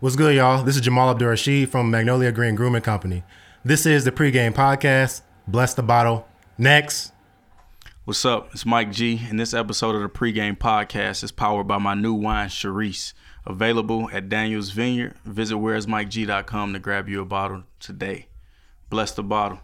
What's good, y'all? This is Jamal Abdul Rashid from Magnolia Green Grooming Company. This is the pregame podcast. Bless the bottle. Next. What's up? It's Mike G, and this episode of the pregame podcast is powered by my new wine, Charisse. Available at Daniel's Vineyard. Visit whereismikeg.com to grab you a bottle today. Bless the bottle.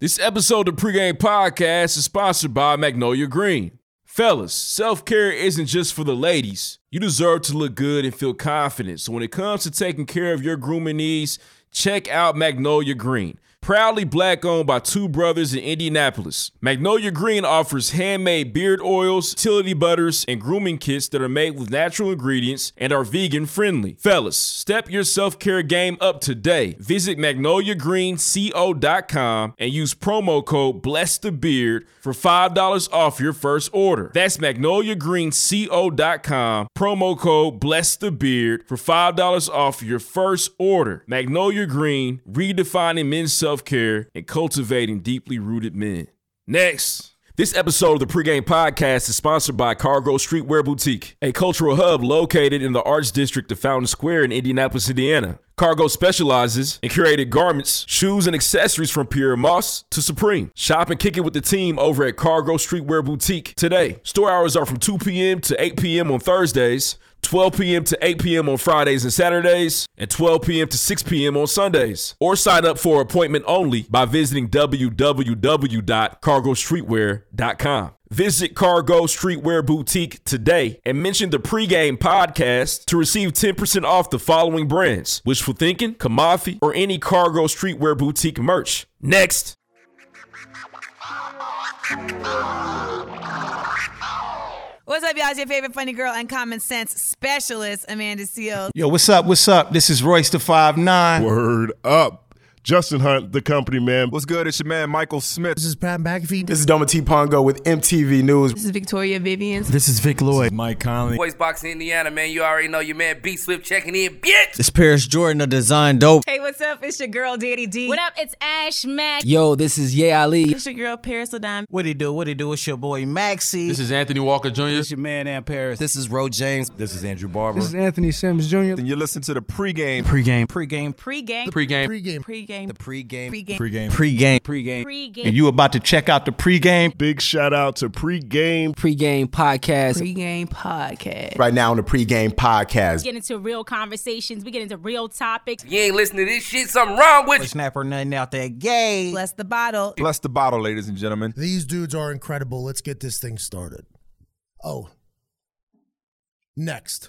This episode of Pregame Podcast is sponsored by Magnolia Green. Fellas, self care isn't just for the ladies. You deserve to look good and feel confident. So when it comes to taking care of your grooming needs, check out Magnolia Green. Proudly black owned by two brothers in Indianapolis, Magnolia Green offers handmade beard oils, utility butters, and grooming kits that are made with natural ingredients and are vegan friendly. Fellas, step your self care game up today. Visit magnoliagreenco.com and use promo code BlessTheBeard for $5 off your first order. That's magnoliagreenco.com, promo code BlessTheBeard for $5 off your first order. Magnolia Green, redefining men's self care and cultivating deeply rooted men. Next. This episode of the Pregame Podcast is sponsored by Cargo Streetwear Boutique, a cultural hub located in the Arts District of Fountain Square in Indianapolis, Indiana. Cargo specializes in curated garments, shoes, and accessories from Pierre Moss to Supreme. Shop and kick it with the team over at Cargo Streetwear Boutique today. Store hours are from 2 p.m. to 8 p.m. on Thursdays, 12 p.m. to 8 p.m. on Fridays and Saturdays, and 12 p.m. to 6 p.m. on Sundays. Or sign up for appointment only by visiting www.cargostreetwear.com. Visit Cargo Streetwear Boutique today and mention the pregame podcast to receive 10% off the following brands Wishful Thinking, Kamafi, or any Cargo Streetwear Boutique merch. Next. What's up, y'all? It's your favorite funny girl and common sense specialist, Amanda Seals. Yo, what's up? What's up? This is Royce the Five Nine. Word up. Justin Hunt, the company man. What's good? It's your man Michael Smith. This is Pat McAfee. This is Doma T. Pongo with MTV News. This is Victoria Vivian. This is Vic Lloyd. Mike Conley. Voice Boxing Indiana, man. You already know your man B Swift checking in, bitch. This Paris Jordan of Design Dope. Hey, what's up? It's your girl Daddy D. What up? It's Ash Mack. Yo, this is Ye Ali. It's your girl Paris Ladon. What it do? What it do? It's your boy Maxie. This is Anthony Walker Jr. It's your man Ann Paris. This is Ro James. This is Andrew Barber. This is Anthony Sims Jr. And you listen to the pregame. Pregame. Pregame. Pregame. Pregame. Pregame. Pregame. The pregame. Pregame. Pregame. Pregame. Pregame. Pregame. And you about to check out the pregame. Big shout out to pregame. Pregame podcast. Pregame podcast. Right now on the pregame podcast. We get into real conversations. We get into real topics. You ain't listening to this shit. Something wrong with you. Snap or nothing out there. Gay. Bless the bottle. Bless the bottle, ladies and gentlemen. These dudes are incredible. Let's get this thing started. Oh. Next.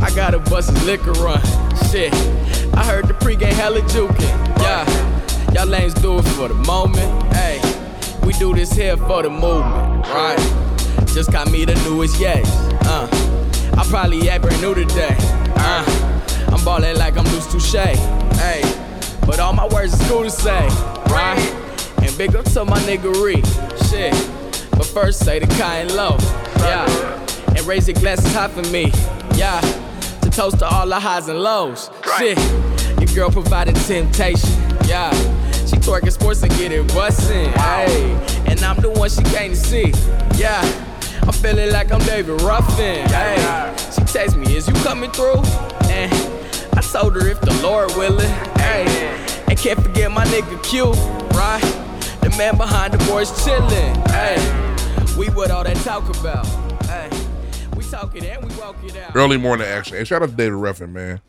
I got a bust of liquor run. Shit, I heard the pregame hella jukin'. Yeah, y'all lanes do it for the moment. Hey, we do this here for the movement, right? Just got me the newest yes. Uh, I probably act brand new today. Uh, I'm ballin' like I'm loose touche. Hey, but all my words is cool to say, right? And big up to my niggery. Shit, but first say the kind low. Yeah, and raise your glasses high for me. Yeah to toast to all the highs and lows. Right. Shit, your girl provided temptation. Yeah, she twerking sports and getting bustin'. Hey, and I'm the one she came to see. Yeah, I'm feeling like I'm David Ruffin. Hey, she text me, is you coming through? And I told her if the Lord willing. Hey, and can't forget my nigga Q, right? The man behind the boys chillin'. Hey, we what all that talk about. Hey. Early morning action. And shout out to David Ruffin, man.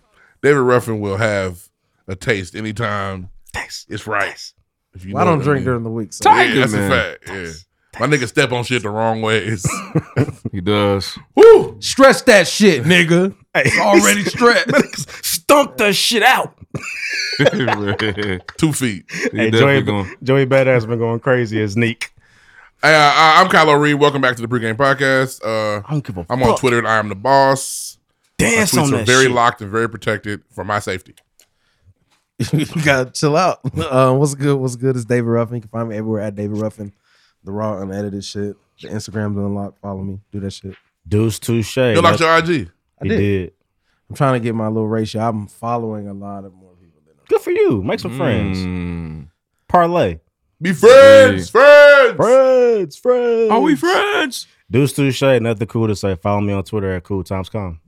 David Ruffin will have a taste anytime taste. it's right. If you well, I don't drink mean. during the week. So. Tiger, yeah, that's man. a fact. Taste. Yeah. My nigga step on shit the wrong ways. he does. Woo! Stretch that shit, nigga. Hey. It's already stretched. Stunk the shit out. Two feet. Hey, Joey, going. Joey Badass been going crazy as Neek. Hey, I, I, I'm Kylo Reed. Welcome back to the pregame podcast. Uh, I am on Twitter. I am the boss. Dance on that very shit. locked and very protected for my safety. you gotta chill out. Uh, what's good? What's good? Is David Ruffin. You can find me everywhere at David Ruffin. The raw, unedited shit. The Instagram's unlocked. Follow me. Do that shit. Deuce Touche. You locked your IG. I He did. did. I'm trying to get my little ratio. I'm following a lot of more people. Than Good for you. Make some friends. Parlay. Mm. Be friends, friends, friends, friends. Are we friends? Deuce Touche. Nothing cool to say. Follow me on Twitter at Cool Times Com.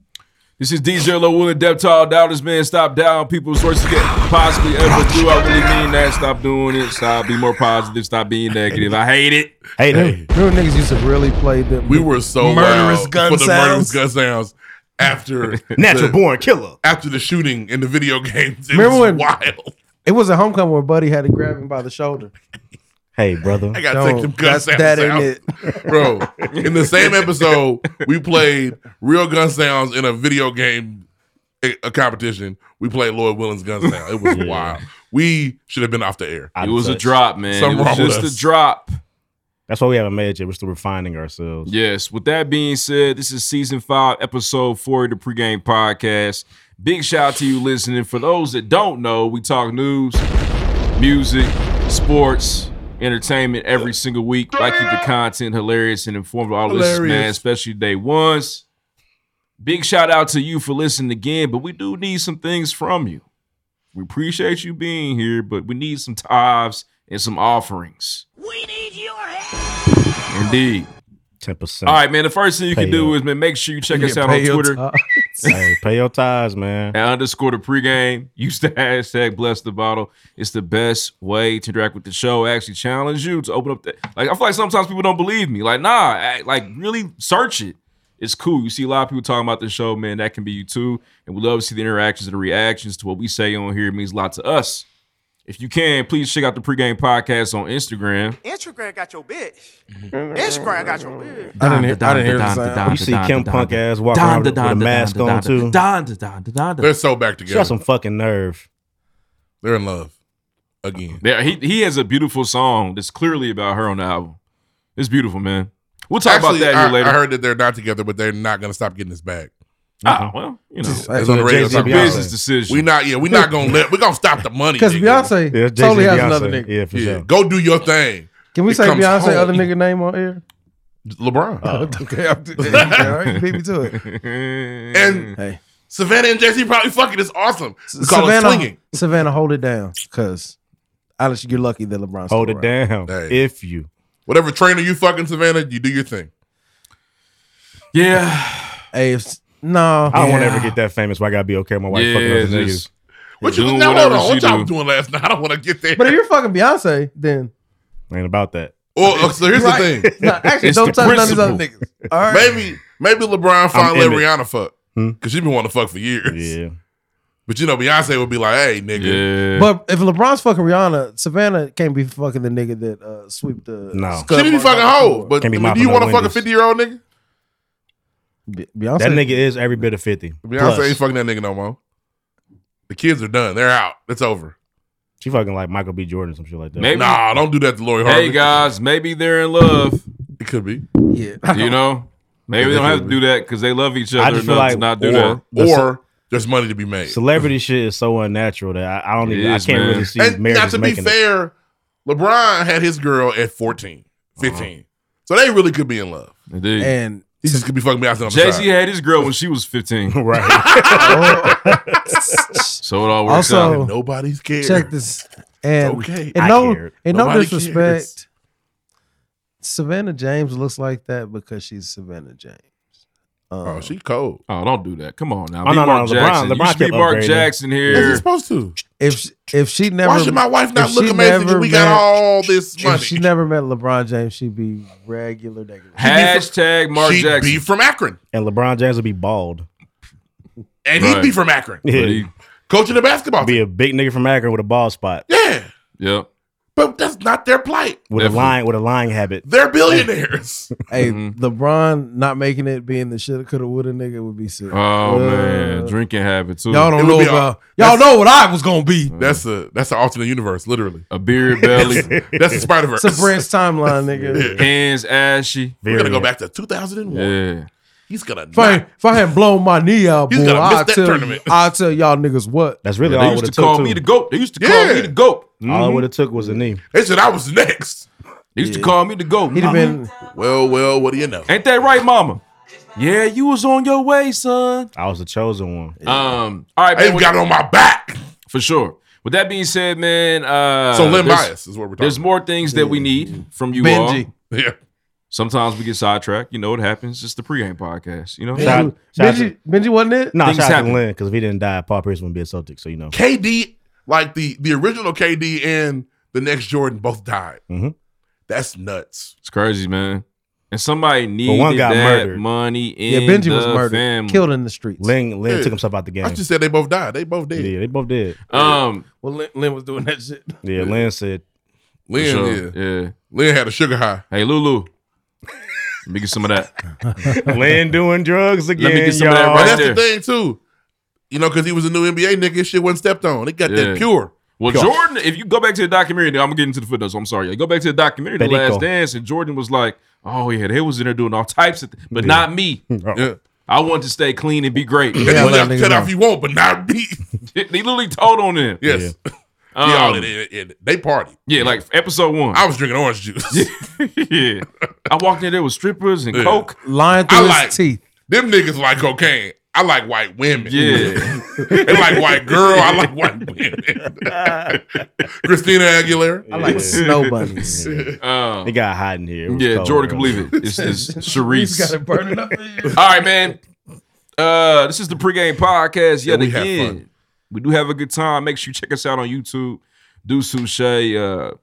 This is DJ Low Will and Deptile Doubters, man. Stop down. People's worst get possibly ever do. I really mean that. Stop doing it. Stop. Be more positive. Stop being negative. I hate it. Hey, Remember niggas used to really play them. We were so Murderous loud gun for the sounds. murderous gun sounds after Natural born killer after the shooting in the video games. It Remember was when- wild. It was a homecoming where Buddy had to grab him by the shoulder. Hey, brother. I gotta No, take them gun that's- sounds that ain't out. bro. In the same episode, we played real gun sounds in a video game eh, a, a competition. We played Lloyd Willens gun sound. It was wild. We should have been off the air. It was a drop, man. Something it was wrong with just us. a drop. That's why we haven't made it yet. We're still refining ourselves. Yes. With that being said, this is season five, episode four of the pregame podcast. Big shout out to you listening. For those that don't know, we talk news, music, sports, entertainment every single week. I keep the content hilarious and informative. All listeners, man, Hilarious. especially day ones. Big shout out to you for listening again, but we do need some things from you. We appreciate you being here, but we need some tithes and some offerings. We need your help. Indeed. 10%. All right, man. The first thing you can Pay do up. is man, make sure you check Yeah, us out on pay your Twitter hey, pay your ties, man. at underscore the pregame. Use the hashtag bless the bottle. It's the best way to interact with the show. I actually challenge you to open up that. Like I feel like sometimes people don't believe me. Like nah, I- like really search it. It's cool. You see a lot of people talking about the show, man. That can be you too. And we love to see the interactions and the reactions to what we say on here. It means a lot to us. If you can, please check out the pregame podcast on Instagram. Instagram got your bitch. Instagram got your bitch. I didn't hear- I didn't hear the Uh, sound. that. You see Kim Punk ass walking around with a mask on, too. They're so back She got some together. fucking nerve. They're in love again. Yeah, he he has a beautiful song that's clearly about her on the album. It's beautiful, man. We'll talk Actually, about that I, here later. I heard that they're not together, but they're not gonna stop getting this back. Uh-huh. Ah, well, you know, it's on the radio. It's a talking about business it. decision. We not, yeah, we not gonna let. We gonna stop the money Because nigga. Beyonce Yeah, Jay-Z totally has and Beyonce. another nigga. Yeah, for Yeah, sure. go do your thing. Can we It say comes Beyonce home. other nigga name on air? LeBron. okay, I'm okay, all right, beat me to it. And Savannah and Jay Z probably fucking is awesome. We call it Savannah, swinging. Savannah, hold it down, cause unless you're lucky that LeBron Hold it down. If you. Whatever trainer you fucking Savannah, you do your thing. Yeah. Hey, if, no, I don't want to Yeah. ever get that famous. Why I gotta be okay with my wife fucking other niggas. What you now, hold on, what y'all was doing last night? I don't want to get there. But if you're fucking Beyonce, then Ain't about that. Well, uh, so here's Right. the thing. No, actually, It's don't the touch none of these other principle. niggas. All right. Maybe maybe LeBron I'm finally let in it. Hmm? Rihanna fuck because she been wanting to fuck for years. Yeah. But you know, Beyonce would be like, "Hey, nigga." But if LeBron's fucking Rihanna, Savannah can't be fucking the nigga that uh, sweep the No. scud she didn't be mark fucking out the hoe. floor. But I Can't be mean, do mopping you no want to fuck a windows. fifty year old nigga? Beyonce, That nigga is every bit of 50. Beyonce Plus, ain't fucking that nigga no more. The kids are done. They're out. It's over. she fucking like Michael B. Jordan, some shit like that. Maybe- Nah, don't do that to Lori Harvey. Hey guys, maybe they're in love. It could be. Yeah. You know, maybe they don't have to do that because they love each I other just enough feel to like- not do or- that. the ce- or there's money to be made. Celebrity shit is so unnatural that I, I don't It even, I is, can't man. really see And marriage not to be making it. fair, LeBron had his girl at 14, Uh-huh. 15. So they really could be in love. Indeed. And he just could be fucking Beyonce on the Jay side. Z had his girl when she was fifteen. right. so it all works also out. Nobody's cares. Check this, and okay. and I no, cared. and no Nobody disrespect. cares. Savannah James looks like that because she's Savannah James. Oh, she cold. Oh, don't do that. Come on now. Oh, Be no, no, Mark no, LeBron- Jackson. you LeBron should be kept Mark upgrading. Jackson Is he here. supposed to? If if she never, should my wife not if look she amazing when never we got all this money? If she never met LeBron James, she'd be regular. regular. Hashtag Mark She'd Jackson. be from Akron. And LeBron James would be bald. And Right. he'd be from Akron. Yeah. He, Coaching the basketball be a big nigga from Akron with a ball spot. Yeah. Yep. But that's not their plight. With a lying with a lying habit. They're billionaires. Hey, LeBron not making it being the shoulda coulda woulda nigga would be sick. Oh Uh, man, drinking habit too. Y'all don't It would know be about a- y'all know what I was gonna be. Mm-hmm. That's a that's an alternate universe, literally. A beard belly. that's the Spider Verse. It's a Brent's timeline, nigga. Hands ashy. We're gonna go back to 2001. Yeah. He's gonna If I, if I hadn't blown my knee out, He's boy, gonna miss I'll that tell, tournament. I'll tell y'all niggas what. That's really Yeah, all they it used would to have took. call too. me the goat. They used to call me the goat. All it Mhm. would have took was a knee. They said I was next. They used to call me the goat. He'd have been Well, well, what do you know? Ain't that right, mama? Yeah, you was on your way, son. I was the chosen one. Um, all right, I even got it on my back for sure. With that being said, man, uh, So Lynn there's- Bias is what we're talking There's more things that we need from you Benji. all. Yeah. Sometimes we get sidetracked. You know, it happens. It's the pregame podcast. You know, Benji- Shout- shout Benji, Benji wasn't it? No, nah, Things shout out to happen. Lynn because if he didn't die, Paul Pierce wouldn't be a Celtic. So you know, KD, like the the original KD and the next Jordan both died. Mm-hmm. Mhm. That's nuts. it's crazy, man. And somebody needed but one got that murdered. money Yeah, in Benji was the murdered, family. killed in the streets. Lynn, Lynn Yeah. took himself out the game. I just said they both died. They both did. yeah, they both did. Um, Well, Lynn, Lynn was doing that shit. Yeah, Lynn said Lynn, for yeah. sure. yeah. Lynn had a sugar high. Hey, Lulu, let me get some of that. Lynn doing drugs again. me get some of that right y'all. But that's there. the thing too. You know, because he was a new NBA nigga, his shit wasn't stepped on. They got Yeah. that pure. Well, Go. Jordan, if you go back to the documentary, I'm gonna get into the footnotes. I'm sorry. Go back to the documentary, The Perico. Last Dance, and Jordan was like, "Oh yeah, they was in there doing all types of, th- but not me. Yeah. I want to stay clean and be great." They Yeah, can let cut- niggas cut know. off you want, but not me. they literally told on him. Yes. Um, Yeah, all in it- it- they party. yeah, like episode one. I was drinking orange juice. yeah, I walked in there with strippers and Yeah. coke. Lying I through his like- teeth. Them niggas like cocaine. I like white women. Yeah, they like white girl. I like white women. Christina Aguilera. I like snow bunnies. um, It got hot in here. It was yeah. cold, Jordan can bro. believe it. It's, it's Sharice. He's got it burning up in you. All right, man. Uh, this is the pregame podcast. Yet Yeah, we have again, fun. we do have a good time. Make sure you check us out on YouTube. Do Suche, uh,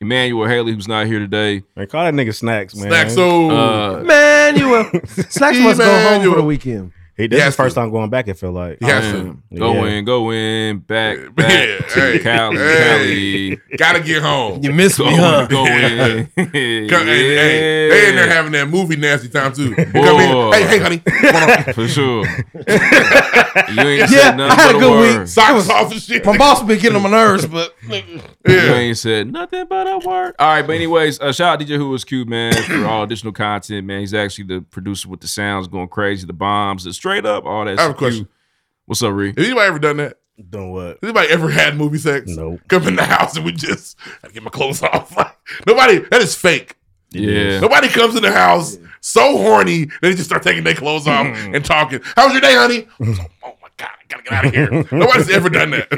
Emmanuel Haley, who's not here today. Man, call that nigga snacks, man. Snack so Uh, Man, you were. Snacks must go home for Emmanuel. the weekend. he this Yes, is his first dude. time going back. It feel like. Um, Yeah. man, go Yeah. in, go in, back, Yeah, back to hey, Cali, hey. gotta get home. You missed Cali. me, huh? Go in, go in. Come- hey, hey, they in there having that movie nasty time too. Come in. Hey, hey, honey. Come on. for sure. you ain't Yeah, said I nothing had but a a good word. week. Socks off and shit. My boss been getting on my nerves, but You Yeah. ain't said nothing but a word. All right, but anyways, uh, shout out DJ Who is Q, man, for all additional content, man. He's actually the producer with the sounds going crazy, the bombs, the straight up, all that. I have a shit. question. What's up, Ree? Has anybody ever done that? Doing what? Has anybody ever had movie sex? Nope. Come in the house and we just I gotta get my clothes off. Like, nobody. That is fake. Yeah. Nobody comes in the house so horny they just start taking their clothes off Mm-hmm. and talking. How was your day, honey? oh my god, I gotta get out of here. Nobody's ever done that.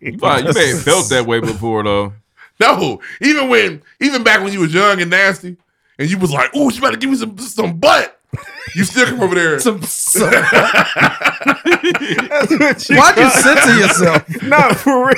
You, probably- you may have felt that way before, though. No, even when, even back when you was young and nasty, and you was like, "Ooh, she better give me some some butt." You still come over there. some. some Why'd you censor yourself? Not for real.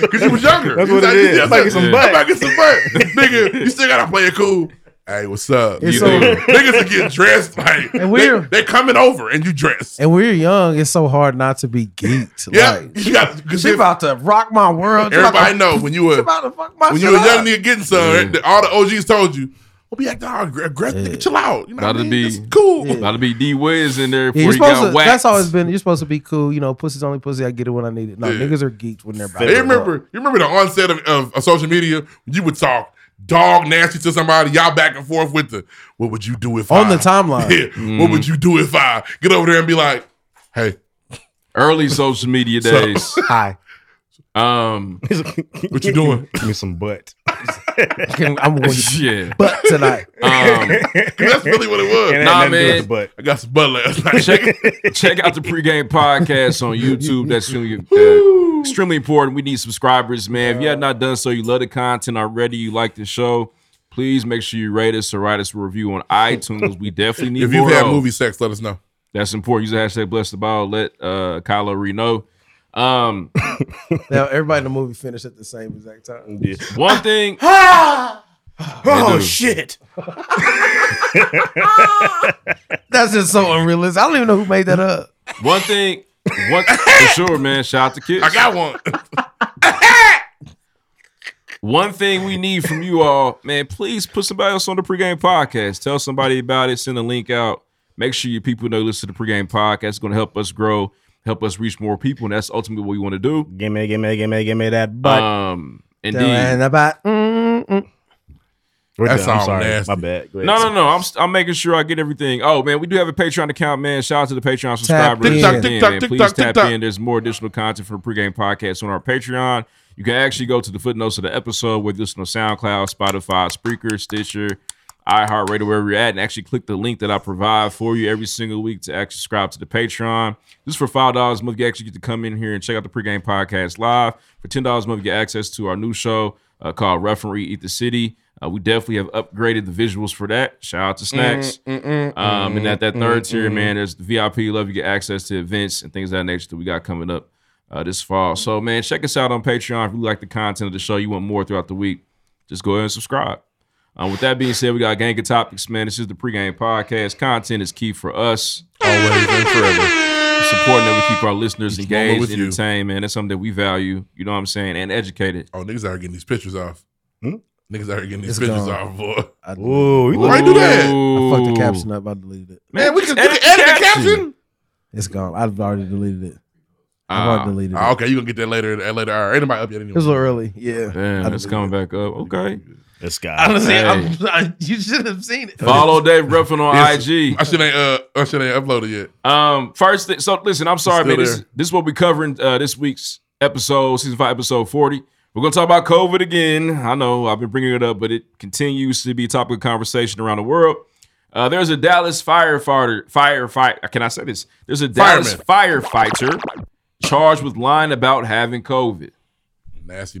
Because you was younger. That's You what was it like, is. yeah, I'm about to get some yeah. butt. I'm about to get some butt. Nigga, you still gotta play it cool. Hey, what's up? It's You so- know, niggas will get dressed like And we're- they, are coming over and you dress. And we're young. It's so hard not to be geeked. Yeah, Like, you got because she about to rock my world. She about everybody to- know when you She were about to fuck my when you shit were young up. nigga getting some, all the OGs told you, we'll be acting all aggr- aggressive. Yeah. Nigga, chill out. You know what I That'd mean? be- It's cool. About to be D Wiz in there Yeah, before you're he supposed got to, waxed. that's always been. You're supposed to be cool. You know, pussy's only pussy. I get it when I need it. No, Yeah. niggas are geeked when they're. They remember you remember the onset of, of, of social media when you would talk dog nasty to somebody, y'all back and forth with the what would you do if On I-" the timeline. Mm. Yeah. What would you do if I get over there and be like, hey, Early social media days. Hi. Um, what you doing? Give me some butt. I'm going yeah. butt tonight. Um, 'Cause that's really what it was. It Nah, had nothing to do with man. the butt. I got some butt last night. check check out the pregame podcast on YouTube. That's extremely, uh, extremely important. We need subscribers, man. If you have not done so, you love the content already, you like the show, please make sure you rate us or write us a review on iTunes. We definitely need if more. you've had of- movie sex, let us know. That's important. Use the hashtag bless the ball. Let uh, Kylo Ree know. Um, now everybody in the movie finished at the same exact time. one thing. Oh Ah! Oh, do. shit! That's just so unrealistic. I don't even know who made that up. One thing. One for sure, man. Shout out to kids. I got one. One thing we need from you all, man, please put somebody else on the pregame podcast. Tell somebody about it. Send a link out. Make sure your people know you listen to the pregame podcast. It's going to help us grow, help us reach more people, and that's ultimately what we want to do. Gimme, Uh, gimme, gimme, gimme that butt. um, indeed. And about mm, mm. We're That done. I'm sounds sorry. nasty. My bad. Go ahead. No, no, no. I'm I'm making sure I get everything. Oh man, we do have a Patreon account, man. Shout out to the Patreon subscribers. in. Tap in, Tick tock, man. tick Please tock, tick tap tock. in. There's more additional content for the pregame podcast on our Patreon. You can actually go to the footnotes of the episode with this on SoundCloud, Spotify, Spreaker, Stitcher, iHeartRadio, wherever you're at, and actually click the link that I provide for you every single week to actually subscribe to the Patreon. This is for five dollars a month. You actually get to come in here and check out the pregame podcast live. For ten dollars a month, you get access to our new show uh, called Referee Eat the City. Uh, we definitely have upgraded the visuals for that. Shout out to Snacks. Mm, mm, mm, um, and at that mm, third mm, tier, mm. man, there's the VIP love. You get access to events and things of that nature that we got coming up uh, this fall. So, man, check us out on Patreon. If you like the content of the show, you want more throughout the week, just go ahead and subscribe. Um, with that being said, we got a gang of topics, man. This is the pregame podcast. Content is key for us always and forever. It's important that we keep our listeners engaged, with you. entertained, man. That's something that we value. You know what I'm saying? And educated. Oh, niggas are getting these pictures off. Niggas are getting these Hmm? It's pictures gone. off, boy. I- Ooh, why you do that? I fucked the caption up. I deleted it. Man, we can, we can edit the caption. It's gone. I've already deleted it. I've already deleted it. Ah, okay, you gonna get that later. uh, Later, all right. Anybody up yet? Anyway. It was a little early. Yeah. Damn, it's coming back up. Okay. This guy. Honestly, Hey. I'm, I, you should have seen it. Follow Dave Ruffin on Yes. IG. I should ain't uh, I should ain't uploaded yet. Um, first, thing, so listen, I'm sorry, still man. This, there. this is what we're covering uh, this week's episode, season five, episode 40. We're gonna talk about COVID again. I know I've been bringing it up, but it continues to be a topic of conversation around the world. Uh, there's a Dallas firefighter, firefight. Can I say this? There's a Dallas firefighter charged with lying about having COVID. Nasty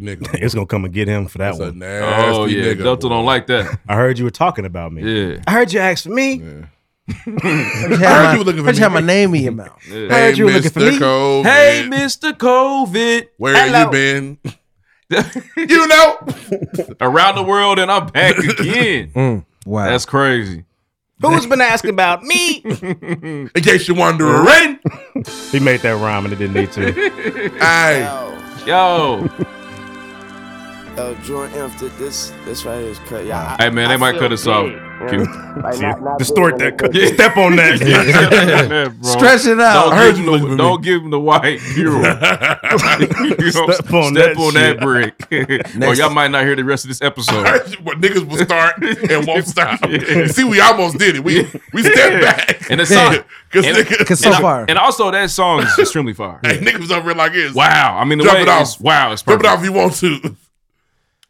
nigga. It's gonna come and get him for that That's a one. nasty oh yeah, nigga. Delta don't like that. I heard you were talking about me. Yeah. I heard you asked for me. I just Heard had, you my, were looking I just for had me. my name in your mouth. Yeah. I heard you were looking for me. COVID. Hey, Mr. COVID. Where have you Hello. been? you know. Mm. Around the world, and I'm back again. wow. That's crazy. Who's been asking about me? In case you're wondering. He made that rhyme and it didn't need to. Hey. Yo. Yo, Jordan F, th- this this right here is crazy. Yeah, Ah, I- Hey man, I they might feel cut us big, off. man. Q. Like, not- not Distort big, that. but- cut- Step on that. Yeah, bro. Stretch it out. Don't, I heard give, you him the, don't give him the white bureau. step on step that on that shit. brick. or Next. y'all might not hear the rest of this episode. But niggas will start and won't stop. See, we almost did it. We we stepped back. And the song, Cause and, nigga- and I- and also that song is extremely fire. Hey, niggas over here like this. Wow, I mean the Drop way it off. is- wow, it's Drop perfect. it off if you want to.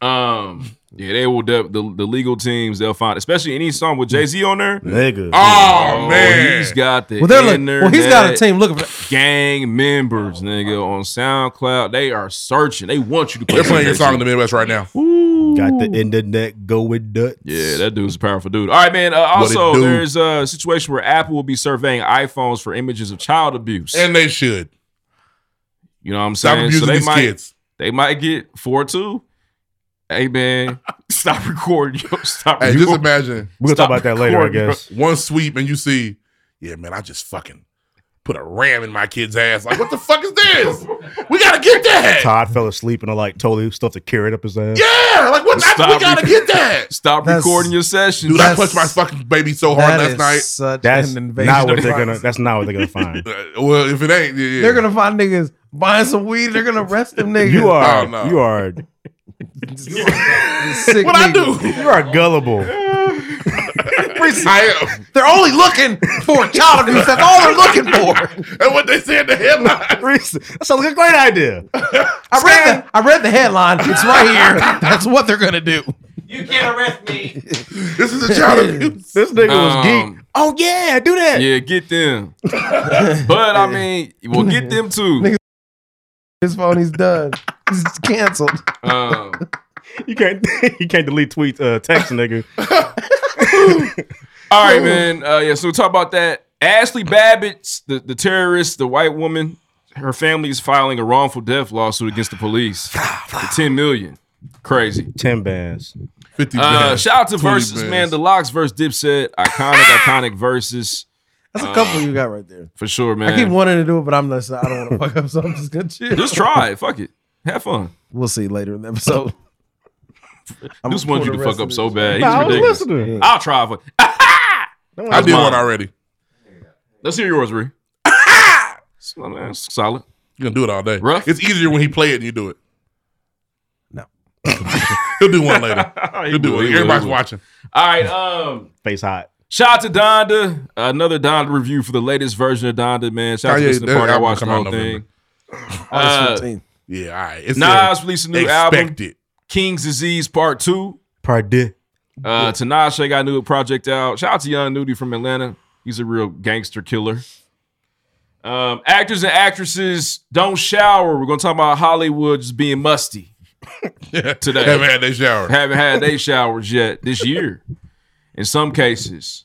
Um, yeah, they will. def- the, the legal teams they'll find, especially any song with Jay Z on there. Nigga. Oh, man. he's got the Well, they're like- well, he's got a internet team looking for- gang members, nigga, on SoundCloud. They are searching. They want you to play. They're playing your that song shit. in the Midwest right now. Got the internet going nuts. Yeah, that dude's a powerful dude. All right, man. Uh, What it also, do? there's a situation where Apple will be surveying iPhones for images of child abuse. And they should. You know what I'm Stop saying? abusing they these might, kids. They might get four two. Hey man, stop recording. Yo, stop. Hey, just recording. imagine. We'll Stop talk about that later, I recording, bro. guess. One sweep and you see, yeah, man, I just fucking put a ram in my kid's ass. Like, what the fuck is this? We gotta get that. Todd fell asleep and I like totally stuffed a carrot up his ass. Yeah, like what? Stop we gotta rec- get that. Stop That's- recording your sessions. Dude, I punched my fucking baby so hard That last is night. Such That's an invasion. not what of they're gonna. privacy. That's not what they're gonna find. Uh, well, if it ain't, yeah, yeah. They're gonna find niggas buying some weed. They're gonna arrest them niggas. You are. no. You are. sick. What I niggas. do? You are gullible. I am. They're only looking for child abuse. That's all they're looking for. And what they said in the headline. Reason. That sounds like a great idea. I read the I read the headline. It's right here. That's what they're gonna do. You can't arrest me. This is a child abuse. This nigga was Um, geek. Oh yeah, do that. Yeah, get them. but I mean, well, get them too. His phone. He's done. He's canceled. Um, You can't. You can't delete tweets. Uh, text, nigga. all right, man. Uh, yeah, so we'll talk about that. Ashley Babbitt, the, the terrorist, the white woman, her family is filing a wrongful death lawsuit against the police for ten million. Crazy. Ten bands. 50 Uh, bands, shout out to 20 versus bands. man. The locks versus Dipset, iconic, iconic versus That's a couple you got right there. for sure, man. I keep wanting to do it, but I'm not. I don't want to fuck up. So I'm just gonna chill. Just try it. Fuck it. Have fun. We'll see later in the episode. I'm This wants you to gonna pull the fuck up rest so of bad. this. Nah, I He's was ridiculous. listening. I'll try. For, Ah! I did mine. one already. let's hear yours, Ree. So, man, it's Solid. You gonna do it all day. Rough. It's easier when he play it and you do it. No. He'll do one later. He'll do will, it. he will, Everybody's he will. watching. All right. Um, Face hot. shout out to Donda. Another Donda review for the latest version of Donda, man. Shout out to Kanye, Listen to Oh, that Party. I album watched the come out whole November. Oh, thing. August 15. yeah, all right. It's Uh, Nas a- released a new expect album, it. King's Disease Part 2. Pardon. Uh, Tinashe got a new project out. Shout out to Young Nudie from Atlanta. He's a real gangster killer. Um, actors and actresses don't shower. We're gonna talk about Hollywood just being musty today. Haven't had their shower. Haven't had their showers yet this year. In some cases,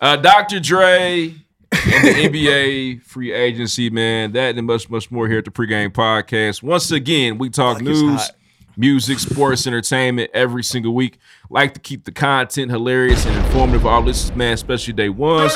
uh, Dr. Dre and the NBA free agency, man. That and much, much more here at the pregame podcast. Once again, we talk it's news, hot. music, sports, entertainment every single week. Like to keep the content hilarious and informative. All this man, especially day ones.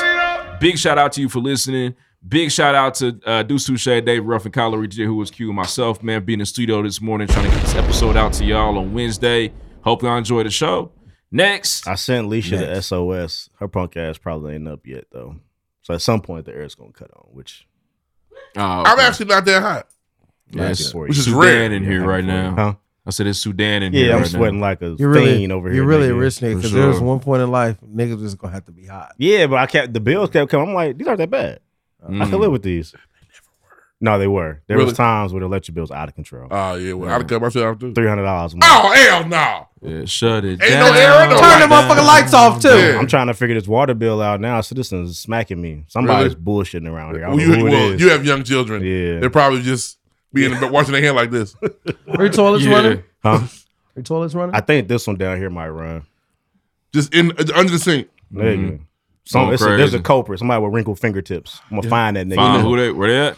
Big shout out to you for listening. Big shout out to uh, Deuce Touche, Dave Ruffin, Kyler J, who was Q, and myself, man, being in the studio this morning, trying to get this episode out to y'all on Wednesday. Hope y'all enjoy the show. Next, I sent Leisha the SOS. Her punk ass probably ain't up yet though. So at some point the air's gonna cut on, which I'm actually not that hot. Yes. Which Which is is Oh, Sudan rare. in here Yeah, right happy for now. you. Huh? I said it's Sudan in Yeah, here. I'm right sweating now. like a You're really, fiend over you're here, really nigga. rich nigga For because there was sure. one point in life niggas was gonna have to be hot. Yeah, but I kept the bills kept coming. I'm like, these aren't that bad. I can Mm. live with these. No, they were. There Really? was times where the electric bill's out of control. Oh yeah, well, I'd have cut my shit off too. Mm. Three hundred dollars. Oh hell no! Yeah, shut it Ain't down. no air Oh in the Turn the light. motherfucking lights off, too. Yeah. I'm trying to figure this water bill out now. Citizens is smacking me. Somebody's bullshitting around here. I Well, don't you, know who it well, is. you have young children. Yeah. They're probably just being in the bed washing their hand like this. Are your toilets Yeah. running? Huh? Are your toilets running? I think this one down here might run. Just in under the sink. Nigga. Mhm. Some, Going it's a, there's a crazy. culprit. Somebody with wrinkled fingertips. I'm gonna find that nigga. Find who they where they at.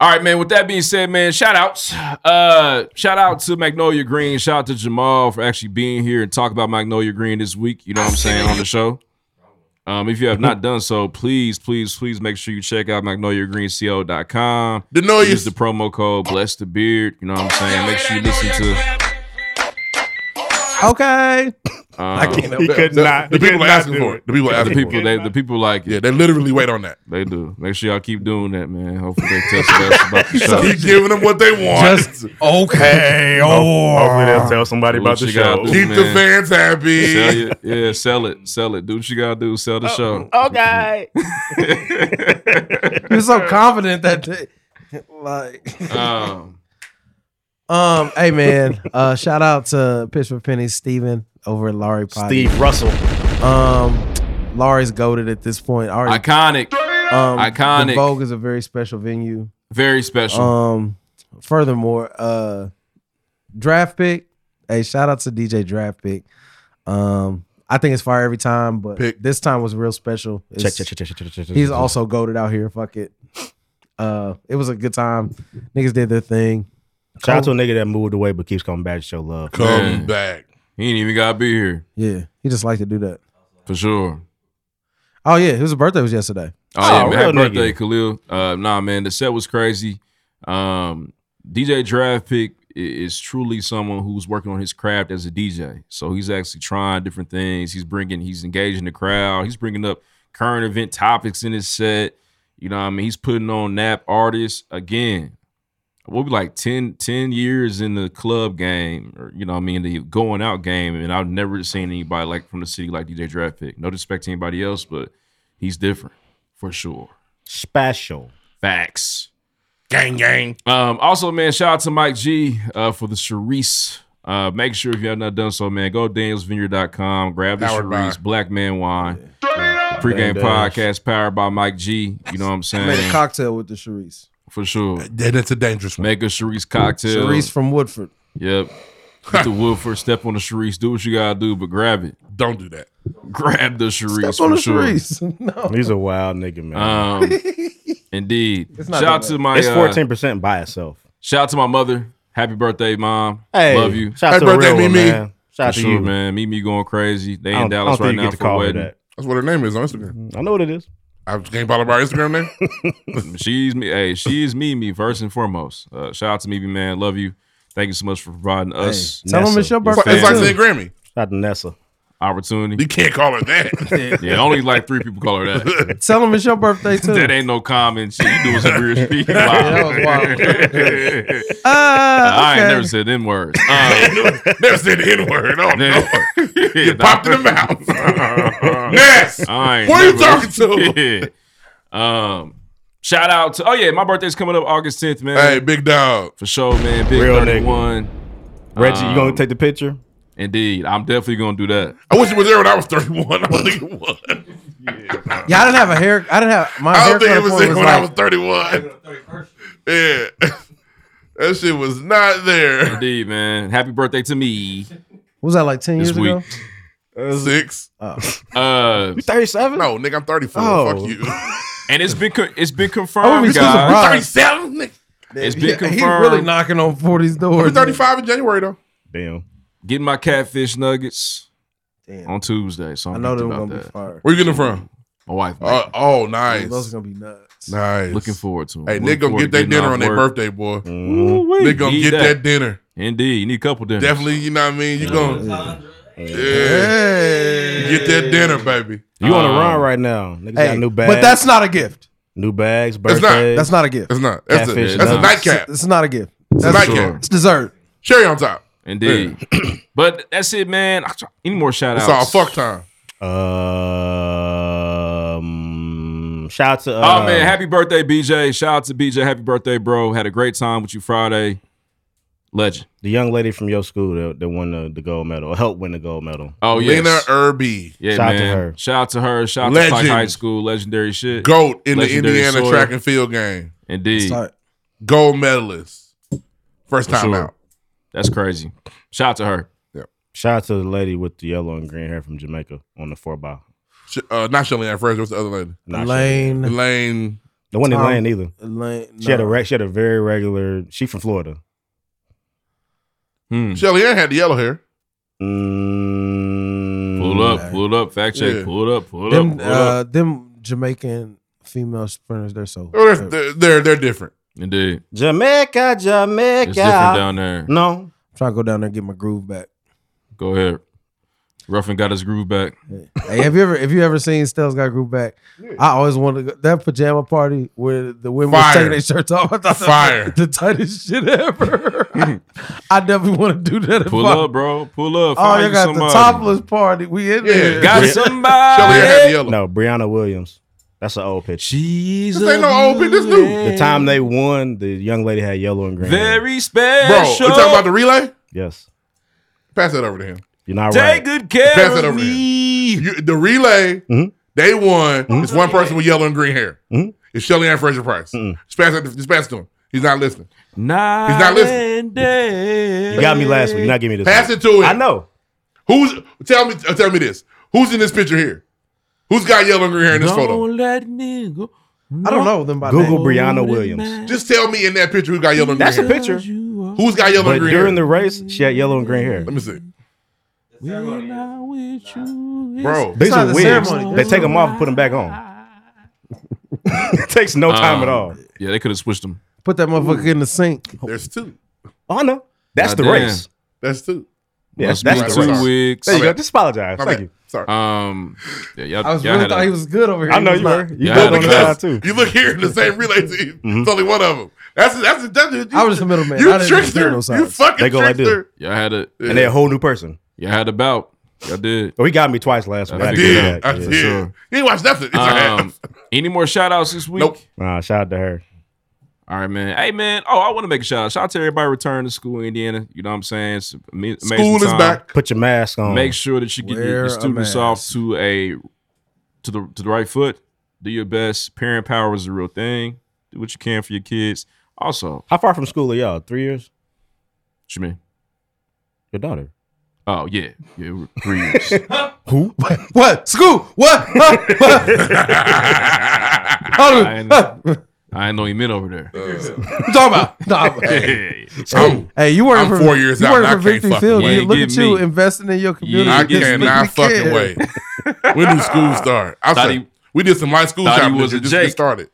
All right, man. With that being said, man, shout outs. Uh, shout out to Magnolia Green. Shout out to Jamal for actually being here and talk about Magnolia Green this week. You know what I'm saying on the show. Um, if you have not done so, please, please, please make sure you check out magnoliagreenco.com. The noise. Use the promo code bless the beard. You know what I'm saying. Make sure you listen to. Okay. I can't- he could not- The he people could are not asking do for it. it. The people are asking the for people, it. They, the people like Yeah, they literally wait on that. They do. Make sure y'all keep doing that, man. Hopefully they test us about the show. Keep giving them what they want. Just okay, Ho- Hopefully they'll tell somebody Do about what the you gotta show. do, man. Sell it. Yeah, sell it. Sell it. Do what you gotta do. Sell the show. uh, Okay. You're so confident that day. like Um, Um, hey man, uh, shout out to Pittsburgh Penny Steven over at Laurie Potty. Steve Russell. Um, Laurie's goaded at this point. Already, Iconic. Um, Iconic. The Vogue is a very special venue. Very special. Um, furthermore, uh, draft pick. Hey, shout out to DJ Draft Pick. Um, I think it's fire every time, but this time was real special. Check, It's- check, check, check, check, check, check, check, He's check. also goaded out here. Fuck it. Uh, it was a good time. Niggas did their thing. Shout out to a nigga that moved away but keeps coming back to show love. Man, He ain't even gotta be here Yeah, he just liked to do that. for sure. Oh yeah, his birthday was yesterday. Oh, yeah, Oh, man. happy real nigga. birthday, Khalil. Uh, nah, man, the set was crazy. Um, DJ Draft Pick i- is truly someone who's working on his craft as a DJ. So he's actually trying different things. He's bringing, he's engaging the crowd. He's bringing up current event topics in his set. You know, what I mean, he's putting on nap artists again. We'll be like 10, 10 years in the club game, or you know, what I mean, the going out game, and I've never seen anybody like from the city like DJ Draft Pick. No disrespect to anybody else, but he's different for sure. Special. Facts. Gang, gang. Um, also, man, shout out to Mike G uh, for the Charisse. Uh, make sure if you have not done so, man, go to danielsvineyard.com, grab the Powered by- Charisse, Black Man Wine, pregame Damn, Dash. podcast powered by Mike G. You know what I'm I made a saying? cocktail with the Charisse. for sure. That's a dangerous one. Make a Charisse cocktail. Charisse from Woodford. Yep. Get the Woodford, step on the Charisse, do what you gotta do, but grab it. Don't do that. Grab the Charisse on for the sure. Charisse. No. He's a wild nigga, man. Um, indeed. It's Shout out to my It's uh, fourteen percent by itself. Shout out to my mother. Happy birthday, mom. Hey, love you. shout out Happy to the birthday, real one, Mimi. man. Shout out For to sure, you. man. Mimi going crazy. They I in don't- I Dallas don't think right you now get for to call her wedding. that. That's what her name is on Instagram. I know what it is. I can't follow her Instagram name. She's me. Hey, she is Mimi first and foremost. Uh, shout out to Mimi, man. Love you. Thank you so much for providing us. Nessa. Your It's like family. saying Grammy. Shout out to Nessa. opportunity. You can't call her that. yeah, only like three people call her that. Tell them it's your birthday too. that ain't no common shit. You doing some weird shit. Wow. I ain't Uh, okay. never said N words. Uh, never said the N word. Oh, no. you popped in the mouth. Ness, I ain't who are you never- talking to? Yeah. Um, shout out to, oh yeah, my birthday's coming up August 10th, man. Hey, big dog. For sure, man. Big Real nigga. 31. Reggie, you gonna Um, take the picture? Indeed. I'm definitely going to do that. I wish you was there when I was 31. I don't think it was. Yeah, I didn't have a hair. I didn't have my I hair don't think it was there was when I was like, 31. Yeah. that shit was not there. Indeed, man. Happy birthday to me what was that like ten this years week. ago? Six. Uh, 37? No, nigga, I'm 34. Fuck you. and it's been co- it's been I confirmed, wouldn't be so guys. surprised. 37? Nigga. It's been Yeah, confirmed. He's really knocking on 40's I'll door. be 35 in January, though. Damn. Getting my catfish nuggets on Tuesday. So I'm I know hyped they were about gonna be that. fire. Where you getting it from? My wife. Uh, oh, Ooh, Those are nice. gonna be nuts. Nice. Looking forward to 'em. Hey, Looking nigga, gonna forward get to getting that dinner off on their work. birthday, boy. Ooh-wee. Nigga, gonna Need get that. dinner. Indeed. You need a couple dinners. Definitely, you know what I mean? You gonna. Yeah. Get that dinner, baby. You on the Uh, run right now. Niggas got Hey, new bags. but that's not a gift. new bags, not. birthdays. That's not a gift. It's not. That's, a, Catfish that's a nuggets. nightcap. It's not a gift. It's a That's nightcap. it's dessert. Cherry on top. Indeed. but that's it, man. I try- Any more shout It's outs? all fuck time. Um, shout out to. Uh, Oh man, happy birthday, BJ. Shout out to BJ. Happy birthday, bro. Had a great time with you Friday. Legend. the young lady from your school that, that won the, the gold medal, helped win the gold medal. Oh yeah. Lena Irby. Yeah, Shout out to man. her. Shout out to her. Shout out to Pike Legend. High School. Legendary shit. GOAT in Legendary the Indiana soil. track and field game. Indeed. Sorry. Gold medalist. First For time sure. out. That's crazy. Shout out to her. Shout out to the lady with the yellow and green hair from Jamaica on the four by. Sh- Uh, not Shelly Ann Fraser. What's the other lady? Not Lane. Lane. The one in Tom- Lane either. Lane. She had a no. re- she had a very regular. She from Florida. Hmm. Shelly Ann had the yellow hair. Mm, Pull up, pull up, fact check, Yeah. pull up, pull Them, up, pull up. uh, them Jamaican female sprinters, they're so. Oh, they're, they're, they're, they're different. Indeed. Jamaica, Jamaica. It's different down there. No, trying to go down there and get my groove back. Go ahead. Ruffin got his groove back. hey, have you ever have you ever seen Stella's got groove back? I always wanted to go, that pajama party where the women Fire. was taking their shirts off. I thought that was Fire. the tightest shit ever. I definitely want to do that. if Pull I- up, bro. Pull up. Oh, Find you you got somebody. the topless party. We in Yeah. there. Got Shelly Ann had the uh, somebody. yellow. no, Brianna Williams. That's an old picture. She's This ain't no old bitch, this new. The time they won, the young lady had yellow and green. hair. very special. Bro, we talking about the relay? Yes, Pass that over to him. you're not Take right. good care Pass it of over to him. me. You, the relay, Mhm. they won. Mm-hmm. It's one person with yellow and green hair. Mhm. It's Shelly Ann Fraser Price. Mm-hmm. Just, pass it, just pass it to him. He's not listening. Night He's not listening. and day. You got me last week. You're not giving me this. Pass week. it to him. I know. Who's tell me? uh, Tell me this. Who's in this picture here? Who's got yellow and green hair in this Don't photo? let me go. I don't know them by Google name. Brianna Williams. Just Just tell me in that picture who got yellow and That's a green hair. picture. Who's got yellow But and green during the hair? race, she had yellow and green hair. Let me see, when I'm with you, it's- bro. These not are the wigs. ceremony. They take them off and put them back on. it takes no time at Um, all. Yeah, they could have switched them. Put that motherfucker in the sink. There's two. Oh, I know. That's God the damn. race. That's two. Yeah, Must that's be the two race. wigs. There you My go. bad. Just apologize. My Thank bad. you. Sorry. Um, yeah, y'all, I was y'all really had thought a- he was good over here. I He know was you not. were. You Yeah, yeah, I on the had side Because too. you look here in the same relay team. It's only one of them. That's that's, that's, that's you, I was the middleman. You I didn't hear trickster. no you sides. fucking They go like this. trickster. Y'all had a. And they're a whole new person. Y'all had a bout. Y'all did. Oh, he got me twice last week. I had to did. give Yeah, it I back. Yeah. did. You ain't watched nothing. It's a Um, half. any more shout outs this week? Nope. Nah, shout out to her. All right, man. Hey, man. Oh, I want to make a shout out. Shout out to everybody returning to school in Indiana. You know what I'm saying? It's ama- amazing School is time. back. Put your mask on. Make sure that you get your, Wear your a students mask. off to a to the to the right foot. Do your best. Parent power is the real thing. Do what you can for your kids. Also, How far from school are y'all? Three years? what you mean? Your daughter. Oh yeah, yeah. we're Three years. Who? What? School? What? Huh? What? Hold I on. ain't- Huh? I ain't know you meant over there. You talking about? Nah. I'm- Hey, you working I'm for four years you out working and for I can't Victory fucking Field? wait. You look Get at you me. investing in your community. Yeah, I get Just cannot make me fucking care. wait. When do school start? I Thought said, he- we did some high school thought he shopping. was this year, a Just get Jake. started.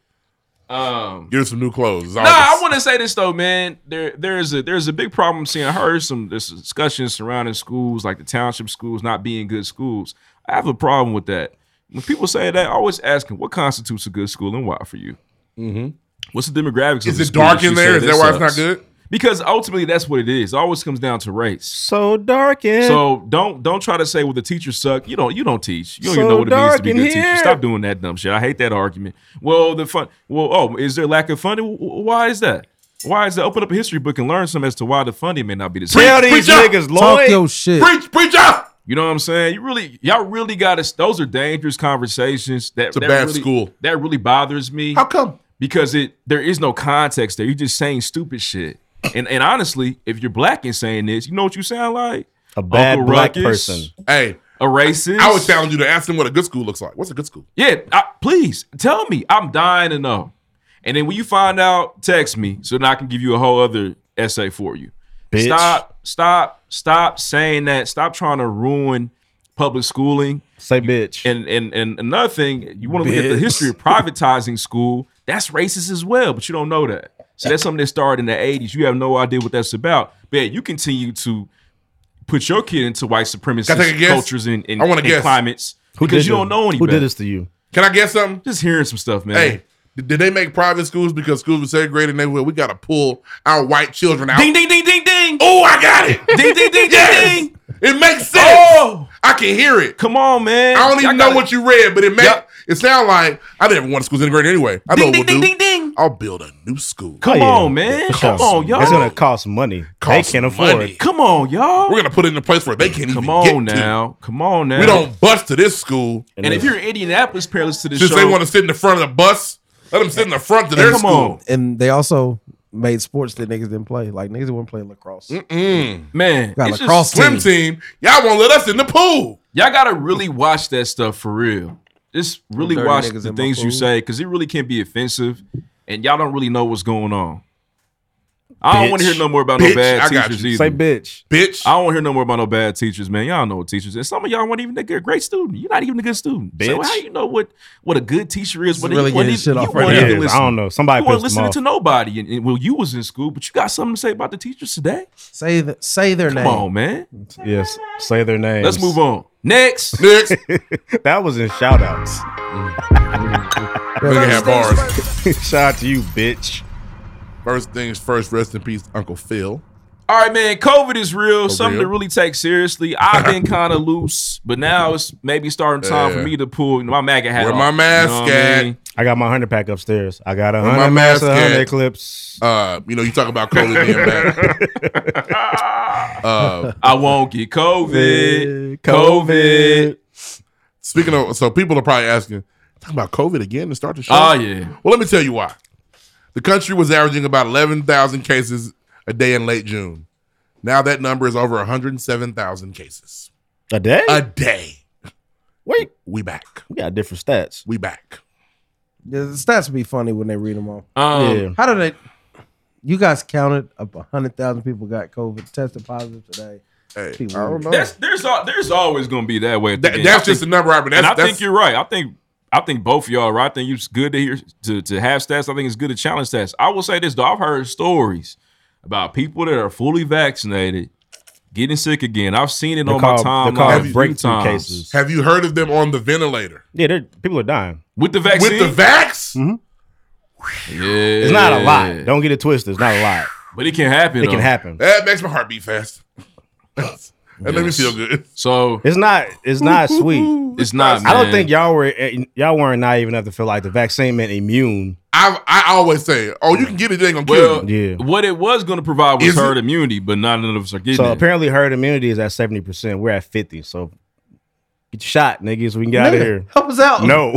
Um, Get her some new clothes. It's Nah, always- I want to say this though, man. There, there's a there's a big problem seeing her. Some there's discussions surrounding schools like the township schools not being good schools. I have a problem with that. When people say that, I always ask them what constitutes a good school and why for you. Mm-hmm. What's the demographics? Is of the it school dark that in you there? say Is this that why it's not sucks? good? Because ultimately, that's what it is. It always comes down to race. So dark in. So don't don't try to say well the teachers suck. You don't you don't teach. You don't So even know what it means to dark be a in good teacher. here. Stop doing that dumb shit. I hate that argument. Well, the fun. Well, oh, is there lack of funding? W- w- Why is that? Why is that? Open up a history book and learn some as to why the funding may not be the same. Tell these niggas, Lloyd. your shit. Preach, preach up. You know what I'm saying? You really, y'all really got to. Those are dangerous conversations. That a that bad really- school. That really bothers me. How come? Because it there is no context there. You're just saying stupid shit. And and honestly, if you're black and saying this, you know what you sound like? A bad black person. Hey, a racist. I would challenge you to ask them what a good school looks like. What's a good school? Yeah, I, please tell me. I'm dying to know. And then when you find out, text me so then I can give you a whole other essay for you. Bitch. Stop, stop, stop saying that. Stop trying to ruin public schooling. Say bitch. And and and another thing, you want to look at the Bitch. history of privatizing school. That's racist as well, but you don't know that. So that's something that started in the 80s. You have no idea what that's about. But yeah, you continue to put your kid into white Can I take a supremacist guess? cultures and, and, I wanna and guess. climates Who because did you this? don't know any Who did better. this to you? Can I guess something? Just hearing some stuff, man. Hey, did- did they make private schools because schools were segregated? And they were, we got to pull our white children out. Ding ding ding ding ding. Oh, I got it. ding ding ding ding ding. It makes sense. I can hear it. Oh. Come on, man. Oh! I don't even know what you read, but it make it sound like I didn't want schools integrated anyway. I know Ding what ding ding we'll do. ding ding. I'll build a new school. Come Oh, yeah. on, man. It Come costs- on, y'all. It's gonna cost money. Costs they can't afford. money. it. Come on, y'all. We're gonna put it in a place where they can't Come even on get to. now. Come on now. We don't bust to this school. And if you're in Indianapolis, parents to this since show, they want to sit in the front of the bus, let them sit in the front of their and, school. and they also made sports that niggas didn't play. Like niggas weren't playing lacrosse. Mm. man, Got it's a just- cross Swim team, y'all won't let us in the pool. y'all gotta really watch that stuff for real. Just really Dirty watch niggas the in my things you food. say because it really can be offensive, and y'all don't really know what's going on. I don't want to hear no more about Bitch, no bad I got teachers you. either. Say bitch. Bitch, I don't want to hear no more about no bad teachers, man. Y'all know what teachers, and some of y'all weren't even a good, great student. You're not even a good student. So Bitch. how you know what what a good teacher is? What really you weren't getting even- shit you off right weren't now. even Yeah, I listening. don't know. Somebody you weren't pissed him listening off. to nobody. And, and well, you was in school, but you got something to say about the teachers today. Say th- say their Come name. on, man. Yes. Say their names. Let's move on. Next. Next, that was in shout outs. we can have bars. Shout out to you, bitch. First things first, rest in peace, Uncle Phil. All right, man. COVID is real. For Something real. to really take seriously. I've been kind of loose, but now it's maybe starting time Yeah. for me to pull you know, my MAGA hat. Where off. my You know mask what I at? mean? I got my hundred pack upstairs. I got a Where my hundred mask, mask a hundred at? clips. Uh, you know, you talk about COVID being back. Uh, I won't get COVID. Yeah, COVID. speaking of, so people are probably asking, talking about COVID again to start the show. Oh yeah. Well, let me tell you why. The country was averaging about 11,000 cases a day in late June. Now that number is over 107,000 cases A day? a day. Wait, We back. we got different stats. We back. Yeah, the stats would be funny when they read them all. Um, yeah. How did they? You guys counted up hundred thousand people got COVID, tested positive today. Hey, People- I don't know. That's there's al- there's always gonna be that way. at the That- end. I that's think- just a number, I mean, that's, and I that's think you're right. I think I think both of y'all are right. I think it's good to hear to, to have stats. I think it's good to challenge stats. I will say this though, I've heard stories about people that are fully vaccinated getting sick again. I've seen it They're on called- my they're timeline a called few breakthrough times. cases. have you heard of them on the ventilator? Yeah, they're, people are dying. with the vaccine. With the vax? Mm-hmm. yeah, It's not a lot. Don't get it twisted. It's not a lot. but it can happen. It can though. happen. That makes my heart beat fast. That made me Yes. feel good. So It's not. It's not sweet. it's not. I don't man. think y'all were eh, y'all weren't naive enough to feel like the vaccine meant immune. I I always say, oh, you can get it, it ain't gonna kill Well, you. Yeah. what it was going to provide was Is it- herd immunity, but not none of us are getting So it. apparently, herd immunity is at seventy percent. We're at fifty. So get your shot, niggas. We can get out of Nigga, here. Help us out. No,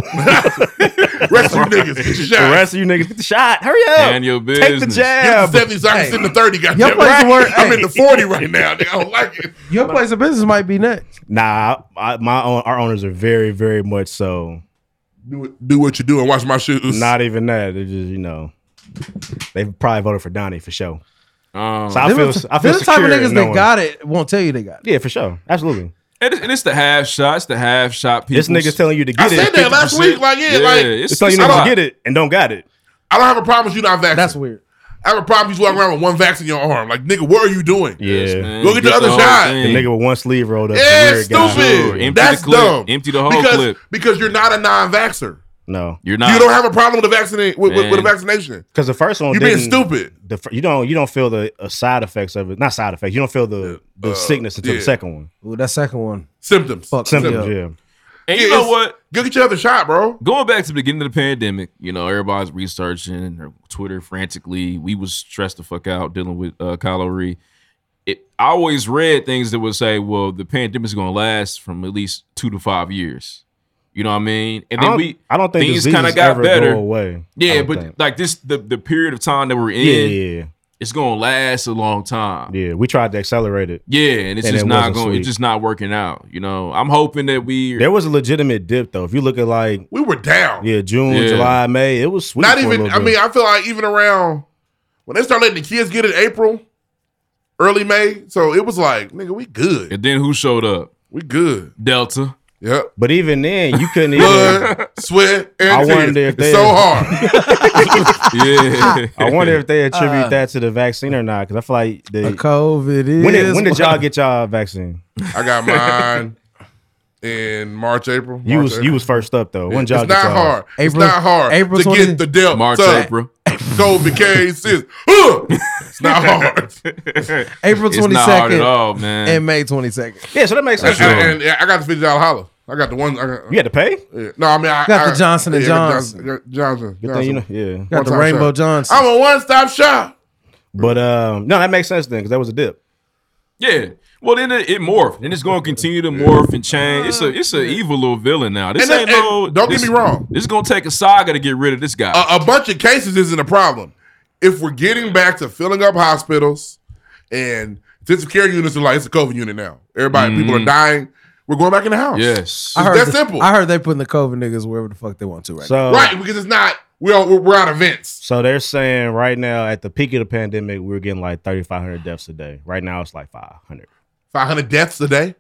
Rest of you niggas, get your the shot. rest of you niggas get the shot. Hurry up. And your Take the business. Get jab. the 70s, I can sit in the 30, Your goddamn. place of work- I'm in hey. the 40 right now. Nigga. I don't like it. Your place of business might be next. Nah, I, my own, our owners are very, very much so. Do, it- do what you do and watch my shoes. Not even that. They just you know, they probably voted for Donnie for sure. Um, So I Them feel, the- I feel them the type of secure in niggas that knowing- got it won't tell you they got it. Yeah, for sure, absolutely. and, it's, and it's the half shot. It's the half shot people. This nigga's telling you to get I said it. that last 50%. week. Like, yeah, Yeah, like, it's- It's telling you it's a niggas lot. to get it and don't got it. I don't have a problem with you not vaccinated. That's weird. I have a problem with you walking around with one vaccine in your arm. Like, nigga, what are you doing? Yeah. Go get the other shot. The nigga with one sleeve rolled up. Yeah, Weird guy. stupid. Empty That's the clip. dumb. Empty the whole because, clip. Because you're not a non-vaxxer. No. You're not. You don't have a problem with a vaccine with, with, with a Man. vaccination. Because the first one, You being didn't- stupid. The, fir- you don't you don't feel the uh, side effects of it. Not side effects. You don't feel the, the uh, sickness until yeah. the second one. Ooh, that second one. Symptoms. Fuck Symptoms. Yeah. And Yeah, you know it's- what? Go get your other shot, bro. Going back to the beginning of the pandemic, you know, everybody's researching or Twitter frantically. We was stressed the fuck out dealing with uh, Kyle O'Ree. It, I always read things that would say, well, the pandemic's going to last from at least two to five years. You know what I mean? And I then don't- we, I don't think things diseases kind of got ever better. go away. I Yeah, don't but think. like this, the, the period of time that we're in, Yeah, yeah, yeah. it's going to last a long time. Yeah. We tried to accelerate it. Yeah, and it's And just it not wasn't going. sweet. It's just not working out. You know, I'm hoping that we. There was a legitimate dip though. If you look at like We were down. yeah June, Yeah. July, May, it was sweet. Not for a even. little I bit. mean, I feel like even around when they start letting the kids get it, April, early May. So it was like, nigga, we good. and then who showed up? We good. Delta. Yep. But even then, you couldn't even. Blood, sweat, and I tears. wonder if It's they- so hard. Yeah. I wonder if they attribute Uh. that to the vaccine or not. Because I feel like the A COVID is. when did, when did y'all get y'all vaccine? I got mine in March, April. You March, was April. you was first up though. When It's y'all not get y'all? hard. it's April- not hard April to 20 get the Delta. March, April. COVID came since. Huh! It's not hard. April It's twenty not hard at second all, man. and May twenty second. Yeah, so that makes sense. And, and- and I got the fifty dollar holler. I got the one. I got, You had to pay. yeah. No, I mean I Got the I- Johnson and yeah, I got Johnson. Johnson. Johnson. Good Johnson. thing you know. Yeah, Got the One-time Rainbow shot. Johnson. I'm a one stop shop. but um, no, that makes sense then because that was a dip. Yeah. Well, then it, it morphed, and it's going to continue to morph and change. It's a it's an evil little villain now. This And- ain't and- no. don't get this- me wrong. Uh, This is going to take a saga to get rid of this guy. A, a bunch of cases isn't a problem. If we're getting back to filling up hospitals and intensive care units are like it's a COVID unit now. Everybody, people are dying. We're going back in the house. yes. I It's heard that the- simple. I heard they putting the COVID niggas wherever the fuck they want to right now. So right, because it's not. We all, we're, we're out of events. so they're saying right now at the peak of the pandemic we were getting like thirty five hundred deaths a day. Right now it's like five hundred. Five hundred deaths a day.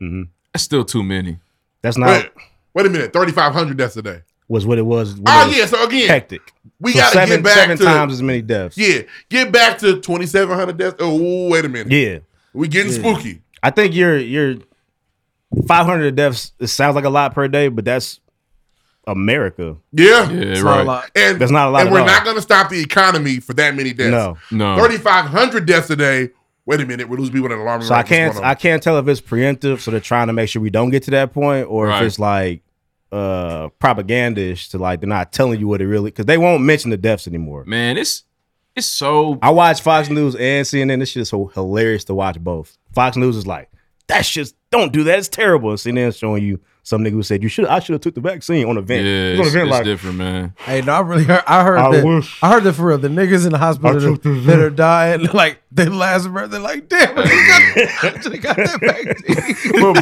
That's still too many. That's not Wait, wait a minute. Thirty five hundred deaths a day. was what it was. When Oh it was yeah. So again, hectic. we So gotta seven, get back seven to times as many deaths. yeah. Get back to twenty seven hundred deaths. Oh wait a minute. yeah. We getting spooky. I think you're you're 500 deaths. It sounds like a lot per day, but that's America. Yeah. Yeah, It's not a right. lot. And That's not a lot And at we're all. not gonna stop the economy for that many deaths. No. No. Thirty five hundred deaths a day. Wait a minute. We're losing people at an alarming So I rate. What's can't going on? I can't tell if it's preemptive, so they're trying to make sure we don't get to that point, or Right. if it's like uh propagandish to like they're not telling you what it really because they won't mention the deaths anymore. Man, it's it's so. I watch Fox News and CNN. This shit is so hilarious to watch both. Fox News is like that shit's don't do that. It's terrible. And CNN's showing you some nigga who said you should I should have took the vaccine on a Yeah, vent. It's on it's, a vent it's like, different, man. Hey, no, I really heard. I heard I that. wish- I heard that for real. The niggas in the hospital took that, that are dying, like their last breath, they're like, "Damn, I just got, I just got that vaccine." But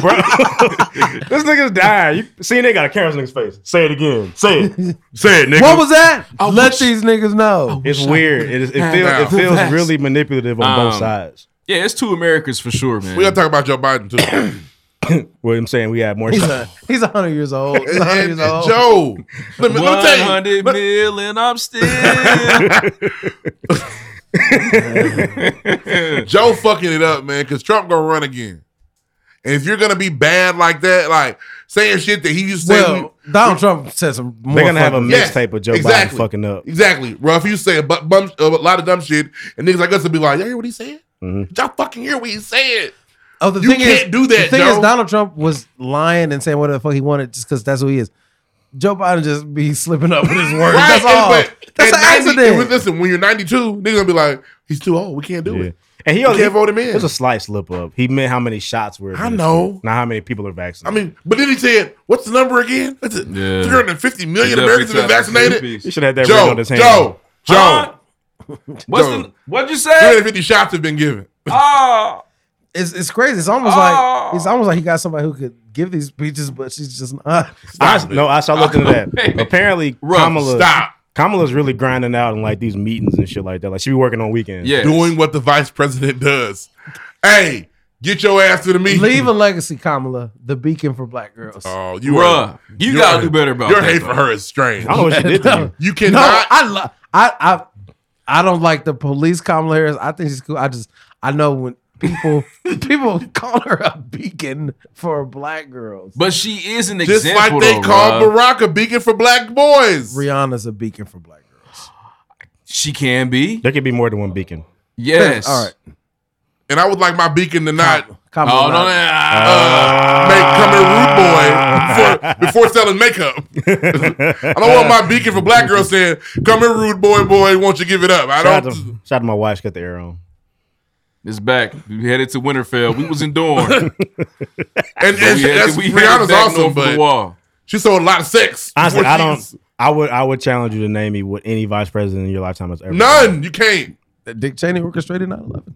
bro, this nigga's dying. You see, they got a camera in this nigga's face. Say it again. Say it. Say it, nigga. what was that? Let these niggas know. It's weird. It, is, it, feel, it feels really manipulative on both Um, sides. Yeah, it's two Americas for sure, man. We gotta talk about Joe Biden too. and, What I'm saying, we had more. He's a he's a hundred years old. He's a hundred and years old. Joe, let me, let me One tell you. hundred million. I'm still. Joe fucking it up, man, because Trump gonna run again. And if you're gonna be bad like that, like saying shit that he used to say, Well, Donald Trump said some. More They're gonna have a fucking- Yes, mixtape of Joe exactly. Biden fucking up. exactly. Ruff, you say a, bu- bum, a lot of dumb shit, and niggas like us will be like, "Y'all hear what he said? Mhm. Y'all fucking hear what he said?" Oh, the You thing is, can't do that, The thing is, Joe. Donald Trump was lying and saying whatever the fuck he wanted just because that's who he is. Joe Biden just be slipping up with his words. Right? That's And- all. but that's at an 90 accident. and Listen, when you're 92, niggas gonna be like, "He's too old. We can't do Yeah. it." And he You only can't vote him in. It was a slight slip up. He meant how many shots were. I administered, know. Not how many people are I vaccinated. mean, but then he said, "What's the number again?" That's it. Yeah. 350 million Definitely Americans have been tried to vaccinated. increase. he should have that ring Joe, on his hand. Joe, Joe, Huh? What's Joe. the, what'd you say? 350 shots have been given. Ah, It's, it's crazy. It's almost Oh. like it's almost like he got somebody who could give these speeches, but she's just not. I, no, I saw looking at Hey. that. Apparently, Ruff, Kamala. Stop Kamala's really grinding out in like these meetings and shit like that. Like she be working on weekends. yeah. doing what the vice president does. Hey, get your ass to the meeting. Leave a legacy, Kamala, the beacon for black girls. Oh, you Bruh, are. you you're- gotta do better about Your that, hate though. for her is strange. I don't know what she did to you. You no, cannot. I love. I I I don't like the police Kamala Harris. I think she's cool. I just I know when people people call her a beacon for black girls. But she is an Just example. like they though, call Rob. Barack a beacon for black boys. Rihanna's a beacon for black girls. She can be. There could be more than one beacon. Yes. All right. And I would like my beacon to not Come Oh, on, now. no, no, no, uh, Ah. make come here rude boy before, before selling makeup. I don't want my beacon for black girls saying, come here rude boy, boy, won't you give it up? I Shout out, don't. to, shout out to my wife. She got the air on. It's back. We headed to Winterfell. We was in Dorn. and And, and she, that's, Rihanna's awesome, but she sold a lot of sex. Honestly, before I don't. Jesus. I would. I would challenge you to name me what any vice president in your lifetime has ever. None. You can't. Dick Cheney orchestrated 9-11.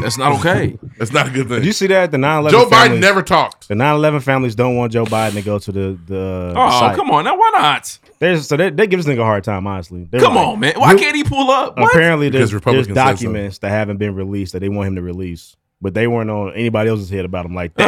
That's not okay. That's not a good Did thing. you see that? The 9 Joe Biden never talked. The 9 11 families don't want Joe Biden to go to the. the Oh, come on now. Why not? There's, so they, they give this nigga a hard time, honestly. They're Come like- on, man. Why You- can't he pull up? What? Apparently, there's, Because there's Republicans said so. documents that haven't been released that they want him to release, but they weren't on anybody else's head about him like that.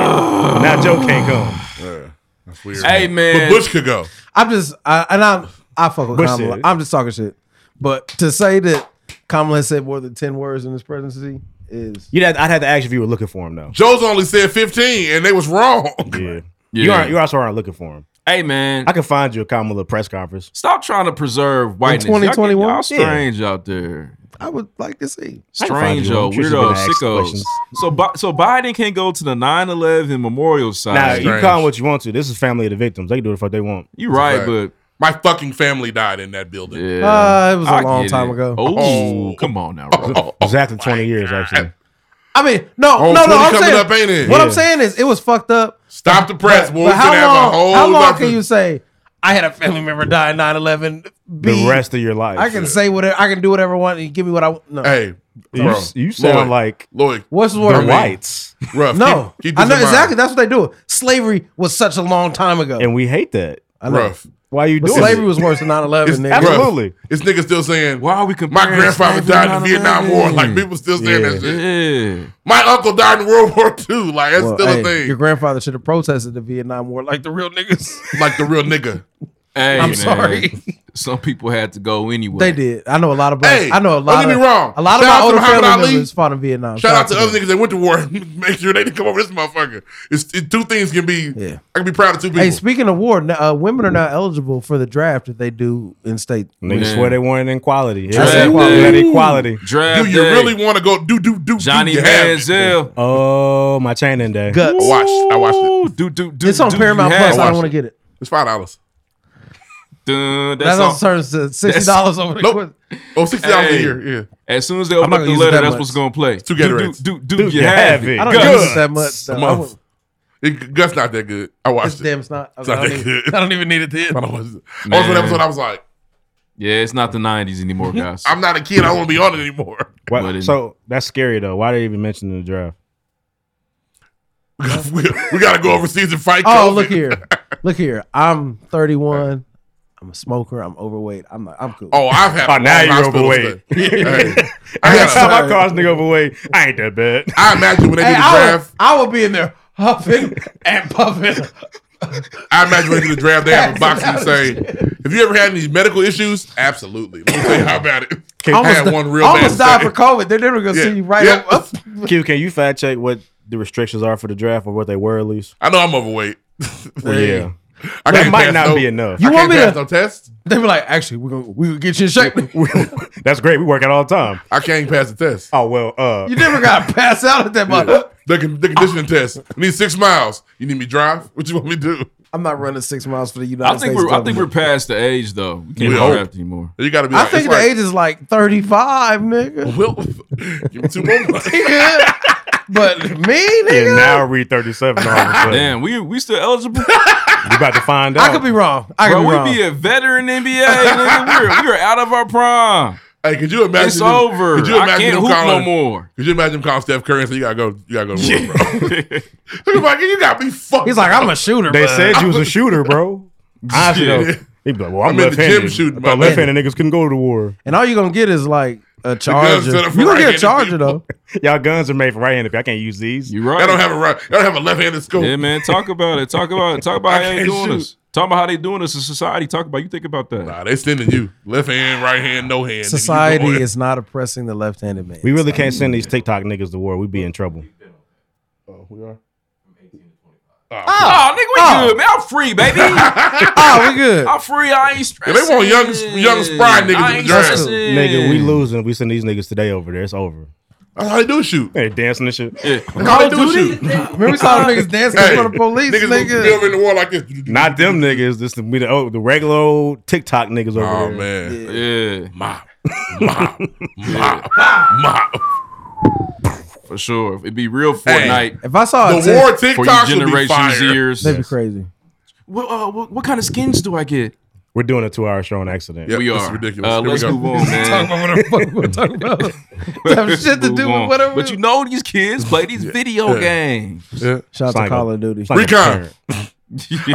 now Joe can't come. Uh, that's weird. Hey, man. But Bush could go. I'm just I, and I'm I fuck with Bush Kamala. said it. I'm just talking shit. But to say that Kamala has said more than ten words in his presidency is You'd have, I'd have to ask if you were looking for him though. Joe's only said 15, and they was wrong. Yeah, Yeah. you aren't. You also aren't looking for him. Hey, man. I can find you a Kamala press conference. Stop trying to preserve whiteness. Y'all get- 2021? Y'all Yeah. strange out there. I would like to see. find Strange, you. yo, I'm sure she's been weirdo, asked sickos. questions. So, Bi- so Biden can go to the 9/11 memorial site. Now you strange. call him what you want to. This is family of the victims. They can do what the fuck they want. you right, Right. My fucking family died in that but building. yeah, Uh, it was a a long time ago. Oh, come on now, bro. oh Exactly twenty years actually. I mean, no, Oh, no, no. 20 I'm coming saying, up, ain't it? What I'm Yeah. saying is, it was fucked up. Stop the press, But, boy. but We how finna have a long? whole How long nother- can you say I had a family member die in 9/11? B, The rest of your life. I can say whatever. I can do whatever I want. And give me what I want. No, Hey, You, bro. you sound like Lloyd, what's the the word? whites, rough. No, keep, keep I this know in mind. exactly. That's what they do. Slavery was such a long time ago. and we hate that. I know. Rough. Why you But doing slavery it? was worse than 9/11. It's- nigga. Rough. Absolutely. This nigga still saying, Why are we My comparing? grandfather slavery died in to the Vietnam War. 9/11? Mm. Like people still saying that shit. Yeah. My uncle died in World War II. Like that's Well, still hey, a thing. Your grandfather should have protested the Vietnam War like the real niggas. like the real nigga. Hey, I'm man. sorry. Some people had to go anyway. They did. I know a lot of black. Hey, I know a don't lot. get of, me wrong. A lot of Shout out my to older Muhammad family Ali. members fought in Vietnam. Shout out to other them. niggas that went to war. Make sure they didn't come over this motherfucker. It's it, two things can be. Yeah. I can be proud of two people. Hey, speaking of war, n- uh, women are now eligible for the draft if they do in state. Niggas Yeah. swear they wanted equality. Yeah, Draft that's equality. day. That equality. Draft do you day. really want to go? Do do do. Johnny do you have to? Manziel. Oh, my chain in there. Guts. I watched. I watched it. Ooh, do, do, do, it's on do, Paramount you Plus. have- I watched don't want it. to get it. It's five dollars. Dun, that's That all- also turns to sixty dollars over. the Nope. course. Oh, sixty dollars Hey. a year. Yeah. As soon as they open not up gonna the use it letter, that that's much. what's gonna play. two do, Gatorades. do, do, do you have it? I don't Good. use it that much. Though. A I month. wouldn't- It, Gus not that good. I watched It's it. damn. It's not. It's I, not don't that even, good. I don't even need it to hit. I watched it. I Man. watched that episode. I was like, Yeah, it's not the '90s anymore, guys. I'm not a kid. I don't want to be on it anymore. Why- But it- so that's scary though. Why they even mention the draft? we, we gotta go overseas and fight. Oh, COVID. look here, look here. I'm 31. I'm a smoker. I'm overweight. I'm not, I'm cool. Oh, I've had. Oh, now all you're hospital overweight. stuff. Hey, I, Every had time a- I call Oh, this nigga overweight, I ain't that bad. I imagine when they Hey, do the I, would, draft. I would be in there huffing and puffing. I imagine when they do the draft, they have a box Passing and out say, "Have you ever had any medical issues?" Absolutely. Let me tell you how about it. I almost had di- one real almost bad. died for COVID. They're never gonna Yeah. see you right Yeah. up. Q, can you fact check what the restrictions are for the draft or what they were at least? I know I'm overweight. yeah. I That can't might pass not no- be enough. You I want can't me pass to- no test. They were like, actually, we're gonna we gonna get you in shape. That's great. We work out all the time. I can't pass the test. Oh well, uh You never gotta pass out at that moment. The, con- the conditioning test. We need six miles. You need me to drive? What you want me to do? I'm not running six miles for the United I think States. we're I think we're government. past the age though. We We can't hope. draft anymore. You got to be. I like- think it's the like, age is like 35, nigga. Will, give me two more. months. but me, and nigga, now read thirty seven all of a sudden. Damn, we we still eligible? You about to find out. I could be wrong. I could Bro, be wrong. we be a veteran NBA. nigga. We're, we're out of our prime. hey, could you imagine? It's him- over. Could you I imagine can't him hoop calling, no more. Could you imagine him calling Steph Curry and say, "You gotta go. You gotta go to work, bro." He's like, "You got me fucked." He's like, up." I'm a shooter. They but said you was a shooter, bro. Honestly, Yeah. though, he'd be like, "Well, I'm, I'm in the gym left-handed. shooting, I my thought man. left-handed niggas couldn't go to the war. And all you're gonna get is like a charger. set up for You're gonna get a right-handed charger people. though. Y'all guns are made for right-handed. people. I can't use these. You right? I don't have a right. I don't have a left-handed scope. Yeah, man. Talk about it. Talk about it. Talk about I how you can't doing shoot. this. Talk about how they doing this in society. Talk about you think about that. Nah, they sending you left hand, right hand, no hand. nigga. You Society going- is not oppressing the left-handed man. We really can't send these TikTok niggas to war. We'd be in trouble. Oh, we are. Oh, nigga, we good, man. I'm free, baby. oh, we good. I'm free. I ain't Yeah, stressing. they want young, young spry niggas I in ain't the draft. stressing. Nigga, we losing. if We send these niggas today over there. It's over. That's how they do shoot. They dancing and shit. Call of Duty. Remember we saw them niggas dancing in front of the police, niggas was nigga. filming the war like this. Not them niggas. This the we the, oh, the regular old TikTok niggas over Oh Yeah, there. man, mop, mop, mop, mop. for sure. It'd be real Fortnite. If I saw Oh, a the war tick, for TikTok your should be generation's fire. ears. that'd be crazy. What, uh, what, what kind of skins do I get? We're doing a two-hour show on accident. Yep, we this is are ridiculous. Uh, Here we let's go. move on, man. They have shit to Move do with on. whatever. But you know these kids play these video Yeah. games. Yeah. Shout out to Psycho. Call of Duty. Like a Recon. parent. I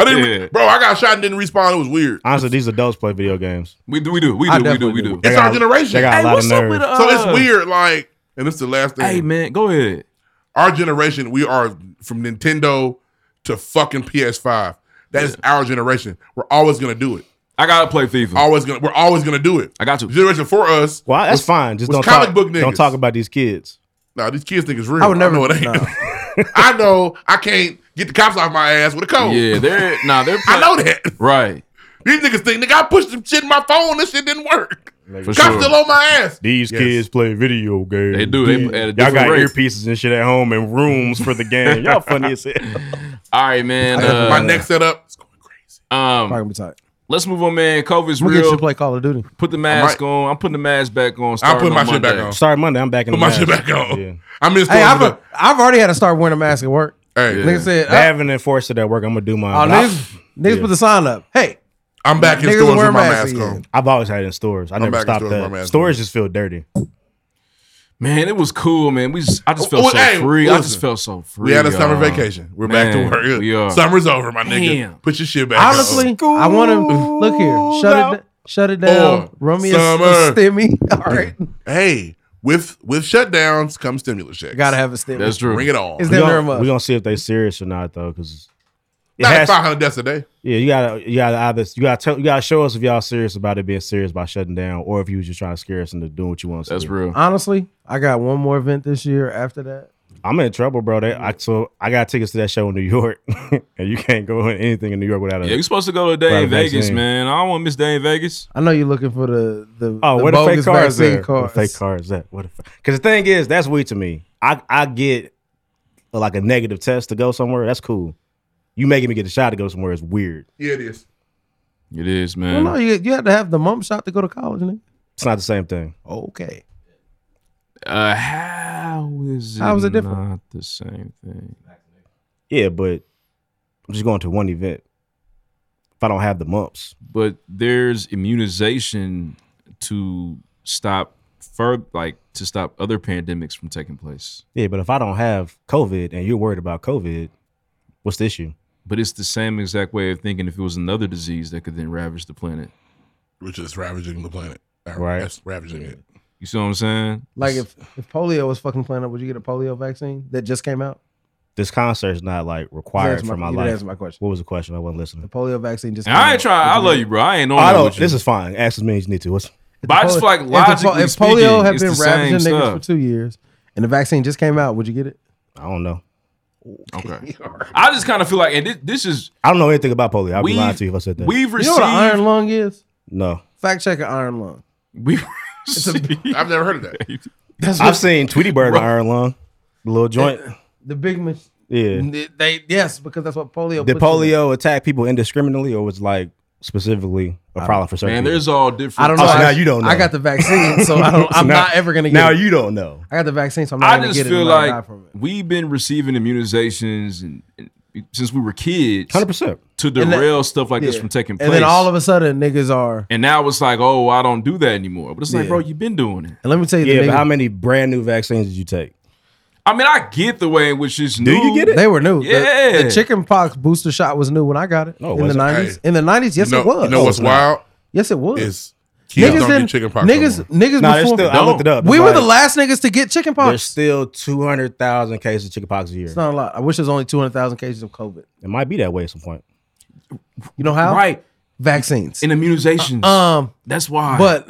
didn't, re- Yeah. bro. I got shot and didn't respawn. It was weird. Honestly, these adults play video games. We do, we do, we I do, we do, definitely we do. do. They It's got- our generation. They got a lot of nerve. uh, so it's weird, like, and it's the last thing. Hey man, go ahead. Our generation, we are from Nintendo to fucking PS5. That is our generation. We're always gonna do it. I gotta play FIFA. Always gonna. We're always gonna do it. I got to. Generation for us. Well, that's fine. Just was don't comic talk, book Don't niggas. talk about these kids. Nah, these kids think it's real. I would never- know it ain't. I know I can't get the cops off my ass with a code. Yeah, they're nah, they're. Oh. I know that. Right. These niggas think nigga, I pushed some shit in my phone. This shit didn't work. For Cops sure. still on my ass. These Yes. kids play video games. They do. They These- at a Y'all different got rate. earpieces and shit at home and rooms for the game. Y'all funny as hell. Uh-huh. All right, man. I- my Uh, next setup. It's going crazy. Probably um, gonna be tight. let's move on, man. COVID's I'm gonna get real. you to play Call of Duty. Put the mask on. I'm putting the mask back on. starting putting on my shit back Monday. on. Start Monday. I'm back in Put the my shit match. back on. Yeah. I'm in Hey, I've, store. I've already had to start wearing a mask at work. Hey, Nigga said, They uh, haven't enforced it at work. I'm gonna do oh, mine. But niggas, niggas put the sign up. Hey, I'm back in Niggas stores wear with my masks mask again. on. I've always had it in stores. I never back in stopped stores with my that. mask Stores on. just feel dirty. Man, it was cool, man. We just, I just felt Oh, so hey, free. I just listen. felt so free. We had a summer y'all. vacation. We're Man, back to work. we are. Summer's over, my nigga. Damn. Put your shit back. on. honestly, I want to look here. Shut it, da- shut it down. Boy, Run me a, s- a summer. stimmy. All right, hey, with with shutdowns come stimulus checks. gotta have a stimmy. That's true. bring it on. Is We're there near gonna, enough? we gonna see if they serious or not though, because it Not has. five hundred deaths a day. Yeah, you gotta, you gotta either you gotta tell, you gotta show us if y'all serious about it being serious by shutting down, or if you was just trying to scare us into doing what you want. Us to That's do. real. Honestly, I got one more event this year. After that, I'm in trouble, bro. They, I, so I got tickets to that show in New York, and you can't go in anything in New York without a. Yeah, you're supposed to go to a day Right, in Vegas, vaccine. man. I don't want to miss day in Vegas. I know you're looking for the the oh, the where the fake bogus car is vaccine at? Where the cards. fake car is at? What? Because the thing is, that's weird to me. I I get uh, like a negative test to go somewhere. That's cool. You making me get a shot to go somewhere is weird. Yeah, it is. It is, Well, man. no, you, you had to have the mump shot to go to college, nigga. It's not the same thing. Okay, Uh, how is it? How is it different? Not the same thing. Yeah, but I'm just going to one event. If I don't have the mumps, But there's immunization to stop fur like to stop other pandemics from taking place. yeah, but if I don't have COVID and you're worried about COVID, what's the issue? But it's the same exact way of thinking if it was another disease that could then ravage the planet. Which is ravaging the planet. Right. That's ravaging it. You see what I'm saying? like if if polio was fucking playing up, would you get a polio vaccine that just came out? This concert's not like Just required answer for my you didn't life. answer my question. What was the question? I wasn't The listening. polio vaccine just. And came I ain't out. trying. I Would you love get it? you, bro. I ain't on Oh, I that don't. with you. This is fine. Ask as many as you need to. What's, but I just feel like If the po- logically if, speaking, polio had it's been the same ravaging niggas for stuff. two years and the vaccine just came out, would you get it? I don't know. Okay. I just kind of feel like, and thi- this is I don't know anything about polio. I'd be We've- lying to you if I said that. we've You received. know what an iron lung is? no, Fact check an iron lung. we've received- I've never heard of that. That's I've what- Eh, seen Tweety Bird Right. iron lung, the little joint. the big mach- Yeah. They yes, because that's what polio. Did puts you in. polio attack people indiscriminately, or was like specifically a problem for certain? man, people? there's all different. I don't know. Oh, so I, now you don't I know. got the vaccine, so I don't, So I'm now- not ever gonna get. now it. you don't know. I got the vaccine, so I'm not I gonna just get it. feel I'm not gonna die like from it. we've been receiving immunizations and, and since we were kids Hundred percent. to then- derail stuff like this Yeah. from taking place. and then all of a sudden niggas are. and now it's like, oh, I don't do that anymore. But it's like, bro, you've been doing it. And let me tell you, Yeah, the but how niggas, many brand new vaccines did you take? I mean, I get the way in which it's new. you get it? they were new. The- Yeah. the, chicken pox booster shot was new when I got it No, it in the wasn't. nineties. Hey. In the nineties, yes, you know, it was. You know what's wild? Yes, it was. Is kids niggas don't didn't, get chicken pox. no niggas, more. niggas Nah, there's before. still. I looked it up. we It's were the like- last niggas to get chicken There's pox. still two hundred thousand cases of chickenpox a year. It's not a lot. I wish it was only two hundred thousand cases of COVID. It might be that way at some point. You know how? Right. Vaccines and immunizations. um, that's why. But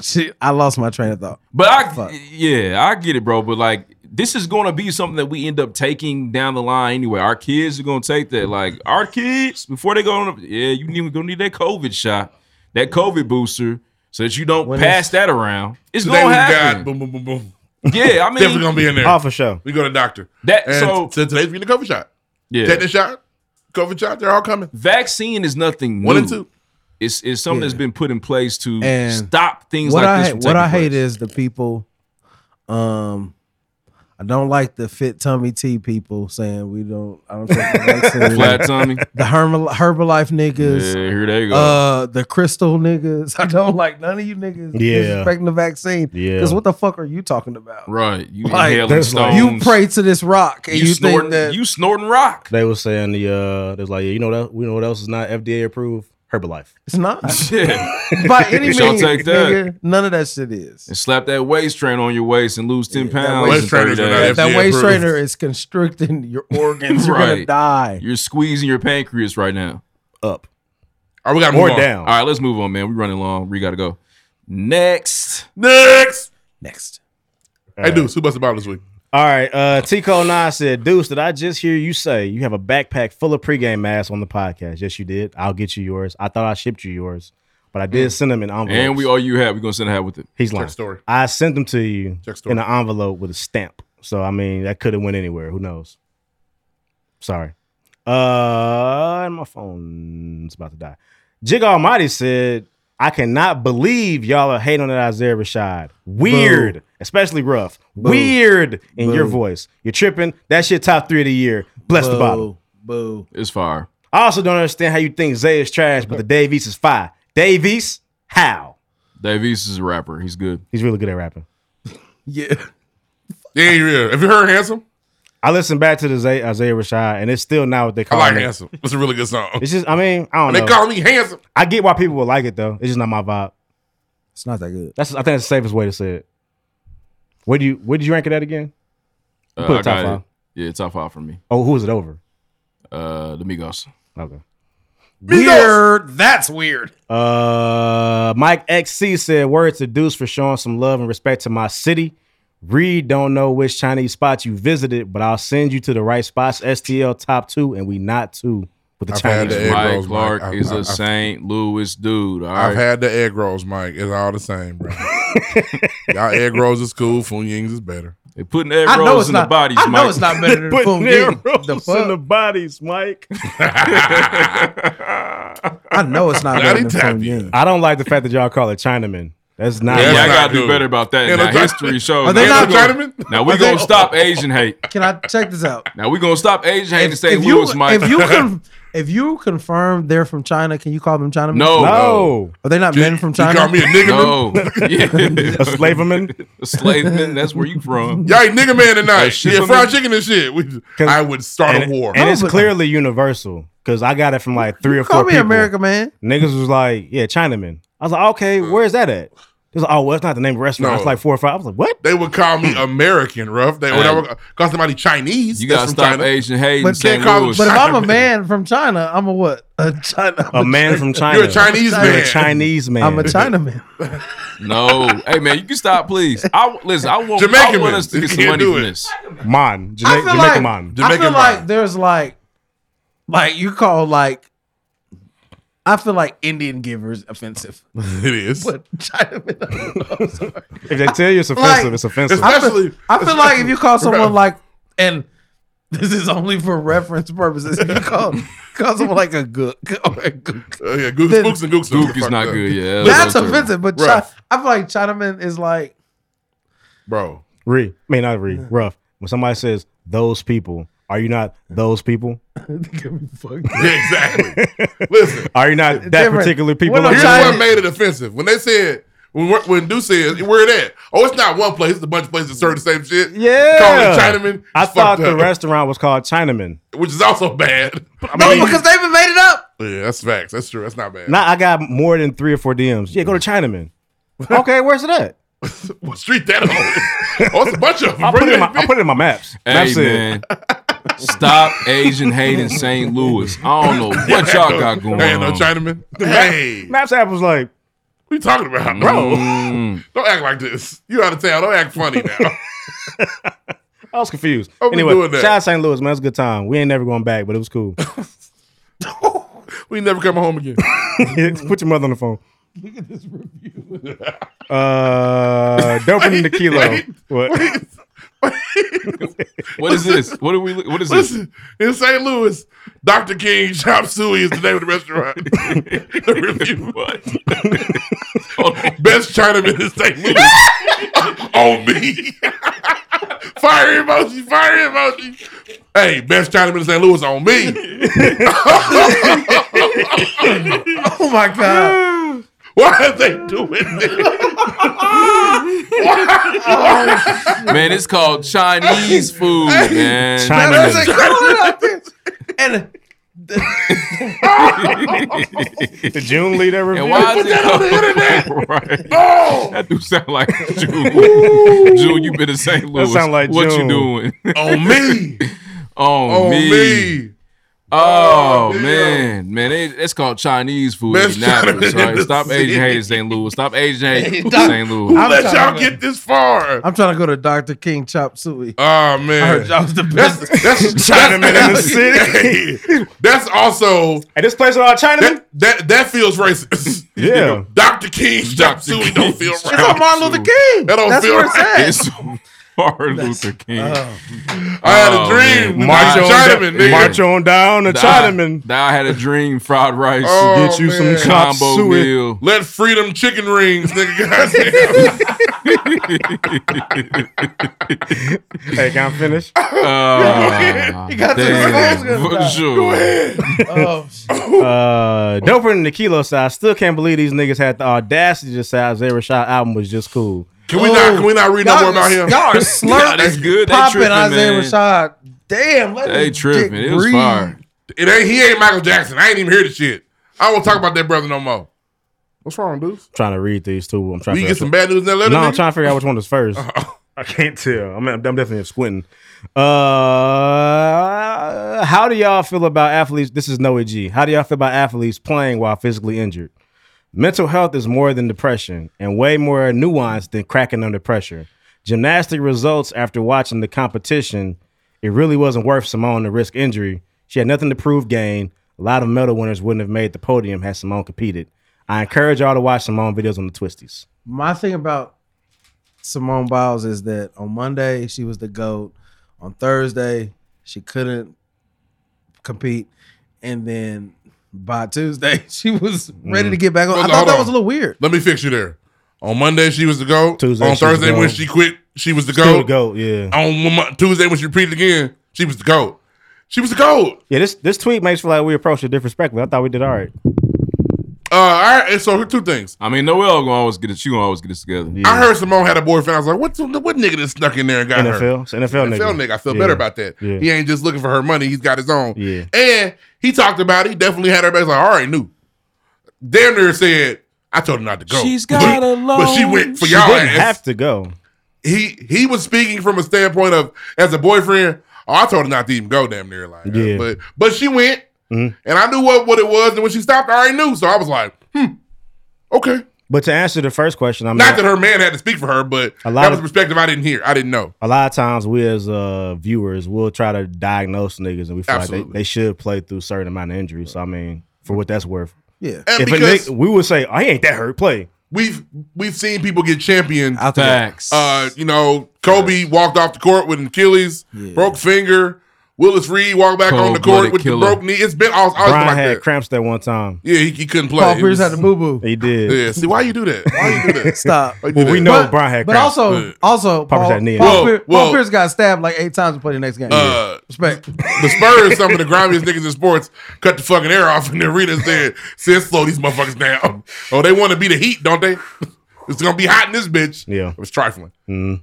shit, I lost my train of thought. But I, yeah, I get it, bro. But like, this is going to be something that we end up taking down the line anyway. Our kids are going to take that. Like, our kids before they go on, yeah, you need going to need that COVID shot, that COVID booster, so that you don't pass that around. It's Today going we to got happen. boom, boom, boom, boom. Yeah, I mean, definitely gonna be in there. Oh, for sure. We go to the doctor. That- and so- t- today's being the COVID shot. Yeah. Take the shot. COVID shot. They're all coming. Vaccine is nothing. One new. and two. It's, it's something that's been put in place to And stop things what like I this. hate- From what I taking place. hate is the people. Um, I don't like the fit tummy tea people saying we don't. I don't take the vaccine. Flat tummy. The Herbal, Herbalife niggas. Yeah, here they go. Uh, the crystal niggas. I don't like none of you niggas. Yeah. disrespecting the vaccine. Yeah. Because what the fuck are you talking about? Right. You Like, inhaling there's like- stones. you pray to this rock and you, you, snorting, think that you snorting rock. They were saying the uh, there's like yeah, you know that we know what else is not FDA approved Herbalife. it's not Shit. by any means. Y'all take that. nigga, none of that shit is. And slap that waist strain on your waist and lose 10 pounds. waist in 30 strainer's days. That, that waist trainer is constricting your organs. You're gonna Right. die. You're squeezing your pancreas right now. Up. All right, we gotta Or move on. down. All right, let's move on, man. We're running long. We got to go. Next. Next. Next. Hey, dudes, who busted bottle this week? All right, uh, Tico Nine said, "Deuce, did I just hear you say you have a backpack full of pregame masks on the podcast? Yes, you did. I'll get you yours. I thought I shipped you yours, but I did send them in envelopes. Mm. And we all you have. We're going to send a hat with it. He's lying. story. I sent them to you Check story. in an envelope with a stamp. So I mean, that could have went anywhere. Who knows? Sorry. Uh, and my phone's about to die. Jig Almighty said, "I cannot believe y'all are hating on that Isaiah Rashad. Weird, Boo. especially rough. Boo. Weird in Boo. your voice. You're tripping. That shit top three of the year. Bless the Boo. bottle. Boo. It's fire. I also don't understand how you think Zay is trash, but the Dave East is fire. Dave East, how? Davies is a rapper. He's good. He's really good at rapping. Yeah. Yeah, you real. Have you heard Handsome? I listened back to the Zay, Isaiah Rashad, and it's still not what they I call like it. Handsome. It's a really good song. It's just, I mean, I don't And they know. call me Handsome. I get why people would like it though. It's just not my vibe. It's not that good. That's I think that's the safest way to say it. Where do you where did you rank it at again? You Uh, put I it top got five. it. Yeah, top five for me. Oh, who was it over? Uh, the Migos. Okay. Weird. That's weird. Uh, Mike XC said, "Words to Deuce for showing some love and respect to my city." Reed, don't know which Chinese spots you visited, but I'll send you to the right spots. STL top two, and we not two with the I've had Chinese. the egg ones. Mike rolls, Mike. Clark I've- is a I've- I've- St. Louis dude. All I've right. had the egg rolls, Mike. It's all the same, bro. Y'all egg rolls is cool. Foon Yings is better. They putting egg I know rolls it's in not. the bodies, I know Mike. it's not better than Putting Boom their Ying. The rolls in the fuck? bodies, Mike. I know it's not better than Boom Ying. I don't like the fact that y'all call it Chinaman. That's not. yeah, my- I gotta do good. better about that. Yeah, Now, that's right. history shows. Are they now not we gonna- Chinaman? Now we're Are they- gonna stop Asian hate. Can I check this out? Now we're gonna stop Asian hate in St. if you Louis, Mike. if you con- if you confirm they're from China, can you call them Chinamen? No. No. Are they not men from You China? call me a nigga man? No. A Yeah. slaverman. Slave man, that's where you from. Y'all ain't nigga man A tonight. shit Yeah, man. fried chicken and shit. We, I would start and, a war. and No, it's but- clearly universal because I got it from like three or call four me people. America, man. Niggas was like, "Yeah, Chinaman." I was like, "Okay, where's that at?" They was like, "Oh, well, it's not the name of the restaurant. Mm. No. It's like four or five. I was like, "What?" they would call me American, rough. They would Hey. never call somebody Chinese. You That's gotta from stop China. Asian hate in But St. can't call- Louis. But if I'm a Chinaman. man from China, I'm a what? A China. A man from China. You're a Chinese You're a You're a man. Chinese man. I'm a Chinaman. No, hey man, you can stop, please. I listen. I want, I Jamaican want man. us to You get some can't money do from it. this. man. Jama- I feel Jamaican like man. I feel Jamaican like man. there's like like you call like I feel like Indian givers offensive, It is. but Chinaman. I don't know. I'm sorry. If they tell you it's offensive, Like- it's offensive. I feel- Especially- I feel, like if you call someone Bruh. like, and this is only for reference purposes, if you call, call someone like a gook or a gook, Oh, yeah, Gook, Then- Spooks and Gooks. Duke is not good. Yeah, that's terrible. offensive. But Chi- Rough. I feel like Chinaman is like, Bro. Re, I mean not re, rough. When somebody says those people, are you not those people? give me fuck. Yeah, exactly. Listen, Are you not that Different. particular people? What I'm here's Chinese- what made it offensive. When they said, when, when Deuce said, where it at? Oh, it's not one place. It's a bunch of places that serve the same shit. yeah, Calling it Chinaman. I It's thought fucked the up. restaurant was called Chinaman. Which is also bad. no, because they even made it up. Yeah, that's facts. That's true. That's not bad. Now I got more than three or four DMs. Yeah, go to Chinaman. okay, where's it at? Well, street that hole. oh, it's a bunch of them. I Bring put it in my that I put it in my maps. Hey maps said, man, Stop Asian hate in St. Louis. I don't know what y'all got going Hey, on. no Chinaman. Hey. Maps app was like, "What you talking about, bro? Mm. don't act like this. You out of town. Don't act funny now." I was confused. I've been anyway, doing that. shout out St. Louis, man. It was a good time. We ain't never going back, but it was cool. we never come home again. Put your mother on the phone. Look at this review. Uh, dopamine Wait, tequila. wait, What? What is this? What are we? What is this? Listen, in St. Louis, Dr. King Chop Suey is the name of the restaurant. the review. What? Best Chinaman in St. Louis. On me. fire emoji, fire emoji. Hey, best Chinaman in St. Louis on me. oh my god. Why are they doing this? Man, it's called Chinese food, man. Chinaman. That's And Did June lead that review? And why is Put it that on the called- right. Oh! That do sound like June. June, you been in St. Louis. sound like what June. you doing? On me. On, On me. Oh me. Oh, man, man, it, it's called Chinese food. in Best Indianapolis, Chinaman in right? the Stop city. Asian hate in St. Louis. Stop Asian hate in Doc- St. Who Louis. I'm let sorry, y'all man. get this far? I'm trying to go to Dr. King Chop Suey. Oh man, I heard y'all was the best. That's Chinaman in the city. Hey, that's also and this place all Chinamen. That, that that feels racist. Yeah. Dr. King's Chop Suey don't feel It's right. on Martin Luther King. That don't That's feel where it's right. at. It's Martin Luther King. uh, I had a Oh, dream. man. March March on, Chinaman, down, nigga. march on down to Nah, Chinaman. nah, I had a dream fried rice. Oh, Get you some man. chop combo suey. meal. Let freedom chicken rings, nigga. Goddamn. Hey, can I finish? Ah, You got the damn. slogan. For sure. Oh, Uh, Doper and the Kilo side. I still can't believe these niggas had the audacity to say Isaiah Rashad album was just cool. Can we not? Can we not read no Oh. Y'all- more about him? Y'all are Nah, slurping. that's good. They Popping tripping, Isaiah man. Rashad. Damn, let They this tripping. dick It was breathe. fire. It ain't. He ain't Michael Jackson. I ain't even hear the shit. I won't talk about that brother no more. What's wrong, dude? trying to read these two. I'm trying We to get some bad news in that letter. No, I'm nigga? trying to figure out which one was first. I can't tell. I'm, I'm definitely squinting. Uh, how do y'all feel about athletes? This is Noah G. How do y'all feel about athletes playing while physically injured? Mental health is more than depression and way more nuanced than cracking under pressure. Gymnastic results after watching the competition, it really wasn't worth Simone to risk injury. She had nothing to prove gain. A lot of medal winners wouldn't have made the podium had Simone competed. I encourage y'all to watch Simone videos on the Twisties. My thing about Simone Biles is that on Monday she was the goat. On Thursday she couldn't compete, and then by Tuesday she was ready to Mm. get back on. Hold I on, thought hold that on. was a little weird. Let me fix you there. On Monday she was the go. Tuesday, on she was Thursday the when GOAT. she quit, she was the Still go. the goat, yeah. On Mo- Tuesday when she repeated again, she was the goat. She was the goat. Yeah, this this tweet makes me feel like we approached it disrespectfully. I thought we did all right. Uh, all right. and So here two things. I mean, Noel gonna always get it. You gonna always get us together. I heard Simone had a boyfriend. I was like, what? the- What nigga that snuck in there and got NFL, her? it's NFL, NFL nigga. nigga. I feel Yeah. better about that. Yeah. He ain't just looking for her money. He's got his own. Yeah. And he talked about it. He definitely had her back. He's Like, I already knew. Damn near said, I told her not to go. She's got but, a But she loan. went for She y'all didn't ass. have to go. he he was speaking from a standpoint of as a boyfriend. Oh, I told her not to even go damn near like that. Yeah. But but she went, Mhm. and I knew what, what it was. And when she stopped, I already knew. So I was like, hmm, okay. But to answer the first question, I mean, Not that her man had to speak for her, but A lot that was of- a perspective I didn't hear. I didn't know. a lot of times we as uh, viewers will try to diagnose niggas and we feel like Absolutely. they, they should play through certain amount of injuries. So I mean, for what that's worth, Yeah, And if a because nigga, we would say, "I ain't that hurt." Play. we've we've seen people get championed. Out there. Facts. Uh, you know, Kobe walked off the court with an Achilles, broke finger. Willis Reed walked back on the court Cold-blooded with killer. the broke knee. It's been all, always been Brian like had that. cramps that one time. Yeah, he, he couldn't play. Paul It Pierce was- had the boo boo. He did. yeah, see why you do that? Why you do that? Stop. Why you do Well, we that? know But- Brian had But cramps. also, Yeah. also Paul, had knee Paul Whoa, Pierce, whoa. Paul Pierce got stabbed like eight times to play the next game. Uh, Respect. The Spurs, some of the grimiest niggas in sports, cut the fucking air off in the arena and said, "Sis, slow these motherfuckers down." Oh, they want to be the Heat, don't they? It's gonna be hot in this bitch. Yeah. it was trifling. Mhm.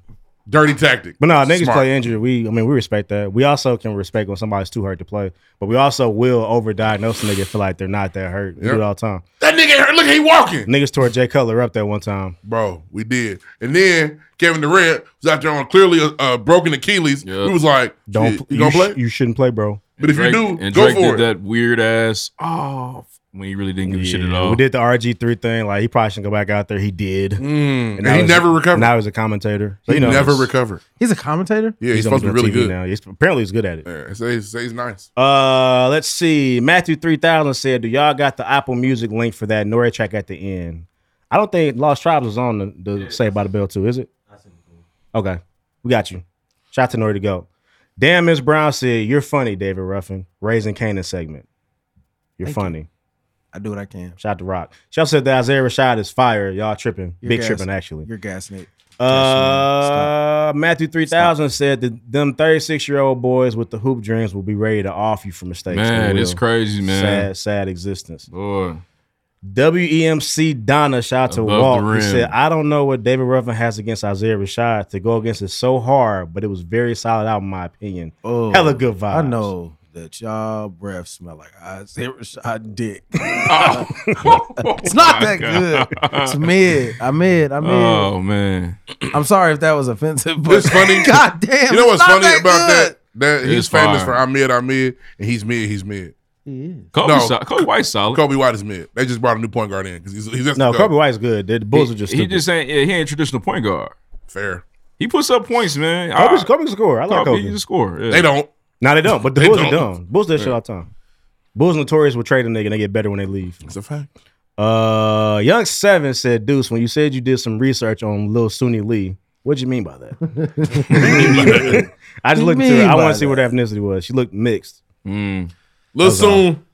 Dirty tactic. But no, niggas Smart. play injured. We, I mean, we respect that. We also can respect when somebody's too hurt to play, but we also will overdiagnose a nigga feel like they're not that hurt. We do Yep. it all the time. That nigga hurt. Look, he walking. Niggas tore Jay Cutler up that one time. Bro, we did. And then Kevin Durant was out there on clearly a, a broken Achilles. We was like, Don't you, you gonna sh- play? you shouldn't play, bro. But if you Drake- do, and go Drake for did it. that weird ass oh f- when he really didn't give a shit at Yeah, all. We did the RG three thing. Like he probably shouldn't go back out there. He did, Mm. and he never recovered. Now he's a commentator. He never recovered. He's a commentator. Yeah, he's, supposed to be really good. now. He's, apparently, he's good at it. Yeah, say, say he's nice. Uh, let's see. Matthew three thousand said, "Do y'all got the Apple Music link for that Nori track at the end?" I don't think Lost Tribes was on the, the Saved by the Bell too, is it? Okay, we got you. Shout out to Nori to go. Damn, Miss Brown said, "You're funny, David Ruffin." Raising Canaan segment. You're Thank you. funny. I do what I can. Shout out to Rock. She also said that Isaiah Rashad is fire. Y'all tripping. You're Big gas- tripping, actually. You're gas, Nate. Uh, Matthew 3000 said that them 36 year old boys with the hoop dreams will be ready to off you for mistakes. Man, They it's will. crazy, man. Sad, sad existence. Boy. WEMC Donna, shout out to Above the Walt. He rim. said, I don't know what David Ruffin has against Isaiah Rashad. To go against is so hard, but it was very solid out in my opinion. Oh, Hella good vibes. I know that y'all breath smell like Isaiah Rashad dick. Oh. it's not Oh my that God. good. It's mid. I mid. I mid. Oh man. I'm sorry if that was offensive, but It's funny. God damn. You know what's it's not funny that about good. that? That he's It's famous fire. for I'm mid, I'm mid, and he's mid, he's mid. Kobe, so- Kobe White's solid. Kobe White is mid. They just brought a new point guard in because he's, he's just No, go. Kobe White's good. The the Bulls are just he stupid. just ain't yeah, he ain't traditional point guard. Fair. He puts up points, man. Kobe's, I- Kobe's a scorer. I like uh, Kobe, Kobe. he's a scorer, yeah. They don't. No, they don't. But the They Bulls are don't. dumb. Bulls do that shit all the time. Bulls notorious will trade a nigga and they get better when they leave. It's a fact. Uh, Young Seven said, Deuce, when you said you did some research on Lil Suni Lee, what'd you mean by that? I just What looked do you into mean her. I by want to see what her ethnicity was. She looked mixed. Lil That's all. Soon.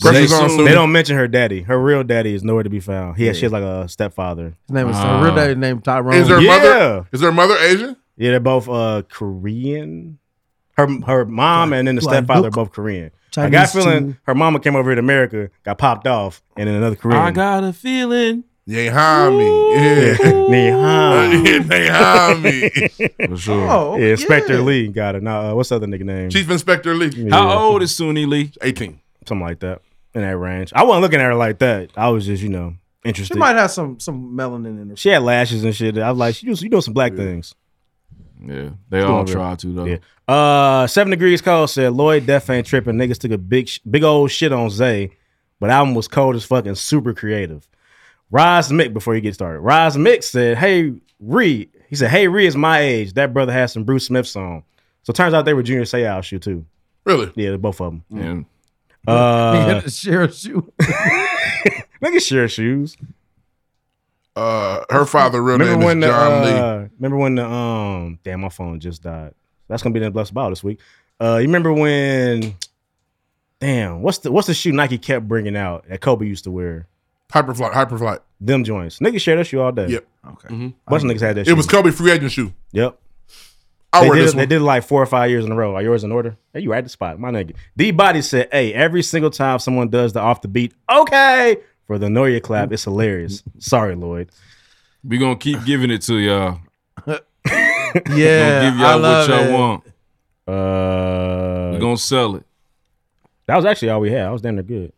Pressure's on Soon. They don't mention her daddy. Her real daddy is nowhere to be found. He has, she has like a stepfather. His name is Uh, her real daddy named Tyrone. Is her Yeah. mother? Is her mother Asian? Yeah, they're both uh Korean. Her her mom and then the Like, stepfather are look, both Korean. I got Chinese a feeling too. her mama came over to America, got popped off, and then another Korean. I got a feeling. They hire me. Yeah. Ni hao. they hire me. For sure. Oh, yeah, Inspector yeah. Lee got it. Now, uh, what's the other nigga name? Chief Inspector Lee. Yeah, How old is Suni Lee? 18. Something like that. In that range. I wasn't looking at her like that. I was just, you know, She interested. She, might have some some melanin in her. had lashes and shit. I was like, she do, you know some black things. Yeah. They Still all real. try to though. Yeah. Uh, Seven Degrees Cold said Lloyd Def ain't tripping. Niggas took a big, sh- big old shit on Zay, but album was cold as fucking super creative. Roz Mick, before you get started, Roz Mick said, "Hey Ree," he said, "Hey Ree is my age. That brother has some Bruce Smith song." So turns out they were Junior Seau shoe too. Really? Yeah, they're both of them. And Uh, Share shoe. niggas share shoes. Uh, her father real Remember name when is the John Lee. uh, remember when the um damn my phone just died. That's gonna be the blessed bottle this week. Uh, you remember when? Damn, what's the what's the shoe Nike kept bringing out that Kobe used to wear? Hyperflight. Hyperflight. Them joints. Niggas shared that shoe all day. Yep. Okay. bunch of niggas had that. It shoe. was Kobe free agent shoe. Yep. I They wear did, this it, they one. did it like four or five years in a row. Are yours in order? Hey, you right at the spot, my nigga. D Body said, "Hey, every single time someone does the off the beat, okay, for the Noria clap, it's hilarious." Sorry, Lloyd. we gonna keep giving it to y'all. Yeah, gonna give I y'all love what y'all it. want. Uh, we gonna sell it. That was actually all we had. I was damn near good.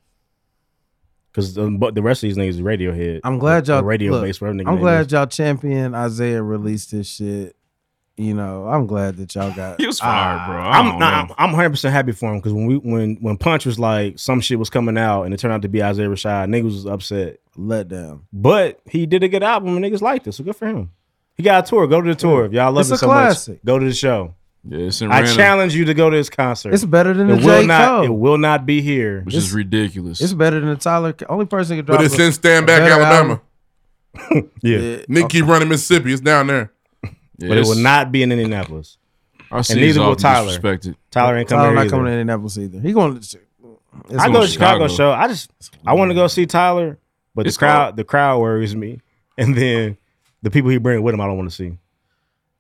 Cause um, but the rest of these niggas is Radiohead. I'm glad y'all Or radio look, based. Whatever nigga I'm name glad is. y'all champion Isaiah released this shit. You know, I'm glad that y'all got. He was fired, bro. I Ah, I'm don't nah, know. I'm- I'm 100 percent happy for him because when we when when Punch was like some shit was coming out and it turned out to be Isaiah Rashad, niggas was upset. let down. But he did a good album and niggas liked it, so good for him. He got a tour. Go to the tour if y'all love It's it a so classic. much. Go to the show. Yeah, it's in I random, challenge you to go to his concert. It's better than the it will J. not. It Cole. will not be here. which is ridiculous. It's better than the Tyler. Only person who can drop. But it's a- in Stand Back, better Alabama. album. Yeah, Yeah. Nick keep running Mississippi. It's down there. Yeah, but it it's- will not be in Indianapolis. Our And city's neither will often Tyler. disrespected. Tyler ain't coming. Tyler here not either. coming to Indianapolis either. He going. to it's I gonna go to be- Chicago. Chicago, show. I just I want to go see Tyler, but the It's crowd called- the crowd worries me, and then the people he bring with him I don't want to see.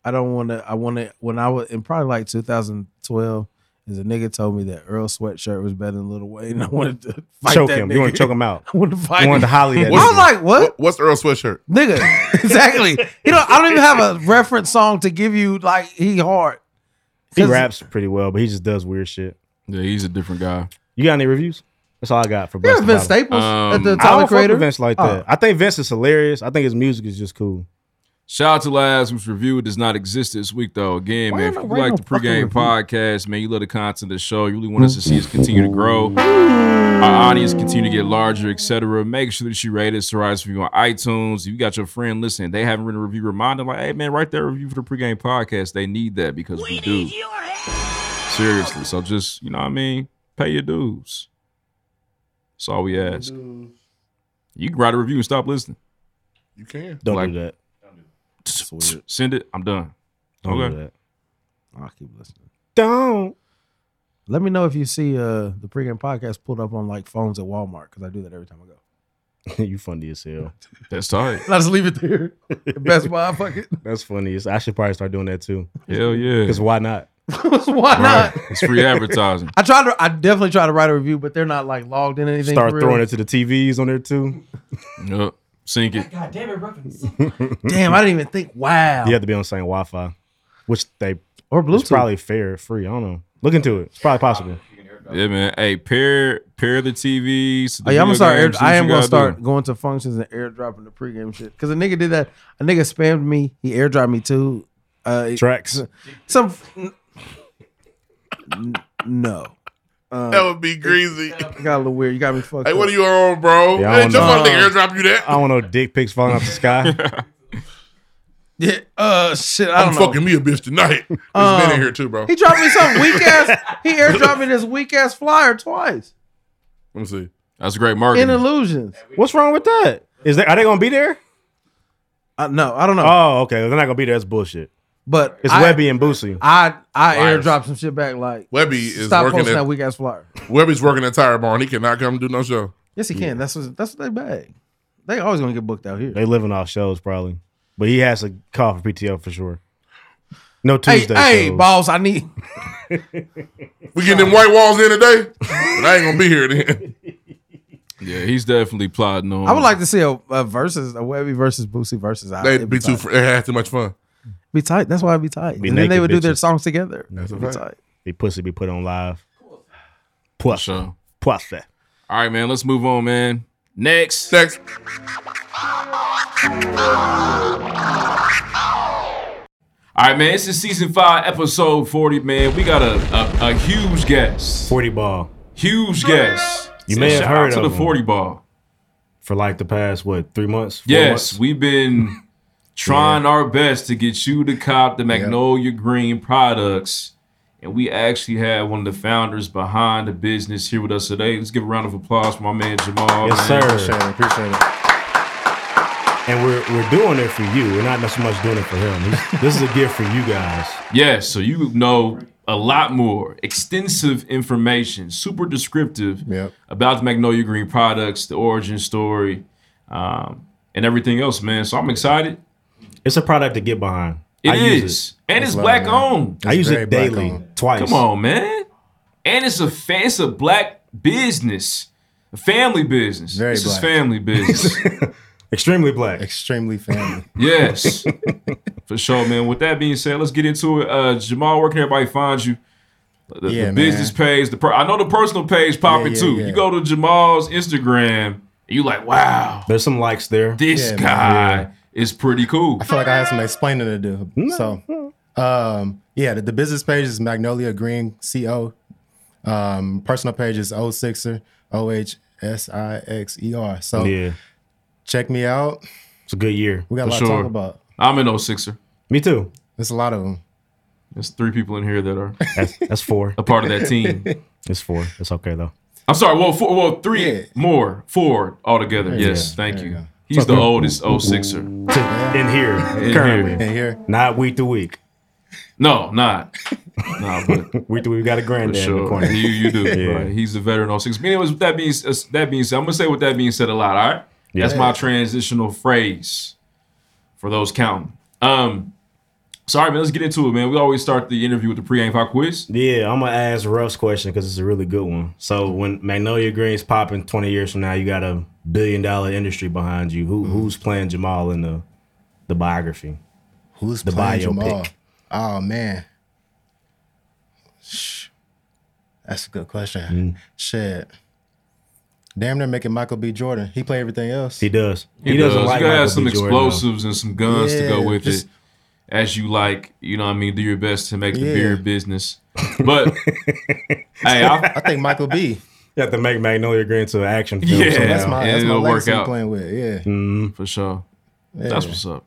I don't want to. I want to. When I was in probably like 2012, is a nigga told me that Earl sweatshirt was better than Little Wayne. I wanted to fight Choke that him. Nigga. You want to choke him out. I wanted to fight. You wanted him. to holly that. I was nigga. like, what? What's Earl sweatshirt? nigga, exactly. You know, I don't even have a reference song to give you. Like he hard. He 'Cause- raps pretty well, but he just does weird shit. Yeah, he's a different guy. You got any reviews? That's all I got for. Yeah, Busta Vince Bottle. Staples Um, at the I don't Tyler fuck Creator. Oh. with Vince like that. I think Vince is hilarious. I think his music is just cool. Shout out to Laz, whose review does not exist this week, though. Again, man, if you writing like the no fucking pregame review? podcast, man, you love the content of the show, you really want us to see us continue to grow, our audience continue to get larger, etc. Make sure that you rate us, write us a review on iTunes. If you got your friend listening, they haven't written a review, remind them, like, hey, man, write that review for the pregame podcast. They need that because we, do. Seriously. So just, you know what I mean? Pay your dues. That's all we ask. You can write a review and stop listening. You can. Don't Like- do that. Send it. I'm done. Don't okay. do that. I'll Oh, keep listening. Don't. Let me know if you see uh the pregame podcast pulled up on like phones at Walmart because I do that every time I go. you funny as hell. That's tight. I just leave it there. Best Buy, fuck it. That's funny. It's- I should probably start doing that too. Hell yeah. Because why not? Why not? It's free advertising. I try to. I definitely try to write a review, but they're not like logged in or anything. Start for real. throwing it to the TVs on there too. Yep. Sink it. God damn it, reference. Damn, I didn't even think. Wow. You have to be on the same Wi-Fi, which they or It's probably fair, free. I don't know. Look into it. It's probably possible. Yeah, man. Hey, pair pair the TVs. Oh, the yeah, video I'm gonna start. games, do what I you am gonna gotta start do. going to functions and airdropping the pregame shit. Because a nigga did that. A nigga spammed me. He airdropped me two uh, Tracks. Some. n- no. Uh, That would be greasy. I got a little weird. You got me fucked. Hey, what up. are you on, bro? Yeah, I hey, don't just know. want to airdrop you that. I don't know. Dick pics falling out the sky. Yeah. Uh. Shit. I I'm don't know. Um, fucking me a bitch tonight. There's men in here too, bro. He Let dropped me some weak ass. He airdropped me this weak ass flyer twice. me see. That's great In marketing. illusions. What's wrong with that? Is that are they gonna be there? Uh, no, I don't know. Oh, okay. They're not gonna be there. That's bullshit. but It's I, Webby and Boosie. I I Flyers. airdropped some shit back. Like Webby is stop working posting at- that weak ass flyer. Webby's working at Tire Barn. He cannot come do no show. Yes, he can. That's what that's what they bag. They always gonna get booked out here. They living off shows probably, but he has to call for PTO for sure. No Hey, Tuesday. hey, shows. boss, I need. We getting them white walls in today, but I ain't gonna be here then. yeah, he's definitely plotting on. I would like to see a, a versus a Webby versus Boosie versus. I. They'd It'd be too. tight. fr- They had too much fun. be tight. That's why it'd be tight. Be and then they naked would do their bitches. songs together. That's a It'd be fact. tight. They pussy be put on live. For Pussy. sure. Pussy. All right, man. Let's move on, man. Next. Sex. All right, man. This is season five, episode forty. Man, we got a a, a huge guest. Forty ball Huge guest. You may have Shout out heard to of the him. forty ball. for like the past what three months? Four Yes, months? we've been trying our best to get you to cop the Magnolia Green products. And we actually had one of the founders behind the business here with us today. Let's give a round of applause for my man Jamal. Yes, man. sir. Appreciate it. Appreciate it. And we're we're doing it for you. We're not so much doing it for him. He's- this is a gift for you guys. Yes, so you know a lot more extensive information, super descriptive Yep. about the Magnolia Green products, the origin story, um, and everything else, man. So I'm excited. It's a product to get behind. It I is, use and it's That's black love, man. owned. I use very it daily, black-owned. twice. Come on, man. And it's a fa- it's a black business, a family business. Very this is black. family business. extremely black. Extremely family. yes, for sure, man. With that being said, let's get into it. Uh, Jamal, where can everybody find you? The, the Yeah, man. business page. The per- I know the personal page popping yeah, too. yeah. You go to Jamal's Instagram, and you like, wow, There's some likes there. this Yeah, man. guy is pretty cool. I feel like I had some explaining to do. So, um, yeah, the, the business page is Magnolia Green CO. Um, personal page is 06er, O H S I X E R. So, Yeah, check me out. it's a good year. We got a For lot to sure. talk about. I'm an 06er. Me too. There's a lot of them. There's three people in here that are That's that's four. a part of that team. It's four. It's okay though. I'm sorry. Well, four, well, three Yeah. more, four altogether. you yes, go. thank There you. you go. He's the oldest 06er. In here here. currently, And here, not week to week. No, not. nah, but Week to week, we got a for granddad in the sure. corner. You you do. Yeah. right. He's the veteran 06. But anyways, with that being s- that being said, I'm gonna say with that being said a lot. All right, Yeah. that's my transitional phrase for those counting. Um, Sorry, man. Let's get into it, man. We always start the interview with the pre-game pop quiz. Yeah, I'm gonna ask Ruff's question because it's a really good one. So when Magnolia Green's popping 20 years from now, you got a billion dollar industry behind you. Mm-hmm. Who who's playing Jamal in the the biography? Who's the playing biopic? Jamal? Oh man, Shh. that's a good question. Mm. Shit, damn, they're making Michael B. Jordan. He play everything else. He does. He, does. you gotta have some explosives and some guns to go Yeah, with just- it. As you like, you know what I mean? Do your best to make the Yeah. beer business. But hey, I, I think Michael B. You have to make Magnolia Green to an action film. Yeah, somehow. that's my- that's my It'll work Mm. legacy I'm playing with yeah. for sure. That's what's up.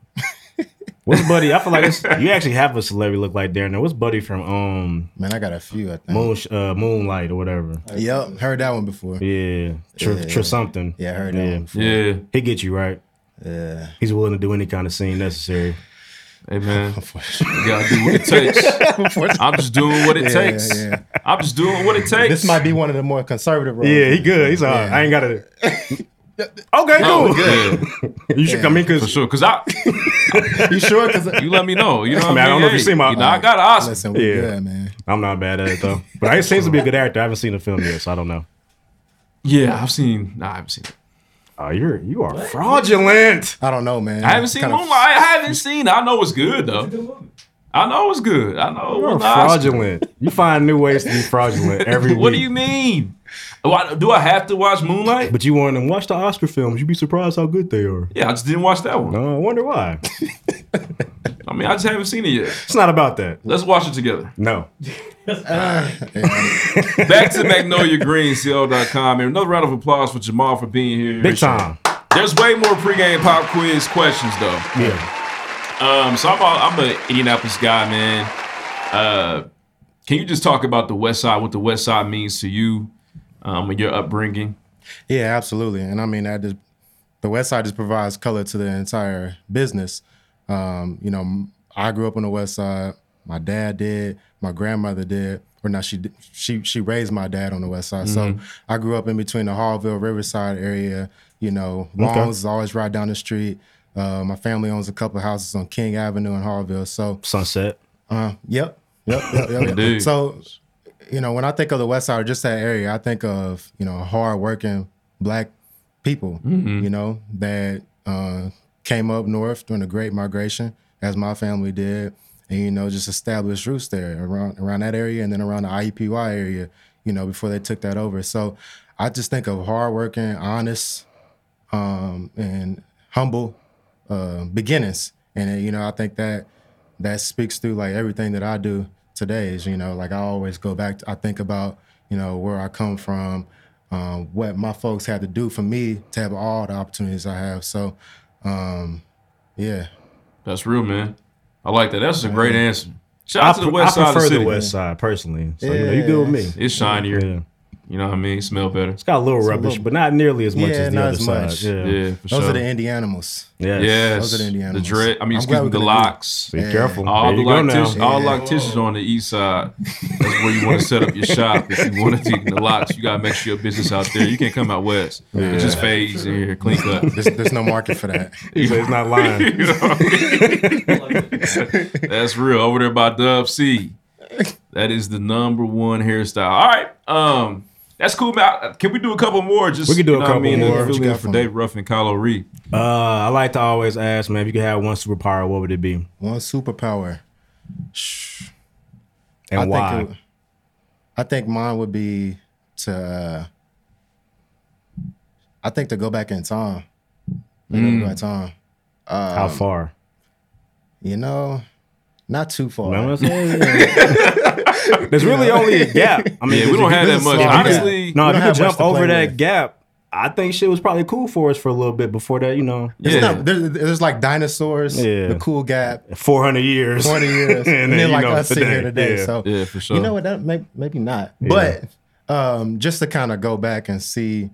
What's Buddy? I feel like it's, you actually have a celebrity look like Darren. What's Buddy from um Man, I got a few. I think. Moon, uh, Moonlight or whatever? Yep, heard that one before. Yeah, tr- Yeah. tr- something. Yeah, I heard that one before. Yeah, he get you right. Yeah, he's willing to do any kind of scene necessary. Hey man, you gotta do what it takes. I'm just doing what it Yeah, takes. yeah. I'm just doing what it takes. This might be one of the more conservative roles. Yeah, he good. He's all right. I ain't got to. Okay, Oh, cool. you should come in because for sure. Cause I, you sure? Because you let me know. You know, what Man, I don't know if you Hey, seen my- You know, I got an Oscar. Listen, we Yeah. good, man. I'm not bad at it though. But I seems to be a good actor. I haven't seen the film yet, so I don't know. Yeah, I've seen. Nah, I haven't seen it. Oh, you're you are fraudulent. I don't know, man. I haven't seen Kinda- Moonlight. I haven't seen. it. I know it's good though. I know it's good. I know. it You're won the Oscar. fraudulent. You find new ways to be fraudulent every week. What do you mean? Why- Do I have to watch Moonlight? But you want to watch the Oscar films. You'd be surprised how good they are. Yeah, I just didn't watch that one. No, I wonder why. I mean, I just haven't seen it yet. It's not about that. Let's watch it together. No. Back to magnoliagreencl.com. And another round of applause for Jamal for being here. Big time. There's way more pregame pop quiz questions though. Yeah. Um, so I'm a, I'm an Indianapolis guy, man. Uh, can you just talk about the West Side, what the West Side means to you, um, and your upbringing? Yeah, absolutely. And I mean, that just, the West Side just provides color to the entire business. Um, you know, m- I grew up on the West Side. My dad did. My grandmother did. Or not, she di- she she raised my dad on the West Side. Mhm. So I grew up in between the Hallville Riverside area. You know, Okay. Long's is always right down the street. Uh, my family owns a couple houses on King Avenue in Hallville. So Sunset. uh, yep, yep, yep, yep, yep. Indeed. So, you know, when I think of the West Side or just that area, I think of you know hardworking black people. Mhm. You know that uh, came up north during the Great Migration, as my family did, and you know just established roots there around around that area, and then around the IUPUI area. You know, before they took that over. So, I just think of hardworking, honest, um, and humble uh, beginnings. And uh, you know, I think that that speaks through like everything that I do today. Is you know, like I always go back. To, I think about you know where I come from, um, what my folks had to do for me to have all the opportunities I have. So, um, yeah, That's real, man. I like that. That's a great answer. Shout I, out to the pre- West I Side of prefer the the, city. West Side personally. So you know, you good with me. It's shinier. You know what I mean? It smell better. It's got a little rubbish, but not nearly as much yeah, as the not other as side. much. Yeah. those for sure. are the indie animals. Yes. Yes. those are the indie the animals. dread. I I'm mean, excuse glad me, we the couldn't do- locks. Be careful. All There the you go now. Oh, locticians, all Yeah. locticians are on the east side. That's where you want to set up your shop. If you want to do the locks, you gotta make sure your business out there. You can't come out west. Yeah. It just fades in here, clean cut. There's, there's no market for that. He said it's not lying. You know what I mean? That's real. Over there by Dub C. That is the number one hairstyle. All right. Um, that's cool. Man. I- Can we do a couple more? Just We can do you a know what couple I mean, more. What you Fill in got for for Dave Ruff and Kylo Ree. Uh, I like to always ask, man, if you could have one superpower, what would it be? One superpower. Shh. And why? Think it, I think mine would be to. Uh, I think to go back in time. Like, Mm. Go back in time. How Um, far? You know, not too far. Well, that's- There's really only a gap. I mean, Yeah, we if don't you have could- that much. if you could- Honestly, no, we if don't you could have much jump to play over that with. gap, I think shit was probably cool for us for a little bit before that. You know, It's not- there- there's like dinosaurs. Yeah. The cool gap. 400 years, 20 years, and, then you like know, us sitting here today. Yeah. So You know what? That may, maybe not. Yeah. But um, just to kind of go back and see,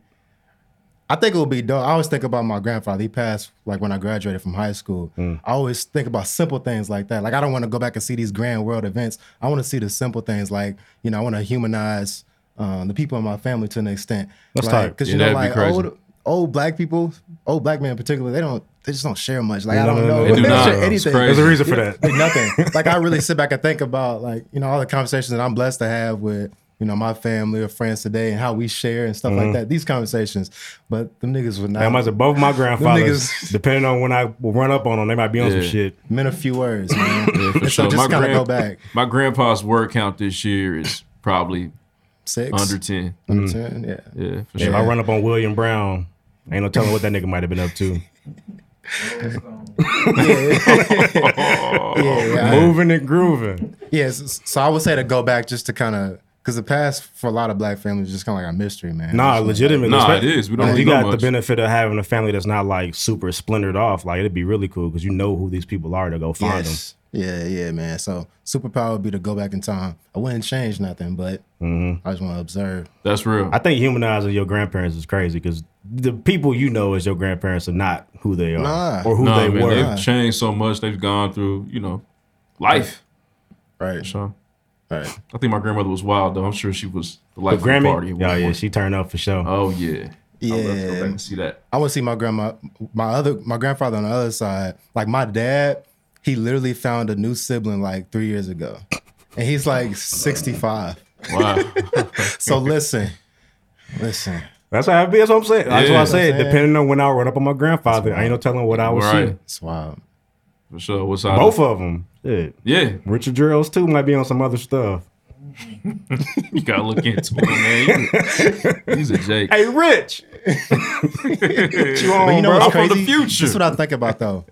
I think it would be dope. I always think about my grandfather. He passed like when I graduated from high school. Mm. I always think about simple things like that. Like I don't want to go back and see these grand world events. I want to see the simple things. Like you know, I want to humanize um, the people in my family to an extent. That's like, tight. Because Yeah, you know, that'd like be crazy. old old black people, old black men in particular, they don't they just don't share much. Like No, I don't know. no, no, they do don't not. share It's anything. crazy. There's a reason for that. Like nothing. like I really sit back and think about like you know all the conversations that I'm blessed to have with you know my family or friends today and how we share and stuff like Mhm. that. These conversations, but them niggas would not. Like I might say both my Them grandfathers, niggas- depending on when I will run up on them, they might be on some Yeah. shit. meant a few words, man. Yeah, for And so sure. just kind of grand- go back. My grandpa's word count this year is probably Six? under ten. Mm. Under 10, yeah. yeah. For If sure. I run up on William Brown, ain't no telling what that nigga might have been up to. Oh, yeah. Moving and grooving. Yes. so I would say to go back just to kind of because the past for a lot of black families is just kind of like a mystery, man. Nah, It's like- legitimately. Nah, especially- it is. We don't if really you know got the much. benefit of having a family that's not like super splintered off. Like it'd be really cool because you know who these people are to go find Yes. Yeah, yeah, man. So superpower would be to go back in time. I wouldn't change nothing, but them. I just want to observe. That's real. I think humanizing your grandparents is crazy because the people you know as your grandparents are not who they are Nah. or who Nah, they man, were. They've changed so much. They've gone through, you know, life. Right. So, right. I think my grandmother was wild though. I'm sure she was the life But of the party. Grammy, at one yeah, yeah, point. she turned up for sure. Oh yeah. I love to go Yeah. back and see that. I want to see my grandma, my other, my grandfather on the other side. Like my dad, he literally found a new sibling like three years ago, and he's like sixty five. Wow. so listen, listen. That's how it be. That's what I'm saying. That's Yeah. what I said. That's it. Depending on when I run up on my grandfather, I ain't no telling what I was Right. see. It's wild. For sure. What's up? Both of them. Shit. Yeah. Richard Drills too might be on some other stuff. You gotta look into it, man. You- He's a Jake. Hey, Rich. you But on, you know bro? what's I'm from crazy? the future. This is what I think about though.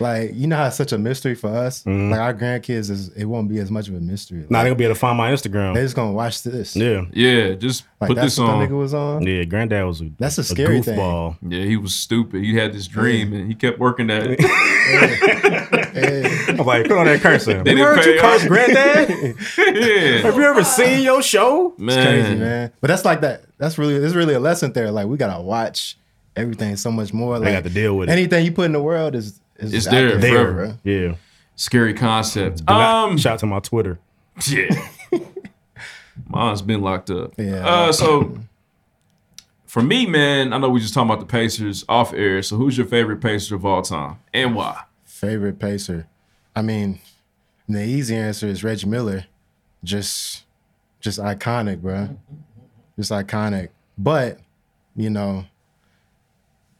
Like you know how it's such a mystery for us. Mm-hmm. Like our grandkids is it won't be as much of a mystery. Not Like, gonna be able to find my they Instagram. just gonna watch this. Yeah, Yeah, just Like put that's this what on. that nigga was on. yeah. Granddad was a, That's a scary thing. goofball. Yeah, he was stupid. He had this dream and he kept working at it. I'm like, put on that cursor. They you didn't heard pay you us. curse, Granddad? yeah. Have you ever seen your show? It's crazy, Man. man. But that's like that. That's really it's really a lesson there. Like we gotta watch everything so much more. Like got to deal with it. anything you put in the world is is It's out there There, Forever. yeah. Scary concept. Do not- Um shout out to my Twitter. Yeah. Mine's been locked up. Yeah. Uh, so for me, man, I know we just talking about the Pacers off air. So who's your favorite Pacer of all time and why? Favorite pacer. I mean, the easy answer is Reggie Miller. Just just iconic, bro. Just iconic. But, you know,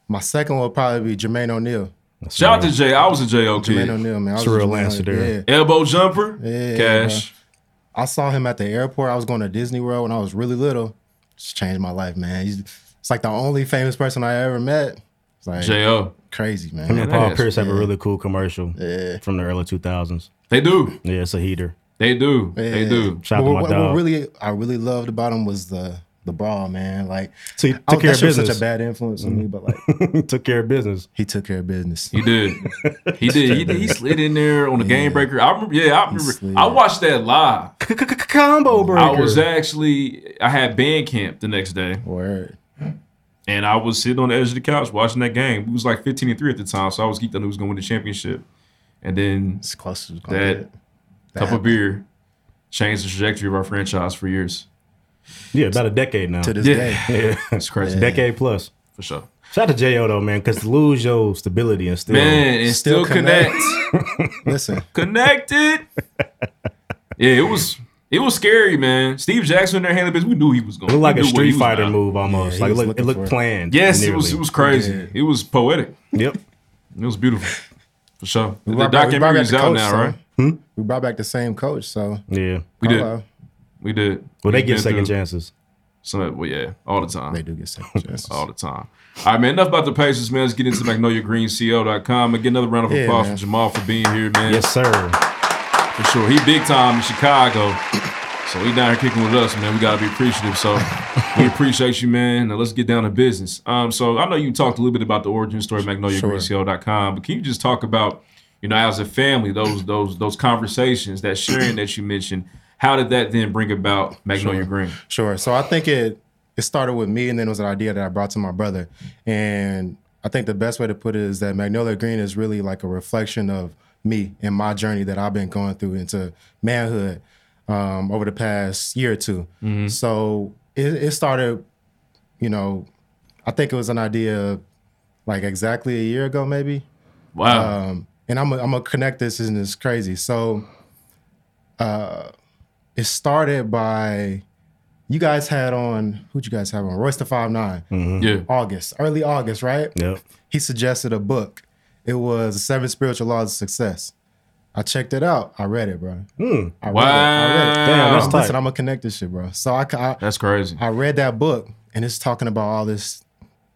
my second will probably be Jermaine O'Neal. Shout out to Jay. I was a J.O. Jermaine kid. O'Neal, man. I was It's a real Jermaine answer O'Neal. there. Yeah. Elbow jumper. Yeah, Cash. I saw him at the airport. I was going to Disney World when I was really little. Just changed my life, man. He's, it's like the only famous person I ever met. It's like J.O. crazy, Him man. and that Paul is- Pierce have a really cool commercial Yeah. from the early 2000s. They do. Yeah, it's a heater. They do. They Yeah. do. Shout out But what, to my what- what dog. really I really loved about him was the the ball, man. Like So he I was- took that care of shit was business. Mm-hmm. such a bad influence on me, but like took care of business. he took care of business. He did. He did. He, did. he slid in there on the game breaker. I remember. Yeah, I slid. remember. I watched that live. Combo breaker. I was actually. I had band camp the next day, Word. and I was sitting on the edge of the couch watching that game. It was like fifteen and three at the time, so I was geeked on who was going to win the championship. And then It's close as That- that. cup of beer changed the trajectory of our franchise for years. yeah, about a decade now. To this Yeah. day. yeah, It's crazy decade plus. for sure, Shout out to Jo though, man, because lose your stability and still man. And still, Still connect. Listen, connected. yeah, it was. It was scary, man. Steve Jackson in there handling business. We knew he was going. looked like we a knew what Street he was Fighter about. move almost. Yeah, like he it was looked, it looking looked for it. planned. Yes, it nearly. was. It was crazy. It was poetic. Yep. It was beautiful, for sure. we the brought back- we brought back documentary's the out coach, now, so- right? Hmm? We brought back the same coach, so oh, Yeah. We did. Carlisle, We did. Well, they He's get been second through chances. Some, well, yeah, all the time. They do get second chances. All the time. All right, man. Enough about the Pacers, man. Let's get into magnoliagreenco.com and get another round of Yeah, applause man. for Jamal for being here, man. Yes, sir. for sure. He big time in Chicago, so he down here kicking with us, man. We gotta be appreciative. So we appreciate you, man. Now let's get down to business. Um, so I know you talked a little bit about the origin story, magnoliagreenco.com, but can you just talk about, you know, as a family, those those those conversations, that sharing that you mentioned. How did that then bring about Magnolia Green? Sure. So I think it it started with me, and then it was an idea that I brought to my brother. And I think the best way to put it is that Magnolia Green is really like a reflection of me and my journey that I've been going through into manhood um, over the past year or 2 So it, it started, you know, I think it was an idea like exactly a year ago, maybe. Wow. Um, and I'm going to connect this, and it's crazy. So uh, it started by you guys had on, who'd you guys have on? Royce the 5 9 Mm. Yeah. Um, August, early August, right? Yep. He suggested a book. It was The Seven Spiritual Laws of Success. I checked it out. I read it, bro. I Hmm. read it. I read it. Damn, that's Listen, tight. I'm gonna connect this shit, bro. So I, ca- I That's crazy. I read that book and it's talking about all this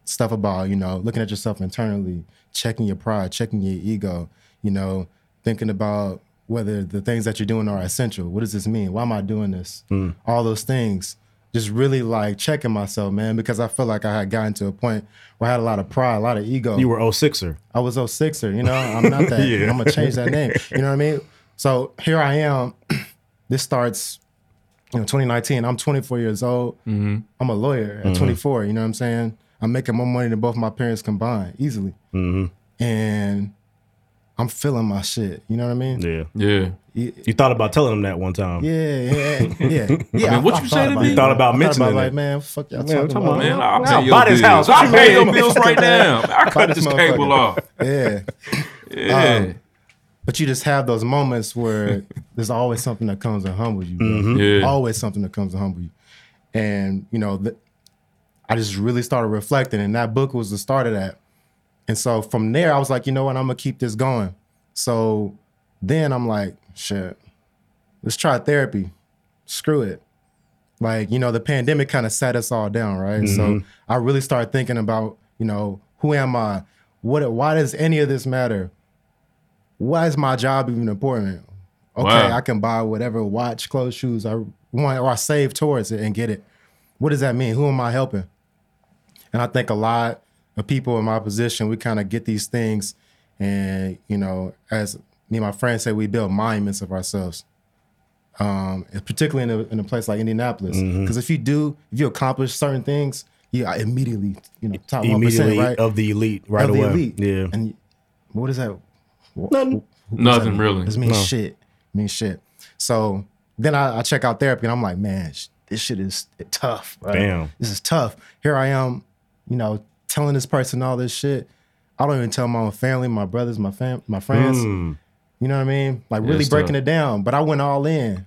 stuff about, you know, looking at yourself internally, checking your pride, checking your ego, you know, thinking about whether the things that you're doing are essential. What does this mean? Why am I doing this? Mm. All those things. Just really like checking myself, man, because I felt like I had gotten to a point where I had a lot of pride, a lot of ego. You were 06er. I was 06er, you know, I'm not that. Yeah. I'm gonna change that name. You know what I mean? So here I am. this starts, you know, 2019. I'm 24 years old. Mm-hmm. I'm a lawyer at Mhm. 24. You know what I'm saying? I'm making more money than both my parents combined easily, Mm-hmm. and I'm feeling my shit. You know what I mean? Yeah. Yeah. You, thought about telling him that one time. Yeah, yeah, yeah. yeah. I mean, what I you thought say to about me? it. You thought about I mentioning about, it. like, man, fuck y'all Man, talking come about. on, man. I'll Nah, pay your buy this bills. house. What I'll you pay mean? Um, your bills right now. I Buy cut this motherfucker. cable off. Yeah. Yeah. Um, but you just have those moments where there's always something that comes and humbles you. bro. Mm-hmm. Mhm. Yeah. Always something that comes and humbles you. And, you know, th- I just really started reflecting, and that book was the start of that. And so from there, I was like, you know what? I'm going to keep this going. So then I'm like, shit, let's try therapy. Screw it. Like, you know, the pandemic kind of sat us all down, right? So Mhm. I really started thinking about, you know, who am I? What why does any of this matter? Why is my job even important? Okay, Wow. I can buy whatever watch, clothes, shoes I want or I save towards it and get it. What does that mean? Who am I helping? And I think a lot of people in my position, we kind of get these things, and you know, as me and my friends say, we build monuments of ourselves. Um, and particularly in a, in a place like Indianapolis, because Mhm. if you do, if you accomplish certain things, you are immediately, you know, top one Immediately percent, right? of the elite right Of the away. elite. Yeah. And what is that? Wh- wh- what Nothing. does that Nothing, mean? really. This means No. shit. It means shit. So then I, I check out therapy, and I'm like, man, sh- this shit is tough. bro. Damn. This is tough. Here I am, you know, telling this person all this shit. I don't even tell my own family, my brothers, my fam, my friends. Mm. You know what I mean? Like Yeah, really it's breaking tough. it down. But I went all in.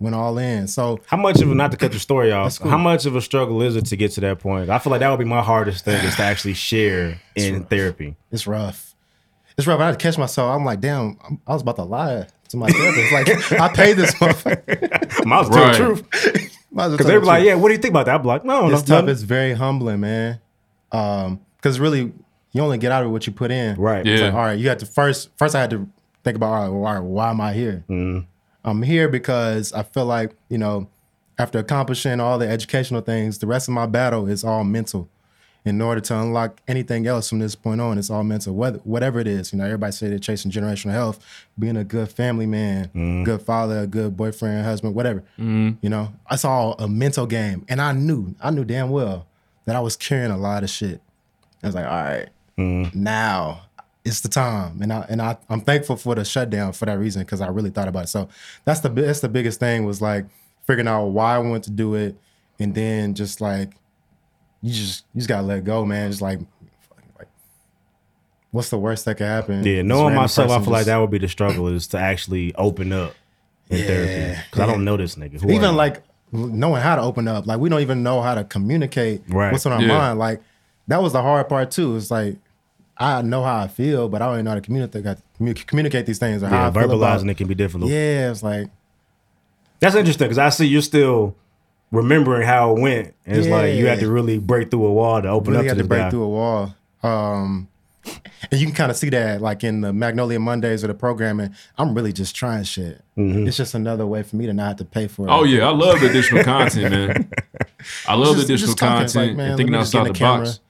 Went all in. So How much of a, not to cut your story off, how much of a struggle is it to get to that point? I feel like that would be my hardest thing is to actually share in therapy. It's rough. It's rough. I had to catch myself. I'm like, damn, I'm, I was about to lie to my therapist. Like, I paid this motherfucker. Might as well tell the truth. Might as well tell Because they the were like, truth. yeah, what do you think about that? I'm like, no, it's that's tough. nothing. It's very humbling, man. Um, because really, you only get out of what you put in. Right. It's like, Yeah. all right. You had to first. First, I had to think about, all right, why, why am I here? I'm here because I feel like you know, after accomplishing all the educational things, the rest of my battle is all mental. In order to unlock anything else from this point on, it's all mental. Whether whatever it is, you know, everybody say they're chasing generational health, being a good family man, Mhm. good father, a good boyfriend, husband, whatever. Mhm. You know, it's all a mental game. And I knew, I knew damn well that I was carrying a lot of shit. I was like, all right, Mm-hmm. now it's the time. And I and I I'm thankful for the shutdown for that reason because I really thought about it. So that's the bi- that's the biggest thing was like figuring out why I wanted to do it, and then just like you just you just gotta let go, man. Just like, fucking, like, what's the worst that could happen? Yeah, This knowing random myself, I person feel like just- that would be the struggle is to actually open up in therapy. Because I don't know this nigga. Who even are like knowing how to open up, like we don't even know how to communicate Right. what's on our Yeah. mind. Like that was the hard part too. It's like I know how I feel, but I don't even know how to communicate commu- communicate these things you? or yeah, how I feel about- verbalizing it can be difficult. Yeah, it's like That's interesting because I see you're still remembering how it went. And it's like you Yeah. had to really break through a wall to open really had up to, to this break guy. through a wall. Um, and you can kind of see that like in the Magnolia Mondays or the programming. I'm really just trying shit. Mhm. It's just another way for me to not have to pay for it. Oh yeah, I love the additional content, man. I Just- love the additional just talking, content it's like, man, and let thinking me just get in outside the, camera. box.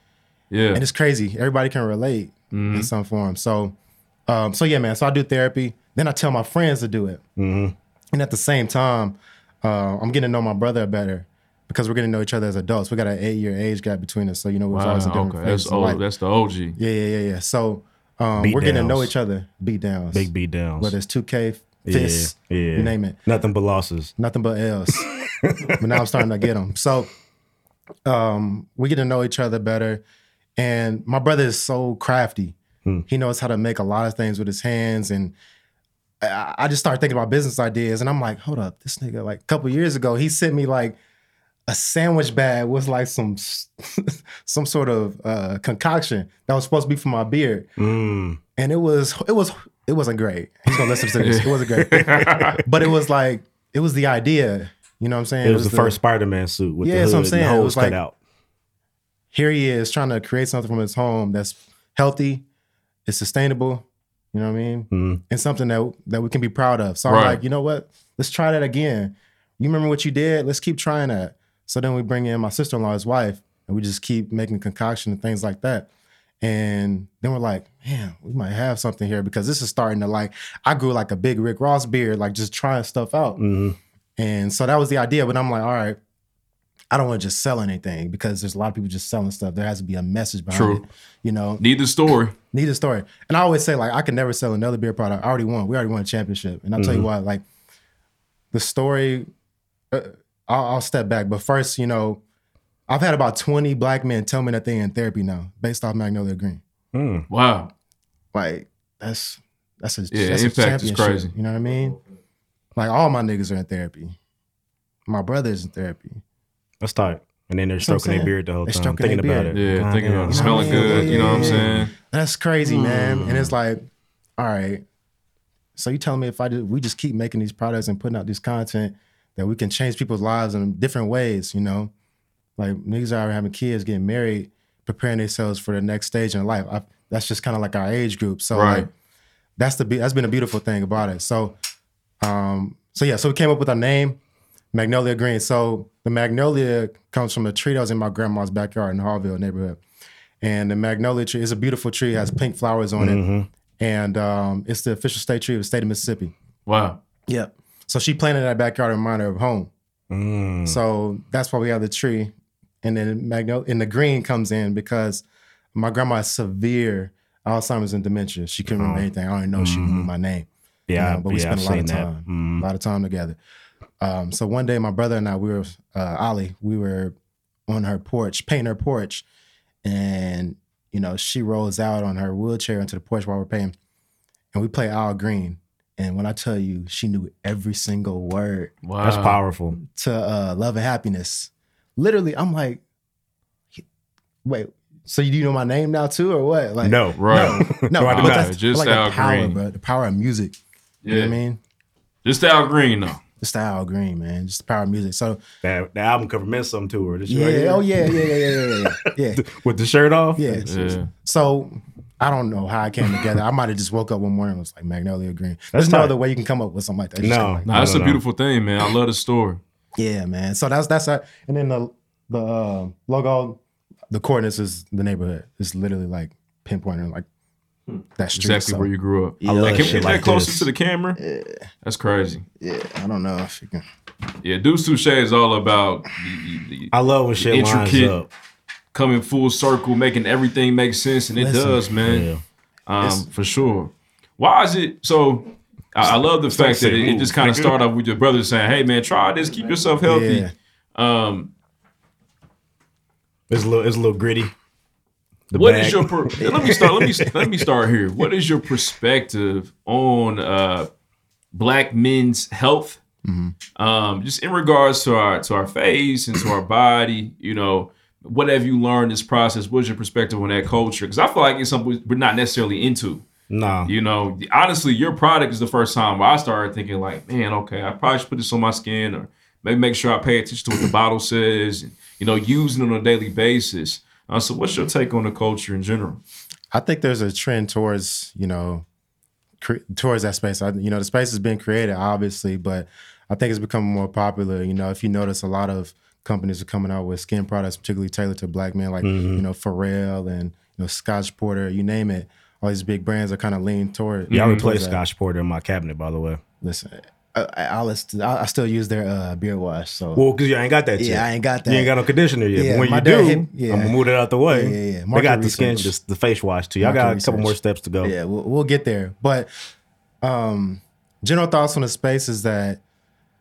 Yeah, Mm-hmm. And it's crazy. Everybody can relate in some form. So, um, so yeah, man. So I do therapy. Then I tell my friends to do it. Mm-hmm. Mhm. And at the same time, uh, I'm getting to know my brother better because we're getting to know each other as adults. We got an eight year age gap between us. So, you know, we're always in wow, different okay, Oh, that's phases of old. life. That's the OG. Yeah, yeah, yeah, yeah. So um, Beat we're getting to know downs. each other. Beat downs. Big beat downs. Whether it's 2K, fists, yeah, yeah. you name it. Nothing but losses. Nothing but L's. but now I'm starting to get them. So um, we get to know each other better. And my brother is so crafty. He knows how to make a lot of things with his hands. And I, I just started thinking about business ideas. And I'm like, hold up, this nigga, like a couple years ago, he sent me like a sandwich bag with like some s- some sort of uh, concoction that was supposed to be for my beard. Mm. And it was it was it wasn't great. He's gonna listen to this. It wasn't great. but it was like it was the idea. You know what I'm saying? It was the first Spider-Man suit with the yeah, that's what I'm hood and saying. the It holes was cut like, out. Here he is trying to create something from his home that's healthy, it's sustainable. You know what I mean? Mhm. And something that that we can be proud of. So Right. I'm like, you know what? Let's try that again. You remember what you did? Let's keep trying that. So then we bring in my sister-in-law's wife, and we just keep making concoction and things like that. And then we're like, man, we might have something here because this is starting to like. I grew like a big Rick Ross beard, like just trying stuff out. And so that was the idea. But I'm like, all right, I don't want to just sell anything because there's a lot of people just selling stuff. There has to be a message behind True. it. You know, Need the story. need a story. And I always say, like, I can never sell another beer product. I already won. We already won a championship. And I'll tell you Mm-hmm. Mhm. why, like, the story, uh, I'll, I'll step back. But first, you know, I've had about 20 black men tell me that they're in therapy now based off Magnolia Green. Mm-hmm. Wow. Like, that's, that's a, Yeah, that's a impact is championship. crazy. You know what I mean? Like, all my niggas are in therapy. My brother's in therapy. That's tight. And then they're That's what I'm stroking their saying. beard the whole They're time, stroking thinking their about it. beard. Yeah, thinking about it. Smelling Yeah, good. yeah, you know what I'm yeah, yeah. saying? That's crazy, man. And it's like, all right. So you telling me if I do, we just keep making these products and putting out this content that we can change people's lives in different ways, you know? Like niggas are having kids, getting married, preparing themselves for the next stage in life. I, that's just kind of like our age group. So Right. like, that's the be- that's been a beautiful thing about it. So, um, so yeah, so we came up with our name, Magnolia Green. So the magnolia comes from a tree that was in my grandma's backyard in the Harville neighborhood, and the magnolia tree is a beautiful tree. It has pink flowers on it, Mhm. and um, it's the official state tree of the state of Mississippi. Wow. Yep. So she planted that backyard in honor of home. Mm-hmm. Mm. So that's why we have the tree. And then magno- and the green comes in because my grandma has severe Alzheimer's and dementia. She couldn't remember Oh. anything. I don't even know she knew my name. you Yeah, know, but we yeah, spent I've a lot of seen that. Mm-hmm. time, a lot of time together. Um, so one day, my brother and I, we were uh, Ali, we were on her porch, painting her porch, and you know she rolls out on her wheelchair into the porch while we're painting, and we play Al Green. And when I tell you, she knew every single word Wow. That's powerful. to uh, love and happiness. Literally, I'm like, wait, so you know my name now too, or what? Like, No. Right. no, No, I but do not. that's Just just like the Al power, Green. bro. The power of music. You know what I Yeah. mean? Just Al Green though. The style green, man. Just the power of music. So that the album cover meant something to her. This shit yeah, right here. oh yeah, yeah, yeah, yeah, yeah, yeah. yeah. With the shirt off? Yeah. So I don't know how I came together. I might have just woke up one morning and was like Magnolia Green. There's That's no tight. other way you can come up with something like that. It's just No, kinda like- no, That's no, a no. beautiful thing, man. I love the story. Yeah, man. So that's that's a, and then the the uh, logo, the coordinates is the neighborhood. It's literally like pinpointing like Hmm. that street. Exactly So- where you grew up. Yeah, like, can we shit get that like closer this. to the camera? That's crazy. Yeah, I don't know if you can. Yeah, Deuce Touche is all about. The, the, the I love when shit lines intricate, up. coming full circle, making everything make sense, and it Listen, does, man. Um, It's- for sure. Why is it so? I, I love the like fact that saying it, it just kind of moves, nigga. started off with your brother saying, "Hey, man, try this. Keep yourself healthy." Yeah. Um, It's a little, it's a little gritty. The what bag. is your per- let me start? Let me let me start here. What is your perspective on uh, black men's health Mm-hmm. um, just in regards to our to our face and to our body, you know, what have you learned this process? What's your perspective on that culture? Because I feel like it's something we're not necessarily into. Nah. You know, honestly, your product is the first time where I started thinking like, man, okay, I probably should put this on my skin or maybe make sure I pay attention to what the bottle says and you know, using it on a daily basis. Uh, so, what's your take on the culture in general? I think there's a trend towards you know, cre- towards that space. I, you know, the space has been created obviously, but I think it's becoming more popular. You know, if you notice, a lot of companies are coming out with skin products, particularly tailored to black men, like Mhm. you know Pharrell and you know Scotch Porter, you name it. All these big brands are kind of leaning toward. Yeah, I towards replaced that. Scotch Porter in my cabinet, by the way. Listen, I, I, I, list- I I still use their uh, beard wash. So Well, because you ain't got that Yeah, yet. I ain't got You that. ain't got no conditioner yet. Yeah, but when my you dad do, hit- yeah. I'm gonna move it out the way. Yeah, yeah, yeah. They Market got the skin, research. the, the face wash too. Y'all Market got a couple research. more steps to go. Yeah, we'll, we'll get there. But um general thoughts on the space is that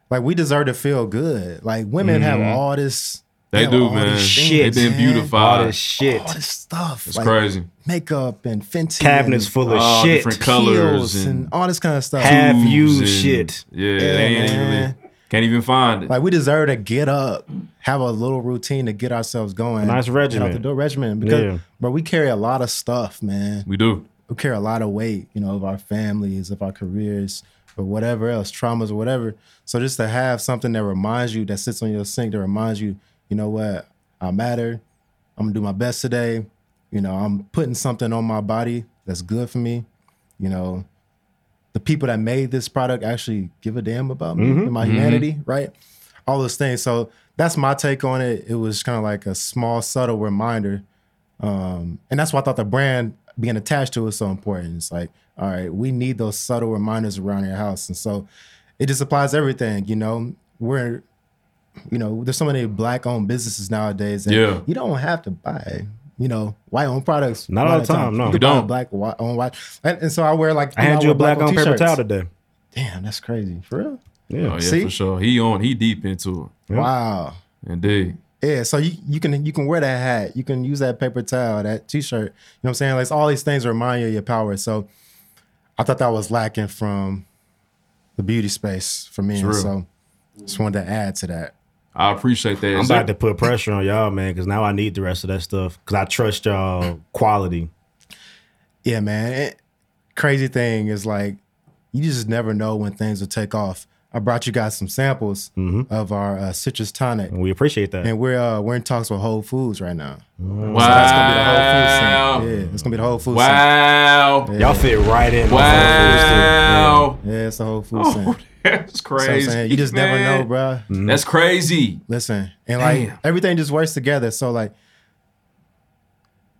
like we deserve to feel good. Like women have Mhm. all this Mm-hmm. They have do, all this man. shit, they been man. beautified. All this shit. All this stuff. It's crazy. Makeup and Fenty. Cabinets and full of all shit. Different Colors colors and, and all this kind of stuff. Have you Tubes and- shit? Yeah, they ain't man. really can't even find it. Like we deserve to get up, have a little routine to get ourselves going. Nice Get regimen. out the door regimen. Because Yeah. but we carry a lot of stuff, man. we do. We carry a lot of weight, you know, of our families, of our careers, or whatever else, traumas or whatever. So just to have something that reminds you, that sits on your sink, that reminds you, you know what, I matter. I'm gonna do my best today. You know, I'm putting something on my body that's good for me. You know, the people that made this product actually give a damn about me Mhm. and my Mhm. humanity, right? All those things. So that's my take on it. It was kind of like a small, subtle reminder. Um, and that's why I thought the brand being attached to it was so important. It's like, all right, we need those subtle reminders around your house. And so it just applies to everything, you know. We're you know, there's so many black owned businesses nowadays that Yeah. you don't have to buy, you know, white owned products. a Not all lot the of time, times. no. You, You can buy a don't. black wi- owned white and, and so I wear like I had know, you a wear black on paper t-shirts. towel today. Damn, that's crazy. For real? Yeah. Oh, yeah, See? for sure. He on. He deep into it. Wow. Indeed. Yeah, so you, you can you can wear that hat, you can use that paper towel, that t-shirt. You know what I'm saying? Like all these things remind you of your power. So I thought that was lacking from the beauty space for me. It's And real. so just wanted to add to that. I appreciate that. I'm Is there- about to put pressure on y'all, man, because now I need the rest of that stuff because I trust y'all quality. Yeah, man. It- crazy thing is like you just never know when things will take off. I brought you guys some samples Mm-hmm. of our uh, citrus tonic, And we appreciate that. and we're uh, we're in talks with Whole Foods right now. Mm. So that's gonna be the Whole Foods Wow. sample. Yeah, it's gonna be the Whole Foods. Wow. sample. Yeah. Y'all fit right in. with Whole Wow. Yeah. Yeah, it's the Whole Foods. Oh, sample. That's what I'm crazy. saying. You just never man. know, bruh. That's crazy. Listen, and like Damn. everything just works together. So like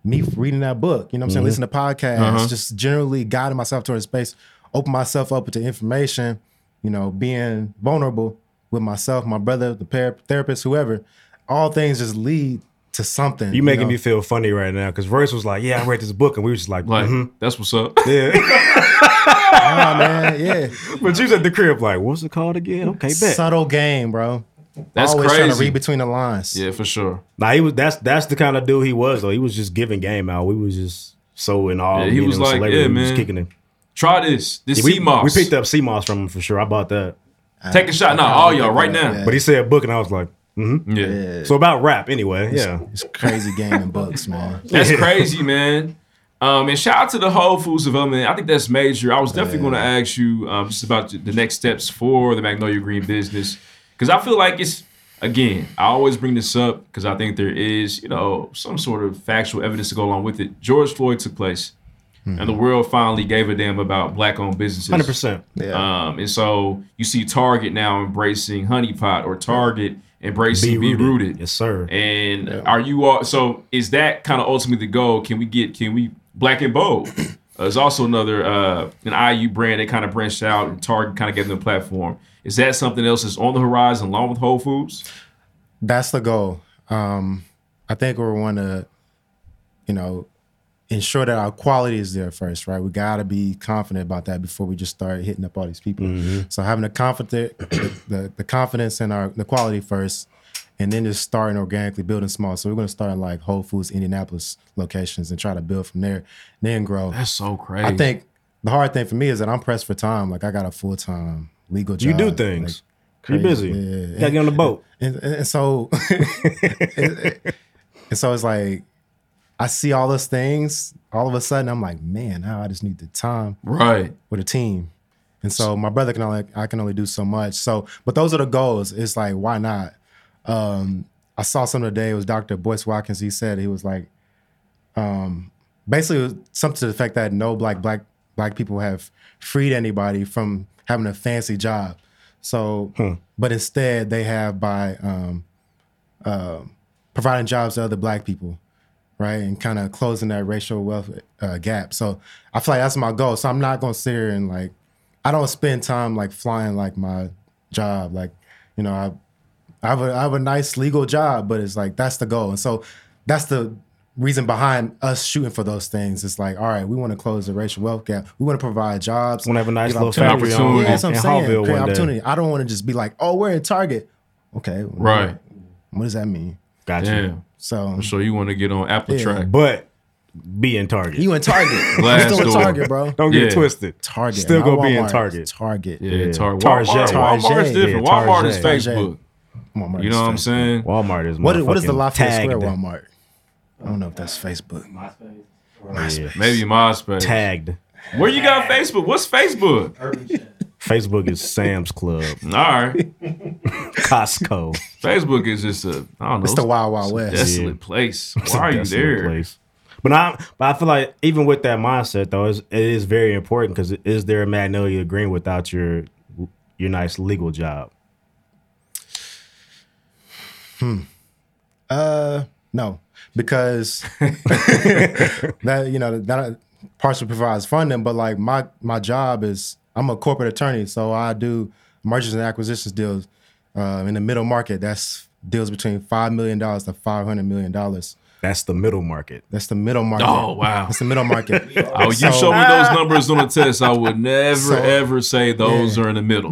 me reading that book, you know what I'm saying, Mhm. listening to podcasts, Uh-huh. just generally guiding myself towards space, open myself up to information, you know, being vulnerable with myself, my brother, the par- therapist, whoever. All things just lead to something. Foods. You making know? me feel funny right now because Verse was like, "Yeah, I read this book," and we were just like, Like "Mhm." that's what's up. "Yeah." Nah, man, yeah. but you was at the crib like, "What's it called again?" Okay, bet. Subtle game, bro. That's Always trying to crazy. read between the lines. Yeah, for sure. Nah, he was. That's that's the kind of dude he was though. He was just giving game out. We was just so in awe. Yeah, of he being was in the like, celebrity. yeah, We was man. kicking him. Try this. This Yeah, we, sea moss. we picked up CMOS from him for sure. I bought that. Take a shot. Nah, all y'all right now. But he said book, and I was like, mm-hmm. Yeah. So about rap anyway. yeah. It's crazy game in books, man. That's Yeah. crazy, man. Um, and shout out to the Whole Foods development. I think that's major. I was definitely going to ask you um, just about the next steps for the Magnolia Green business because I feel like it's again. I always bring this up because I think there is you know some sort of factual evidence to go along with it. George Floyd took place, and the world finally gave a damn about black-owned businesses. 100%. Yeah. Um, and so you see Target now embracing Honeypot or Target embracing Be Rooted. Yes, sir. And are you all so is that kind of ultimately the goal? Can we get can we black and bold? Uh, is also another uh an IU brand that kind of branched out and Target kind of gave them a platform. Is that something else that's on the horizon along with Whole Foods? that's the goal. Um, I think we want to, you know, ensure that our quality is there first, right? We got to be confident about that before we just start hitting up all these people. Mm-hmm. So having the confident, the, the, the confidence in our the quality first, and then just starting organically, building small. So we're going to start in like Whole Foods, Indianapolis locations, and try to build from there, then grow. That's so crazy. I think the hard thing for me is that I'm pressed for time. Like I got a full time legal job. You do things. like, you busy. crazy. Yeah. You gotta get on the boat. And, and, and so, and so it's like I see all those things. All of a sudden, I'm like, man, now I just need the time, Right. with a team. And so my brother can only I can only do so much. So, but those are the goals. It's like why not? Um, I saw something today. It was Dr. Boyce Watkins. He said he was like, um, basically it was something to the fact that no black black black people have freed anybody from having a fancy job. So, but instead they have by um, uh, providing jobs to other black people, right, and kind of closing that racial wealth uh, gap. So I feel like that's my goal. So I'm not gonna sit here and like, I don't spend time like flying like my job. Like, you know, I I have a I have a nice legal job, but it's like that's the goal. And so that's the reason behind us shooting for those things. It's like, all right, we want to close the racial wealth gap. We want to provide jobs. Wanna have a nice give little opportunities. factory on- Yeah, that's what in I'm saying. Hallville Create one day. opportunity. I don't want to just be like, oh, we're at Target. Okay. Right. What does that mean? Gotcha. Damn. So, so you want to get on Apple Yeah. Track? But be in Target. You in Target. Glass you still in door. Target, bro. Don't get it Yeah. twisted. Target. Still not gonna be in Walmart. Target. Target. Yeah, Target. Target. Walmart, Walmart's Target. different. Yeah, Walmart is Target. Facebook. Walmart you is know what I'm saying? Walmart is What, what is the motherfucking Lafayette Square tagged. Walmart? I don't know if that's Facebook. Yeah. Maybe MySpace. Tagged. Where you got Facebook? What's Facebook? Facebook is Sam's Club. All right. Costco. Facebook is just a I don't know. It's the Wild Wild it's a West. Desolate Yeah. place. It's Why a are you desolate there? place. But I, but I feel like even with that mindset though, it's, it is very important because is there a magnolia green without your your nice legal job? Uh, no, because that you know that partially provides funding, but like my my job is I'm a corporate attorney, so I do mergers and acquisitions deals uh, in the middle market. That's deals between five million dollars to five hundred million dollars. That's the middle market. That's the middle market. Oh, wow. that's the middle market. Oh, you So- show me those numbers on a test. I would never So- ever say those are in the middle.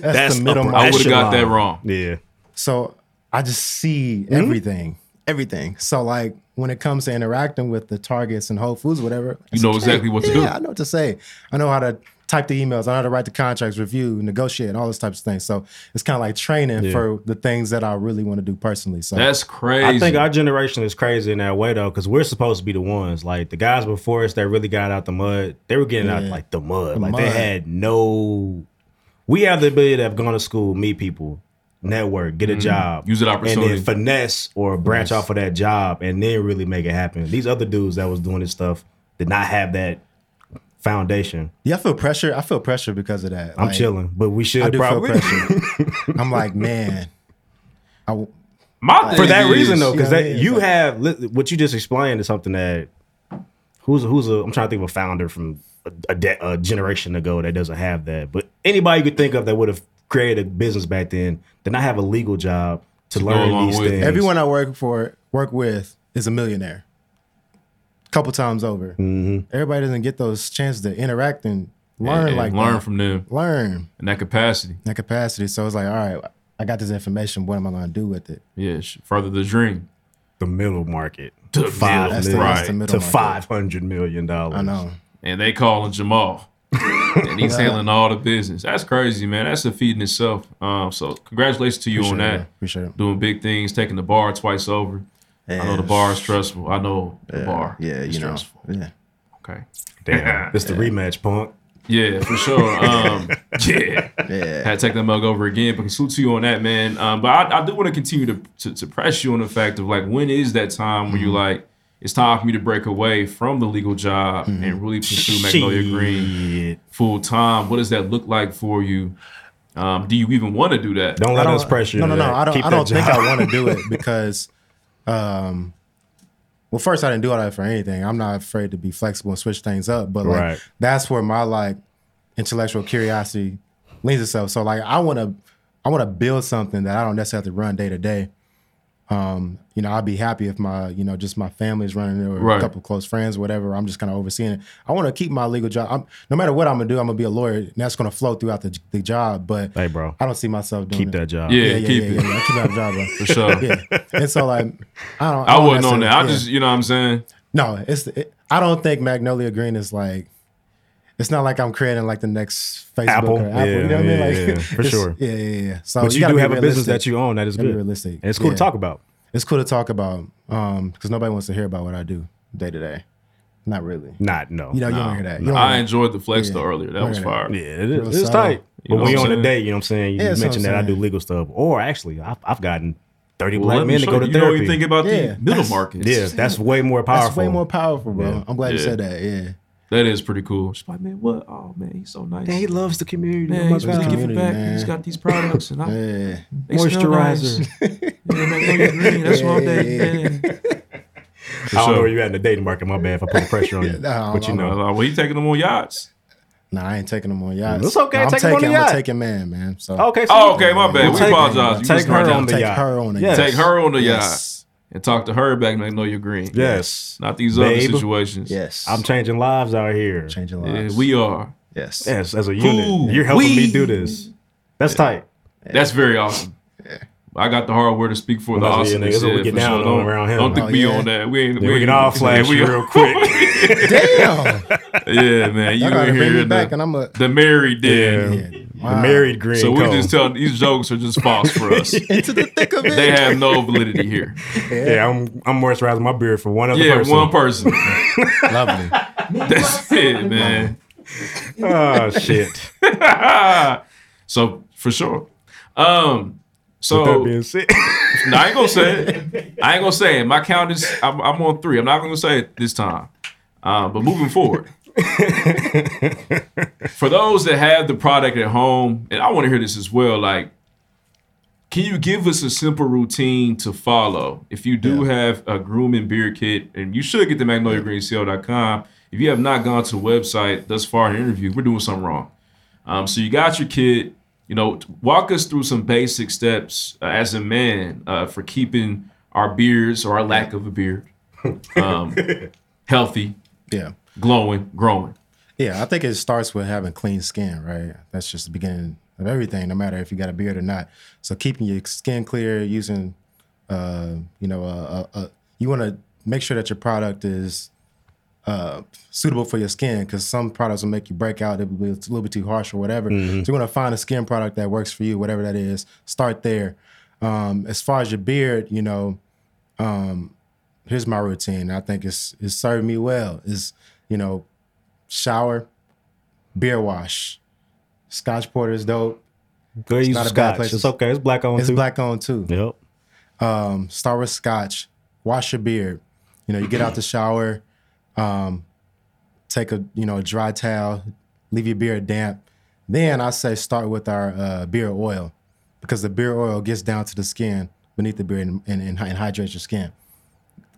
That's that's the middle upper market. I would have got that echelon. wrong. Yeah. So I just see everything, everything. So like when it comes to interacting with the targets and Whole Foods, whatever, You know exactly what to yeah, do. I know what to say. I know how to type the emails. I know how to write the contracts, review, negotiate, all those types of things. So it's kind of like training Yeah. for the things that I really want to do personally. So That's crazy. I think our generation is crazy in that way though, because we're supposed to be the ones like the guys before us that really got out the mud. They were getting out Yeah. like the mud. The like they mud. had no. We have the ability to have gone to school, meet people, network, get a Mm-hmm. job, Use an and opportunity. then finesse or branch Yes. off of that job, and then really make it happen. These other dudes that was doing this stuff did not have that foundation. yeah, I feel pressure. I feel pressure because of that. I'm Like, chilling, but we I should do probably feel pressure. I'm like, man, I w- My for thing that is- reason though, because Yeah, that yeah, you but- have li- what you just explained is something that who's who's a I'm trying to think of a founder from a, a, de- a generation ago that doesn't have that, but anybody you could think of that would have created a business back then did not have a legal job to, To go learn along these with it. things. everyone I work for, work with, is a millionaire. Couple times over. Mm-hmm. Mhm. Everybody doesn't get those chances to interact and learn And like learn that. from them learn in that capacity. in that capacity. So it's like, all right, I got this information. What am I going to do with it? Yeah, sh- further the dream. the middle market The to middle- five That's the- million that's the middle to market. five hundred million dollars. I know. And they calling Jamal. and he's handling all the business. That's crazy, man. That's a feat in itself. Um, so congratulations to you Appreciate on it. that. man. Appreciate it. Doing big things, taking the bar twice over. I know the bar is stressful. I know the bar. Yeah, is you know. stressful. Yeah. Okay. Damn, it's the rematch, punk. Yeah, for sure. Um, yeah. Yeah. Had to take that mug over again, but salute to you on that, man. Um, but I, I do want to continue to, to to press you on the fact of like, when is that time where you Mm-hmm. like, it's time for me to break away from the legal job Mm-hmm. and really pursue Magnolia Green Shit. full time? What does that look like for you? Um, do you even want to do that? Don't I let don't- us pressure. No, no, no. that. I don't. Keep I that don't think job. I want to do it because, um, well, first I didn't do all that for anything. I'm not afraid to be flexible and switch things up. But like Right. that's where my like intellectual curiosity leans itself. So like I want to, I want to build something that I don't necessarily have to run day to day. Um, you know, I'd be happy if my, you know, just my family's running it or Right. a couple close friends, whatever. I'm just kind of overseeing it. I want to keep my legal job. I'm, no matter what I'm gonna do, I'm gonna be a lawyer, and that's gonna flow throughout the, the job. But Hey, bro, I don't see myself doing keep it. that job. Yeah. keep it. Yeah, I keep that job, bro. For sure. Yeah. And so like, I don't. I, don't wasn't necessarily- on that. I yeah. just, you know what I'm saying? no. It's it, I don't think Magnolia Green is like. It's not like I'm creating like the next Facebook Apple. or Apple. Yeah, you know what yeah, I mean? Like, yeah, for it's- sure. Yeah, yeah, yeah. So but you, Oh, gotta do be have a business realistic. that you own that is Gotta be good, and realistic. it's cool Yeah. to talk about. It's cool to talk about um because nobody wants to hear about what I do day to day. Not really. Not no. You know, you no. don't hear that. You don't I hear that. enjoyed the flex Yeah. though earlier. That Right. was fire. Yeah, it is. Real It's solid. tight. You know but we what I'm on the saying? day, you know what I'm saying? You Yeah, that's what mentioned I'm that I do saying. legal stuff. Or actually, I've, I've gotten 30 Well, black let me men to show go to you, you therapy. don't even think about Yeah. the middle That's- market. yeah, that's way more powerful. That's way more powerful, bro. Yeah. I'm glad you Yeah. said that. Yeah. That is pretty cool. She's like, man, what? Oh man, he's so nice. Damn, he loves the community. Man, oh my he's really God. giving Community, back. man. He's got these products, and I, Yeah. they smell Moisturizer. nice. yeah, Magnolia Green. That's what I'm Yeah, yeah, yeah. dating. Yeah. I don't know where you're at in the dating market. My bad if I put pressure on you. Nah, but you I'm- know. No, well, you taking them on yachts. Nah, I ain't taking them on yachts. It's okay, Nah, I'm take 'em on the taking, I'm yacht. a taking man, man. So okay. So Oh, okay, my bad. We'll We take- apologize. You take just her write down. on the take yacht. her on a Yes. yacht. Take her on the Yes. yacht and talk to her back. Magnolia Green. Yes. Not these Babe. other situations. Yes. I'm changing lives out here. changing Yeah, lives. we are. yes. Yes, as a unit. Ooh, You're helping we- me do this. That's tight. That's very awesome. I got the hardware to speak for the That's what- yeah, awesome. that's what we get down on don't, around here. Don't think Oh, we yeah. on that. We ain't. Yeah, we can all flash you real quick. Damn. Yeah, man. You Y'all gotta in bring me here back the, and I'm a- the married dead. Wow. married green So we cone. just tell these jokes are just false for us. Into the thick of it. They have no validity here. Yeah, I'm I'm moisturizing my beard for one other yeah, person. one person. Lovely. That's it, man. Oh shit. Ah. so for sure. Um. So With that being said, no, I ain't gonna say it. I ain't gonna say it. My count is I'm, I'm on three. I'm not gonna say it this time. Uh, but moving forward, for those that have the product at home, and I want to hear this as well. Like, can you give us a simple routine to follow if you do have a groom and beard kit? And you should get the magnoliagreencl.com. If you have not gone to the website thus far in the interview, we're doing something wrong. Um, so you got your kid. You know, t- walk us through some basic steps uh, as a man uh, for keeping our beards or our lack of a beard um, healthy, Yeah. glowing, growing. Yeah, I think it starts with having clean skin, right? That's just the beginning of everything, no matter if you got a beard or not. So keeping your skin clear, using, uh, you know, a, a, a, you want to make sure that your product is uh, suitable for your skin because some products will make you break out. It'll be a little bit too harsh or whatever. Mhm. So you want to find a skin product that works for you, whatever that is. Start there. Um, as far as your beard, you know, um, here's my routine. I think it's it's served me well. Is you know, shower, beer wash, Scotch porter is dope. Go It's use not some a bad scotch. place. It's okay. It's black on It's too. black on too. Yep. Um, start with Scotch. Wash your beard. You know, you get out the shower. Um, take a you know a dry towel. Leave your beard damp. Then I say start with our uh, beard oil because the beard oil gets down to the skin beneath the beard and, and, and hydrates your skin.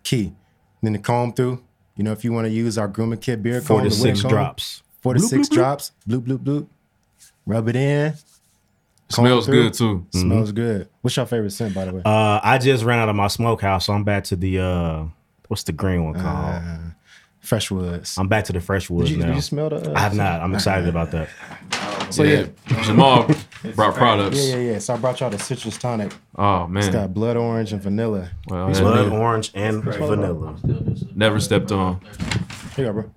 Key. Then the comb through. You know, if you want to use our grooming kit beer comb, Four to the wig six comb, drops. Four to Bloop, six bloop, bloop. drops. Bloop bloop bloop. Rub it in. comb Smells through. good, too. Smells good. What's your favorite scent, by the way? Uh, I just ran out of my smokehouse, so I'm back to the uh, what's the green one called? Freshwoods. I'm back to the Uh, Freshwoods Did you- now. did you smell the, uh, I have not. I'm excited about that. So, yeah. Jamal brought products. Yeah, yeah, yeah. So I brought y'all the citrus tonic. Oh, man. It's got blood orange and vanilla. Well, Here's yeah. one Blood here. orange and Here's one. vanilla. Never stepped on. Here you go, bro.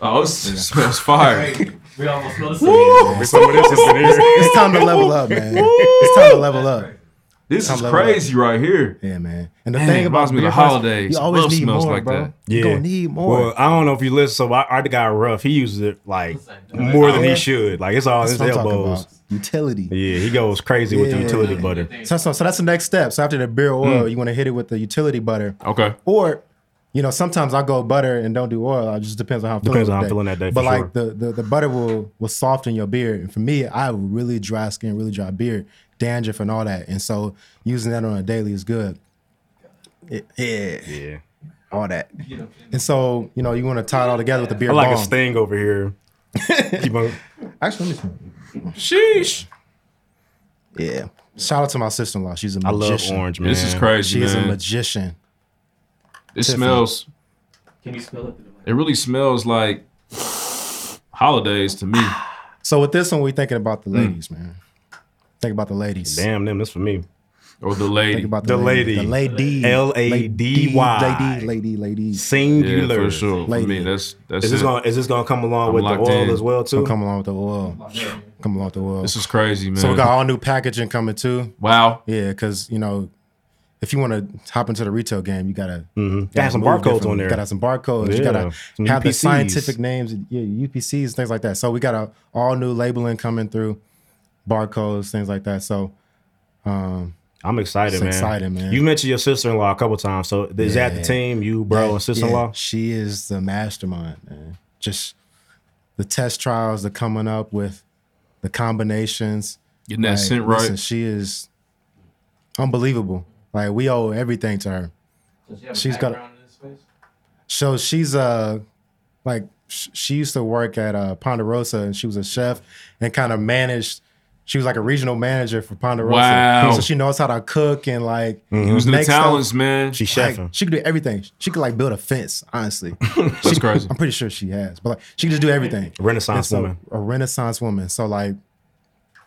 Oh, it smells fire. We almost know Yeah, man. It's time to level up, man. It's time to level up. This Time is to level up. crazy right here. Yeah, man. And the Man, thing it about reminds me of the beer fest, holidays. you always Love need smells more, like bro. that. You gonna need more. Well, I don't know if you listen. So our, our guy Ruff, he uses it like more than Oh, Yeah. he should. Like it's all That's his what I'm talking elbows. about. Utility. Yeah, he goes crazy with the Yeah. utility butter. So, so, so that's the next step. So after the beer oil, Mm. you want to hit it with the utility butter. Okay. Or, you know, sometimes I go butter and don't do oil. It just depends on how I'm feeling. Depends that on how I'm day. feeling that day, But for like the, the the butter will will soften your beard. And for me, I have a really dry skin, really dry beard, dandruff and all that. And so using that on a daily is good. Yeah. Yeah. All that. And so, you know, you want to tie it all together with the beer. I like a bomb. sting over here. Keep on. Actually, let me Sheesh. Yeah. Shout out to my sister in law. She's a I love magician. orange, This is man. crazy, She is a man. magician. It Tiffany. smells. Can you spell it? It really smells like holidays to me. So with this one, we thinking about Mm. the ladies, man. Think about the ladies. Damn them. That's for me. Or the lady. Think about the, The lady. lady. L A D Y. Lady, lady, lady. Singular. Yeah, for sure. Lady. For me, that's that's Is it. this gonna is this gonna come along I'm with the locked oil in. as well So too? come along with the oil. Come along with the oil. This is crazy, man. So we got all new packaging coming too. wow. Yeah, because you know, if you want to hop into the retail game, you gotta, Mhm. gotta Gotta have some move barcodes different. on there. You gotta have some barcodes. You Yeah, gotta some have these UPCs. scientific names, yeah, UPCs, things like that. So we got a all new labeling coming through, barcodes, things like that. So um, I'm excited, It's man. exciting, man. You mentioned your sister in law a couple times. So is that the Yeah. team? You, bro, Yeah, and sister in law? yeah. She is the mastermind, man. Just the test trials, the coming up with the combinations. Getting that scent right. listen, she is unbelievable. Like we owe everything to her. She's got so she's uh like sh- she used to work at uh, Ponderosa and she was a chef and kind of managed. She was like a regional manager for Ponderosa, Wow. Mm-hmm. so she knows how to cook and like Using the make stuff. talents, man. She Like, chefing. she could do everything. She could like build a fence, honestly. That's crazy. I'm pretty sure she has, but like she could just do everything. Renaissance And so- woman. A renaissance woman. So like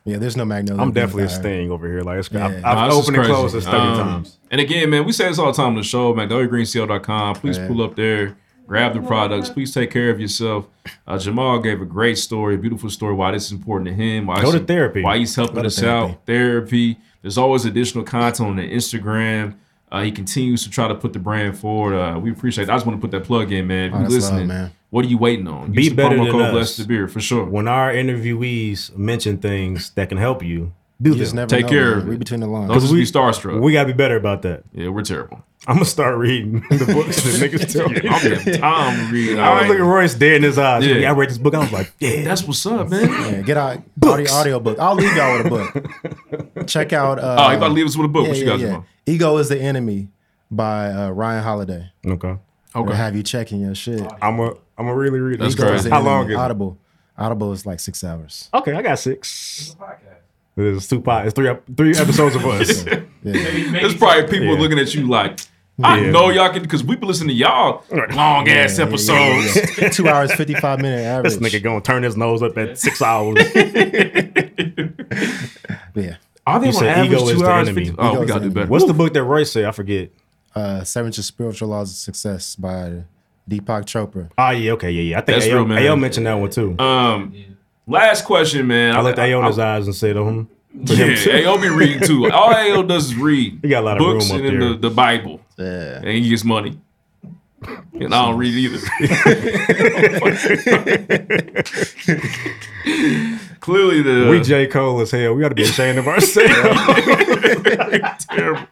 Yeah, there's no Magnolia. I'm Green definitely a without her. sting over here. Like it's, I've, Yeah. I've Nah, this is opened and crazy. closed this 30 Um, times. And again, man, we say this all the time on the show, MagnoliaGreenCL.com. Please Yeah. pull up there, grab the products. Please take care of yourself. Uh, Jamal gave a great story, a beautiful story, why this is important to him. Why Go it's- to therapy. Why he's helping Go to us out. Therapy. There's always additional content on the Instagram. Uh, he continues to try to put the brand forward. Uh, we appreciate it. I just want to put that plug in, man. If Oh, you're that's love, listening, man. what are you waiting on? Be Use the better promo than code us. Bless the Beer for sure. When our interviewees mention things that can help you, do You this. just never Take know, care man. of it. Read between the lines. Don't just be starstruck. We gotta be better about that. Yeah, we're terrible. I'm gonna start reading the books that niggas tell me. Yeah, I'm getting time to read. I was looking Royce dead in his eyes. Yeah. Yeah. I read this book. I was like, yeah, that's what's up, man. Yeah, get out audio, audio book. I'll leave y'all with a book. Check out. Uh, Oh, he about to leave us with a book. What you got, Jamal? Ego is the enemy by uh, Ryan Holiday. Okay. It'll Okay. have you checking your shit. I'm a I'm a really read. Ego is the How enemy. long is it? Audible? Audible is like six hours. Okay, I got six. It's two pod. It's three ep- three episodes of us. There's probably people Yeah. looking at you like, I Yeah. know y'all can, because we been listening to y'all long ass Yeah, yeah, episodes. yeah, yeah. Two hours fifty five minute average. This nigga gonna turn his nose up at six hours. yeah. Are they on You said average ego is two the hours, enemy. 50 Oh, we gotta do better. What's the book that Royce said? I forget. Uh, Seven Spiritual Laws of Success by Deepak Chopra. Oh yeah, okay, yeah, yeah. I think That's real, Ayo, man. Ayo mentioned that one too. Um, last question, man. I looked Ayo in his eyes and said, um, for Yeah, him too. Ayo be reading too. All Ayo does is read. He got a lot of books room up and then there. The, the Bible. Yeah. And he gets money. And I don't read either. Clearly, the we J Cole as hell. We got to be ashamed of ourselves. terrible.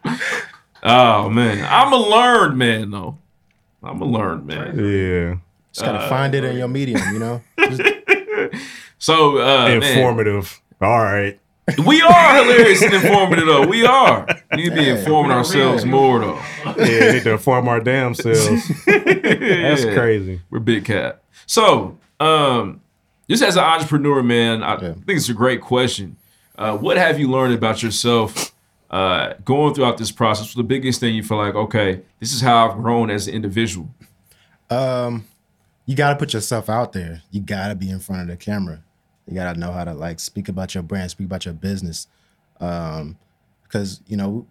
Oh man, I'm a learned man though. I'm a learned man. yeah. Just gotta Uh, find it in your medium, you know. Just- So uh, man, Informative. All right. we are hilarious and informative though. We are. We need to be Yeah. informing ourselves more though. Yeah, need to inform our damn selves. That's Yeah. crazy. We're big cat. So, um, just as an entrepreneur, man, I think it's a great question. Uh, what have you learned about yourself uh, going throughout this process? What's the biggest thing you feel like, okay, this is how I've grown as an individual? um, you gotta put yourself out there. You gotta be in front of the camera. You gotta know how to like speak about your brand, speak about your business, um, because you know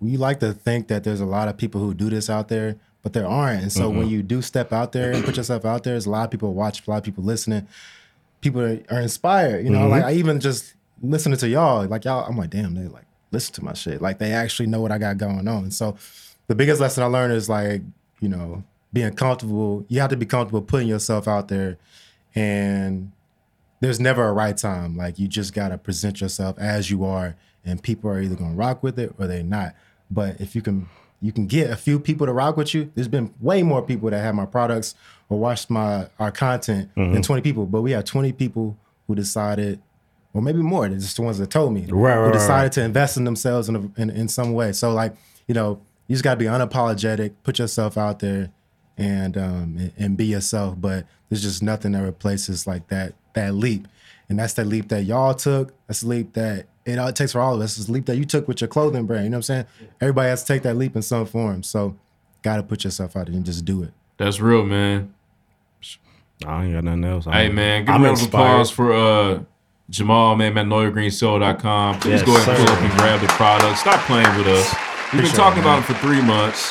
we like to think that there's a lot of people who do this out there, but there aren't. And so when Mhm. you do step out there and put yourself out there, there's a lot of people watch, a lot of people listening. People are, are inspired, you know. Mhm. Like I even just listening to y'all, like y'all, I'm like, damn, they like listen to my shit. Like they actually know what I got going on. And so the biggest lesson I learned is like, you know, being comfortable. You have to be comfortable putting yourself out there and there's never a right time. Like you just gotta present yourself as you are, and people are either gonna rock with it or they're not. But if you can you can get a few people to rock with you, there's been way more people that have my products or watched my our content than Mhm. 20 people. But we had 20 people who decided, or maybe more, they're just the ones that told me Right, right, who right, decided right. to invest in themselves in, a, in in some way. So like, you know, you just gotta be unapologetic, put yourself out there and um and, and be yourself. But there's just nothing that replaces like that that leap. And that's that leap that y'all took. That's the leap that it all it takes for all of us. It's the leap that you took with your clothing brand. You know what I'm saying? Everybody has to take that leap in some form. So gotta put yourself out there and just do it. That's real, man. I ain't got nothing else. Hey, I'm- man, give Um, I'm a round of inspired. applause for uh, Jamal, man, MagnoliaGreenSoul.com. Please Yes, go ahead and sir. pull up and grab the product. Stop playing with us. We've been Appreciate talking it, about man. it for three months.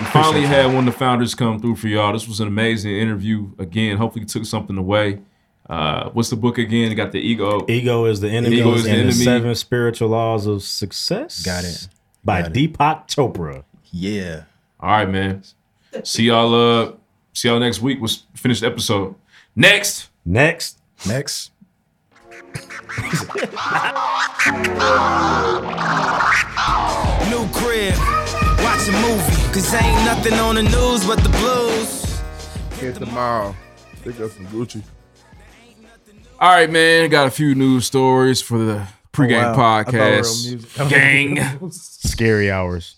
We finally Appreciate had one of the founders come through for y'all. This was an amazing interview. Again, hopefully you took something away. Uh, what's the book again? You got the ego. Ego is the enemy. Ego is the and enemy. Seven spiritual laws of success. Got it. By Deepak Chopra. Yeah. All right, man. See y'all. Uh, see y'all next week. We'll s- finish the episode. Next. Next. Next. New crib, watch a movie, cause ain't nothing on the news but the blues. Hit the mall. Pick up some Gucci. All right, man. Got a few news stories for the pregame Oh, wow. I thought we were on podcast. music. Gang. Scary hours.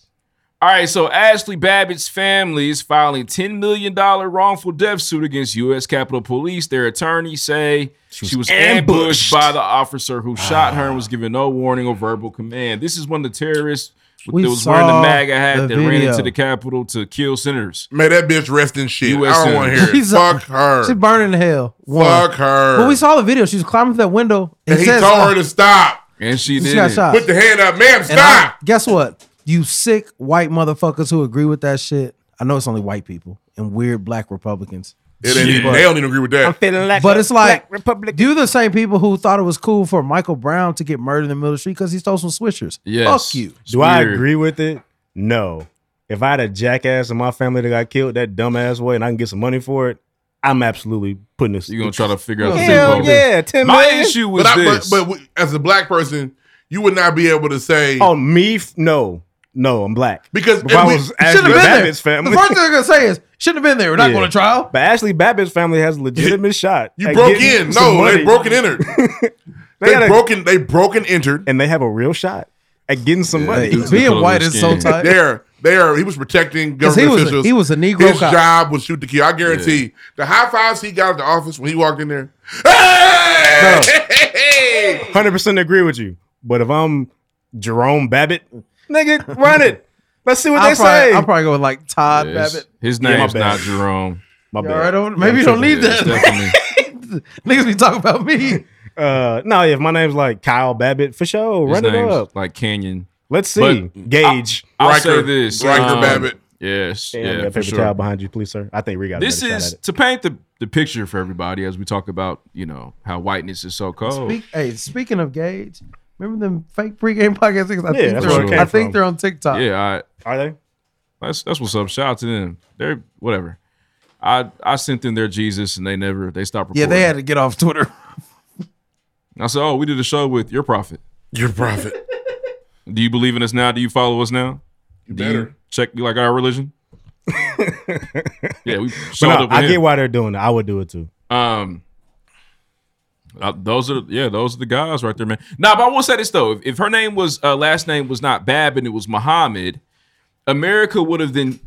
All right, so Ashley Babbitt's family is filing $10 million wrongful death suit against U.S. Capitol Police. Their attorneys say she was, Ah. ambushed. by the officer who shot her and was given no warning or verbal command. This is when the terrorists that We was wearing the saw MAGA hat the that ran video. into the Capitol to kill senators. May that bitch rest in shit. US I don't want to hear it. She's a- Fuck her. She's burning in hell. One. Fuck her. But we saw the video. She was climbing through that window. and he told her to stop. And she She got shot. Put the hand up, ma'am. uh, And I- Stop. guess what? You sick white motherfuckers who agree with that shit. I know it's only white people and weird black Republicans. It ain't even, they don't even agree with that. but it's like do the same people who thought it was cool for Michael Brown to get murdered in the middle of the street because he stole some swishers. Fuck you. Do I agree with it? No. If I had a jackass in my family that got killed that dumbass way and I can get some money for it, I'm absolutely putting this. You're gonna try to figure out the Hell loophole. yeah, ten My million. issue was but, I, but, this. but we- as a black person, you would not be able to say Oh me? F- No, no, I'm black. because If I we- was Shouldn't Ashley have been there. Babbitt's family, The first thing I'm gonna say is shouldn't have been there. We're not Yeah. going to trial. but Ashley Babbitt's family has a legitimate shot. you at broke getting in. some No, they money. broke and entered. They They, had a- broken. They broken entered. and they have a real shot at getting some money. Hey, being white is so tight. There, there. He was protecting 'Cause government uh, he was a- officials. he was a Negro His cop. job was shoot the kill. I guarantee. The high fives he got at the office when he walked in there. Hey! Hundred percent agree with you. But if I'm Jerome Babbitt, nigga, run it. Let's see what I'll they probably, say. I'll probably go with like Todd His- Babbitt. His Yeah, my name's bad. not Jerome. My You bad. all right over- maybe Yeah, you don't tripping. need Yeah, that. definitely. Niggas be talking about me. Uh, no, if my name's like Kyle Babbitt, for sure, His run it name's up. like Canyon. Let's see. But Gauge. I, will Riker- say this. Riker um, Babbitt. Yes. Damn, yeah, yeah, for paper sure. towel behind you, please, sir. I think we got a this better shot is at it. to paint the, the picture for everybody as we talk about you know how whiteness is so cold. Speak, hey, speaking of Gage, remember them fake pregame podcast things? I, Yeah, think, that's they're where on, it came I think from. they're on TikTok. yeah, I, are they? That's that's what's up. Shout out to them. They're whatever. I I sent them their Jesus and they never they stopped. Recording. Yeah, they had to get off Twitter. I said, oh, we did a show with your prophet. Your prophet. Do you believe in us now? Do you follow us now? You Do better. you check you like our religion. yeah, we But showed no, up. With I get him. why they're doing it. I would do it too. Um, uh, those are yeah, those are the guys right there, man. Nah, but I will say this though: if, if her name was uh, last name was not Bab and it was Muhammad, America would have then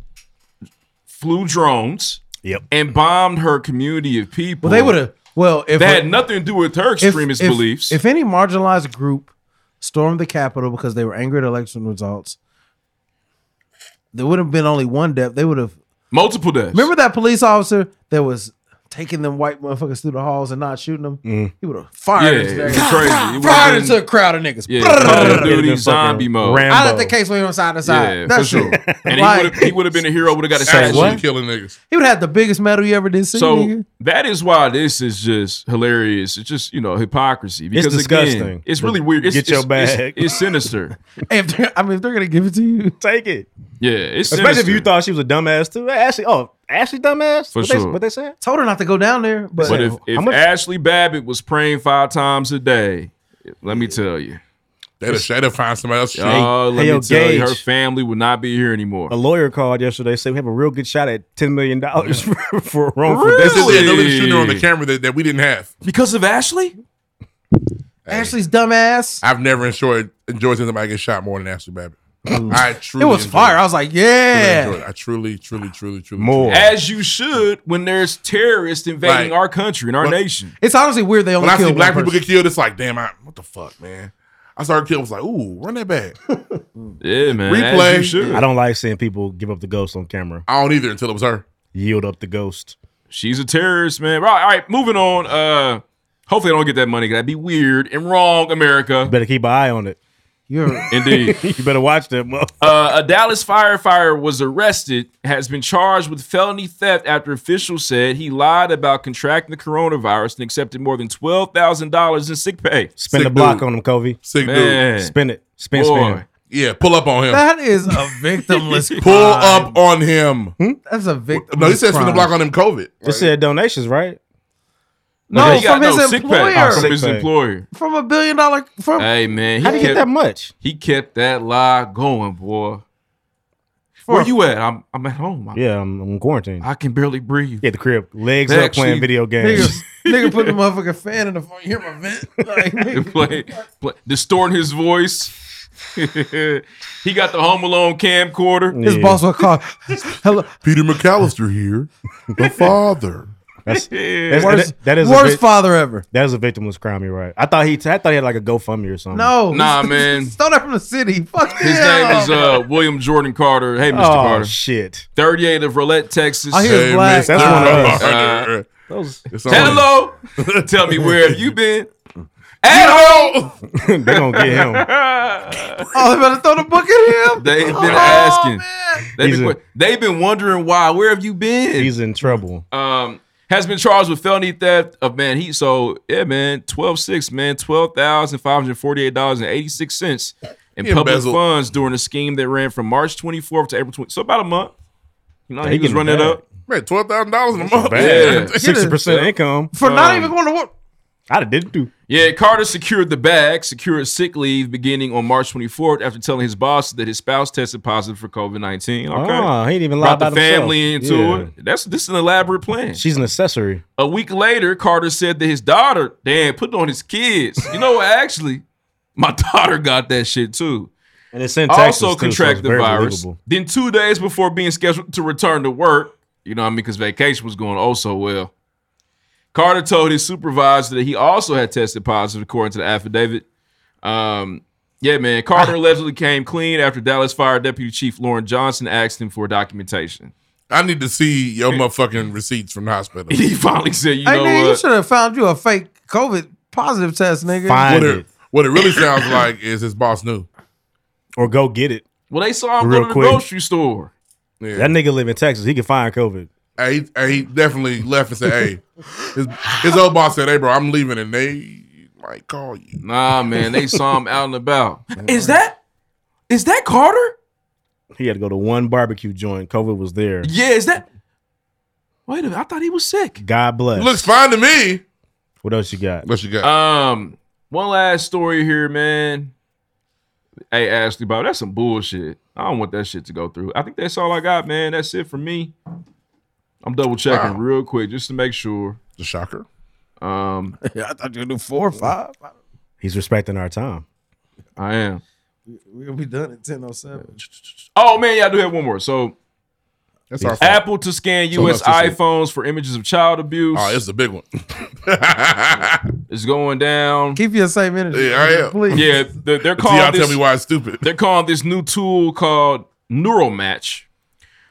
flew drones, Yep. and bombed her community of people. Well, they would have. Well, if that had nothing to do with her extremist if, beliefs. If any marginalized group stormed the Capitol because they were angry at election results, there would have been only one death. They would have. Multiple deaths. Remember that police officer that was taking them white motherfuckers through the halls and not shooting them? Mm. He would have fired Yeah, into that- it was crazy. It would've fired been- into a crowd of niggas. Yeah, Brrr. Call of It'd have Duty been zombie fucking mode. Ram- I let Rambo. the case went on side to side. Yeah, for That's sure. true. And Like- he would have he would have been a hero. Would have got assassinated. Actually killing niggas. He would have the biggest medal you ever did see. So nigga. that is why this is just hilarious. It's just you know hypocrisy because Again, disgusting. it's really But weird. It's, get your it's- it's- bag. It's, sinister. If they're- I mean, if they're gonna give it to you, Take it. Yeah, it's Especially sinister. if you thought she was a dumbass too. Ashley, oh, Ashley dumbass? For what They, sure. what they said? told her not to go down there. But, But if, if How much- Ashley Babbitt was praying five times a day, let me tell you, They'd have, they'd have find somebody else. y'all, let hey, yo, me tell you, Gage. her family would not be here anymore. A lawyer called yesterday said we have a real good shot at $10 million for, for wrongful Really? death. This is the ability to shoot her on the camera that, that we didn't have. Because of Ashley? Ashley's dumbass. I've never enjoyed enjoyed seeing somebody get shot more than Ashley Babbitt. I truly It was enjoyed fire. I was like, yeah. Truly enjoyed it. I truly, truly, truly, truly More. truly- As you should when there's terrorists invading Right. our country and our But- nation. It's honestly weird they only When I see killed black one people person. get killed, it's like, damn, I, what the fuck, man. I started killing. I was like, ooh, run that back. Yeah, man. Replay. As you should. I don't like seeing people give up the ghost on camera. I don't either until it was her. Yield up the ghost. She's a terrorist, man. Right, all right, moving on. Uh, hopefully, I don't get that money. 'cause That'd be weird and wrong, America. Better keep an eye on it. You're Indeed. you better watch that. motherfucker. Uh, a Dallas firefighter was arrested, has been charged with felony theft after officials said he lied about contracting the coronavirus and accepted more than twelve thousand dollars in sick pay. Spin Sick the block dude. on him, Covey. Sick dude. Man, Spin it. Spin, boy, spin. Yeah, pull up on him. that is a victimless. pull crime. up on him. That's a victim. No, he said spin the block on him COVID. It said donations, right? No, he got from his no sick pay Oh, employer. from Sick his pay. employer. from a billion dollar from. Hey man, How do he you get that kept much? he kept that lie going, boy. For- Where you at? I'm I'm at home. I, Yeah, I'm, I'm quarantined. I can barely breathe. Yeah, the crib. Legs They up actually- playing video Nigga, games. nigga put the motherfucking fan in the phone. Oh, You hear my vent? Like, nigga. play, play, distorting his voice. he got the Home Alone camcorder. His boss will call. Hello, Peter McAllister here, the father. That's, Yeah. that's- Worst- that- that is a worst father ever. That was a victimless crime. You're right. I thought he. I thought he had like a GoFundMe or something. No, Nah, man. Stole that from the city. Fuck His yeah. name is uh, William Jordan Carter. Hey, Mr. Oh, Carter. shit. 38 of Roulette, Texas. Oh, he was Hey, black. Mr. That's one of us. Uh, Those- It's hello. Tell me where have you been? At home. they gonna get him. Oh, they better throw the book at him. They've been Oh, asking. They've He's been, a- que- they've been wondering why. Where have you been? He's in trouble. Um, has been charged with felony theft of man. He so yeah, man. Twelve six, man. Twelve thousand five hundred forty eight dollars and eighty six cents in He public embezzled. funds during a scheme that ran from March twenty fourth to April twenty. So about a month. You know, Yeah, he, he was getting running it bad. up. Man, twelve thousand dollars in a month. Bad. Yeah. Sixty percent income For not Um, even going to work. I didn't do. Yeah, Carter secured the bag, secured sick leave beginning on March 24th after telling his boss that his spouse tested positive for COVID 19. Okay. Oh, he didn't even lie Brought about the family himself. into Yeah. it. That's this is an elaborate plan. She's an accessory. A week later, Carter said that his daughter, damn, put it on his kids. You know what? Actually, my daughter got that shit too. And it's in Texas, also too, so contracted it's the very virus. believable. Then two days before being scheduled to return to work, you know what I mean, because vacation was going oh so well. Carter told his supervisor that he also had tested positive, according to the affidavit. Um, yeah, man. Carter allegedly came clean after Dallas Fire Deputy Chief Lauren Johnson asked him for documentation. I need to see your motherfucking receipts from the hospital. He finally said, "You Hey, know nigga, you what? should have found you a fake COVID positive test, nigga. what it, what it really sounds like is his boss knew. Or go get it. Well, they saw him Real go to quick. the grocery store. Yeah. That nigga live in Texas. He can find COVID. Hey, he, hey, he definitely left and said, "Hey," his, his old boss said, "Hey, bro, I'm leaving," and they might call you. Nah, man, they saw him out and about. Is that is that Carter? He had to go to one barbecue joint. COVID was there. Yeah, is that? Wait a minute, I thought he was sick. God bless. Looks fine to me. What else you got? What you got? Um, one last story here, man. Hey, Ashley Bob, that's some bullshit. I don't want that shit to go through. I think that's all I got, man. That's it for me. I'm double checking Wow. real quick just to make sure. The shocker. Um, I thought you knew four or five. He's respecting our time. I am. We're gonna be done at ten oh seven. Oh man, yeah, I do have one more. So That's our fault. Apple to scan So U.S. that's just it. iPhones for images of child abuse. Oh, it's a big one. It's going down. Keep your same energy. Yeah, I am. Please. Yeah, they're, they're Until calling. y'all this- tell me why it's stupid. They're calling this new tool called Neural Match.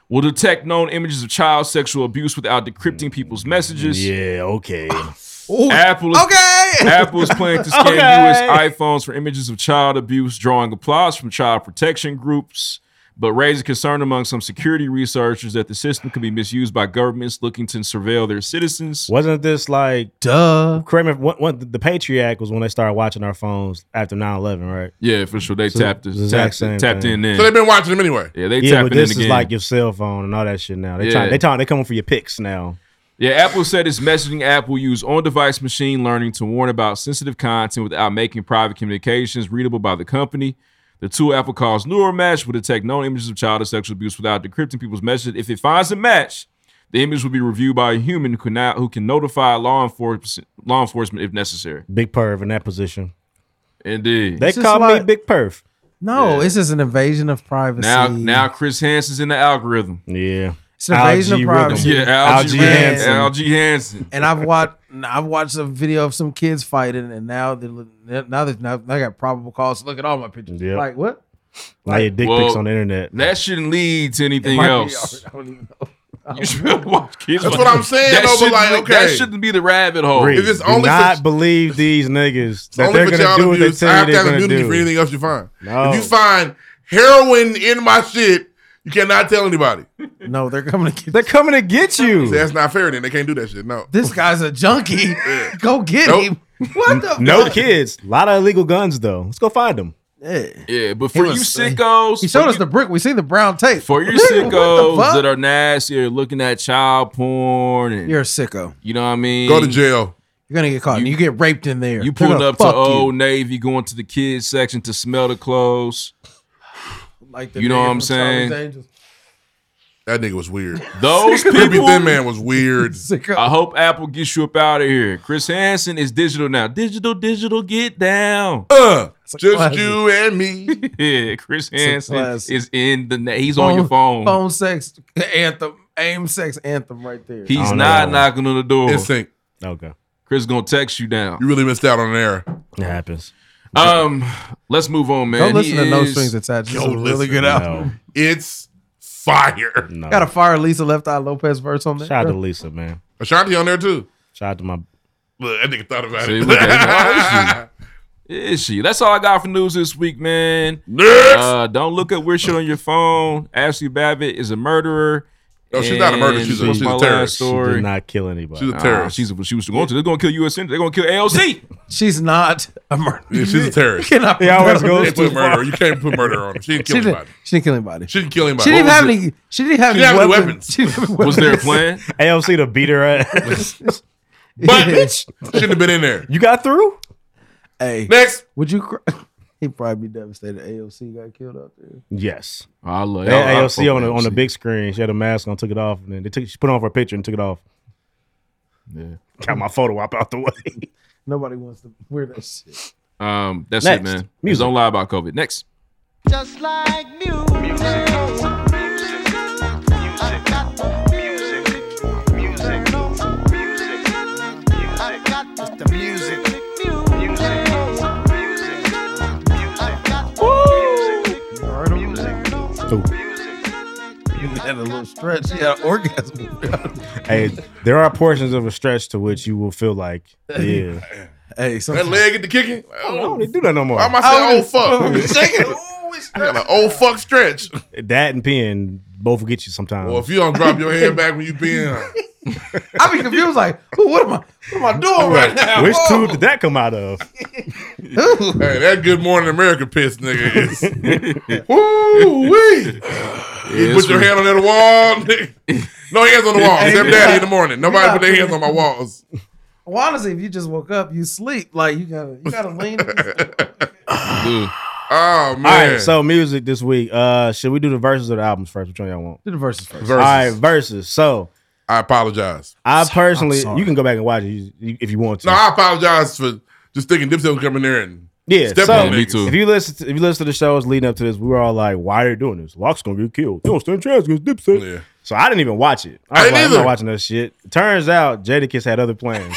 Will detect known images of child sexual abuse without decrypting people's messages. Yeah, okay. Apple is, Okay. Apple is planning to scan Okay. U.S. iPhones for images of child abuse, drawing applause from child protection groups, but raising concern among some security researchers that the system could be misused by governments looking to surveil their citizens. Wasn't this like duh? Correct me. if- What, what the Patriot Act was when they started watching our phones after 9-11, right? Yeah, for sure. They So tapped, it's the us, exact tapped, same tapped thing. in then. So they've been watching him anyway. yeah, they yeah, tapped but it in this again. is like your cell phone and all that shit now. They Yeah. trying, they trying, they coming for your pics now. Yeah, Apple said its messaging app will use on-device machine learning to warn about sensitive content without making private communications readable by the company. The tool Apple calls Neural Match will detect known images of child and sexual abuse without decrypting people's messages. If it finds a match, the image will be reviewed by a human who can now, who can notify law enforcement law enforcement if necessary. Big perv in that position. Indeed. They It's just call like- me Big Perf. No, it's just an invasion of privacy. now, now Chris Hansen's in the algorithm. Yeah. It's an invasion of Algae privacy. rhythm. Yeah, Algie, Algae Hansen. Hansen. Algie Hansen. and I've watched I've watched a video of some kids fighting, and now they're now they now I got probable cause. Look at all my pictures. Yep. Like what? Now your dick Well, pics on the internet. That shouldn't lead to anything Might be- else. I don't even know. You should watch kids. That's what I'm saying, That though, but shouldn't like, be- that okay. shouldn't be the rabbit hole. Reed, If it's do only for- not believe these niggas that only they're for gonna child do what they abuse. I tell have you to have they're gonna immunity for do. anything else you find. No. If you find heroin in my shit, you cannot tell anybody. No, they're coming to get They're coming to get See, you. that's not fair. Then they can't do that shit. No. this guy's a junkie. Go get Nope. him. What the No fuck? kids. A lot of illegal guns though. Let's go find them. Yeah. Yeah, but He for you was- sickos, He showed for us you- the brick. We seen the brown tape. for your Nigga, what the sickos fuck? that are nasty or looking at child porn and You're a sicko. you know what I mean. Go to jail. You're gonna get caught. You, you get raped in there. You They're pulling gonna up to fuck you. Old Navy, going to the kids section to smell the clothes. Like the you know nigga what I'm from Charlie's saying? Angels. That nigga was weird. Those Creepy people. Thin Man was weird. Sicko. I hope Apple gets you up out of here. Chris Hansen is digital now. Digital, digital, get down. Uh, a just classic. you and me. Yeah, Chris Hansen classic. is in the. Na- he's on your phone. Phone sex anthem. aim sex anthem right there. He's not knocking on the door. It's sync. Okay. Chris gonna text you down. You really missed out on an error. It happens. Um, let's move on, man. Don't He listen to No is- Strings Attached. It's Yo, a really listen, good album. It's fire. Got a fire Lisa Left Eye Lopez verse on there. Shout out to Lisa, man. Ashanti on there too. Shout out to my Look, that nigga thought about See, it. look at it. Is she? That's all I got for news this week, man. Next. Uh, don't look at weird shit on your phone. Ashley Babbitt is a murderer. No, she's not a murderer. She's a- And she's a my last terrorist. She Story. did not kill anybody. She's a Nah, terrorist. Uh, she's she was going to. They're going to kill U.S. Senator. They're going to kill AOC. She's not a murderer. Yeah, she's a terrorist. You cannot He always put goes that- too far. You can't put murder on her. She didn't kill she anybody. She didn't kill anybody. She She didn't didn't kill anybody. What have was any. it? She didn't have She any didn't have any weapons. weapons. She didn't have any Was there a weapons. plan? AOC to beat her ass. But bitch, shouldn't have been in there. you got through? Hey, Next. would you? Cr- he probably be devastated. AOC got killed out there. Yes. Oh, I love They I- I had fuck AOC on the, with on the AOC. big screen. She had a mask on, took it off, and then they took she put on her picture and took it off. Yeah. Got my photo op out the way. Nobody wants to wear that shit. Um, that's Next. it, man. Don't lie about COVID. Next. Just like music. Music. Music. Music. Music. Music. Music. You had a little stretch. She had an orgasm. hey, there are portions of a stretch to which you will feel like, yeah. hey, That sometimes, leg get the kicking. Oh, I don't even do that no more. Why am I saying old fuck? Shaking. I got an old oh, fuck stretch. That and peeing both will get you sometimes. Well, if you don't drop your head back when you peeing, I be confused. Like, "Ooh, what am I? What am I doing right now? Which Whoa." tube did that come out of? hey, that Good Morning America piss, nigga, is woo wee. you it's put your real. hand on that wall, nigga. No hands on the wall. Except daddy in the morning. Nobody Yeah. put their hands on my walls. Well, honestly, if you just woke up, you sleep. Like you gotta, you gotta lean. Oh All man. right, so music this week. Uh should we do the verses or the albums first? Which one y'all want? Do the verses first. All right, Versus. verses. So I apologize. I personally, sorry. you can go back and watch it you- you- if you want to. No, I apologize for just thinking Dipset was coming there and Yeah, stepping so on me niggas. too. if you listen, to, if you listen to the shows leading up to this, we were all like, "Why are you doing this? Locke's gonna get killed. They don't stand a chance against Dipset." Yeah. So I didn't even watch it. I I was didn't like, I'm not either. watching that shit. Turns out Jadakiss had other plans.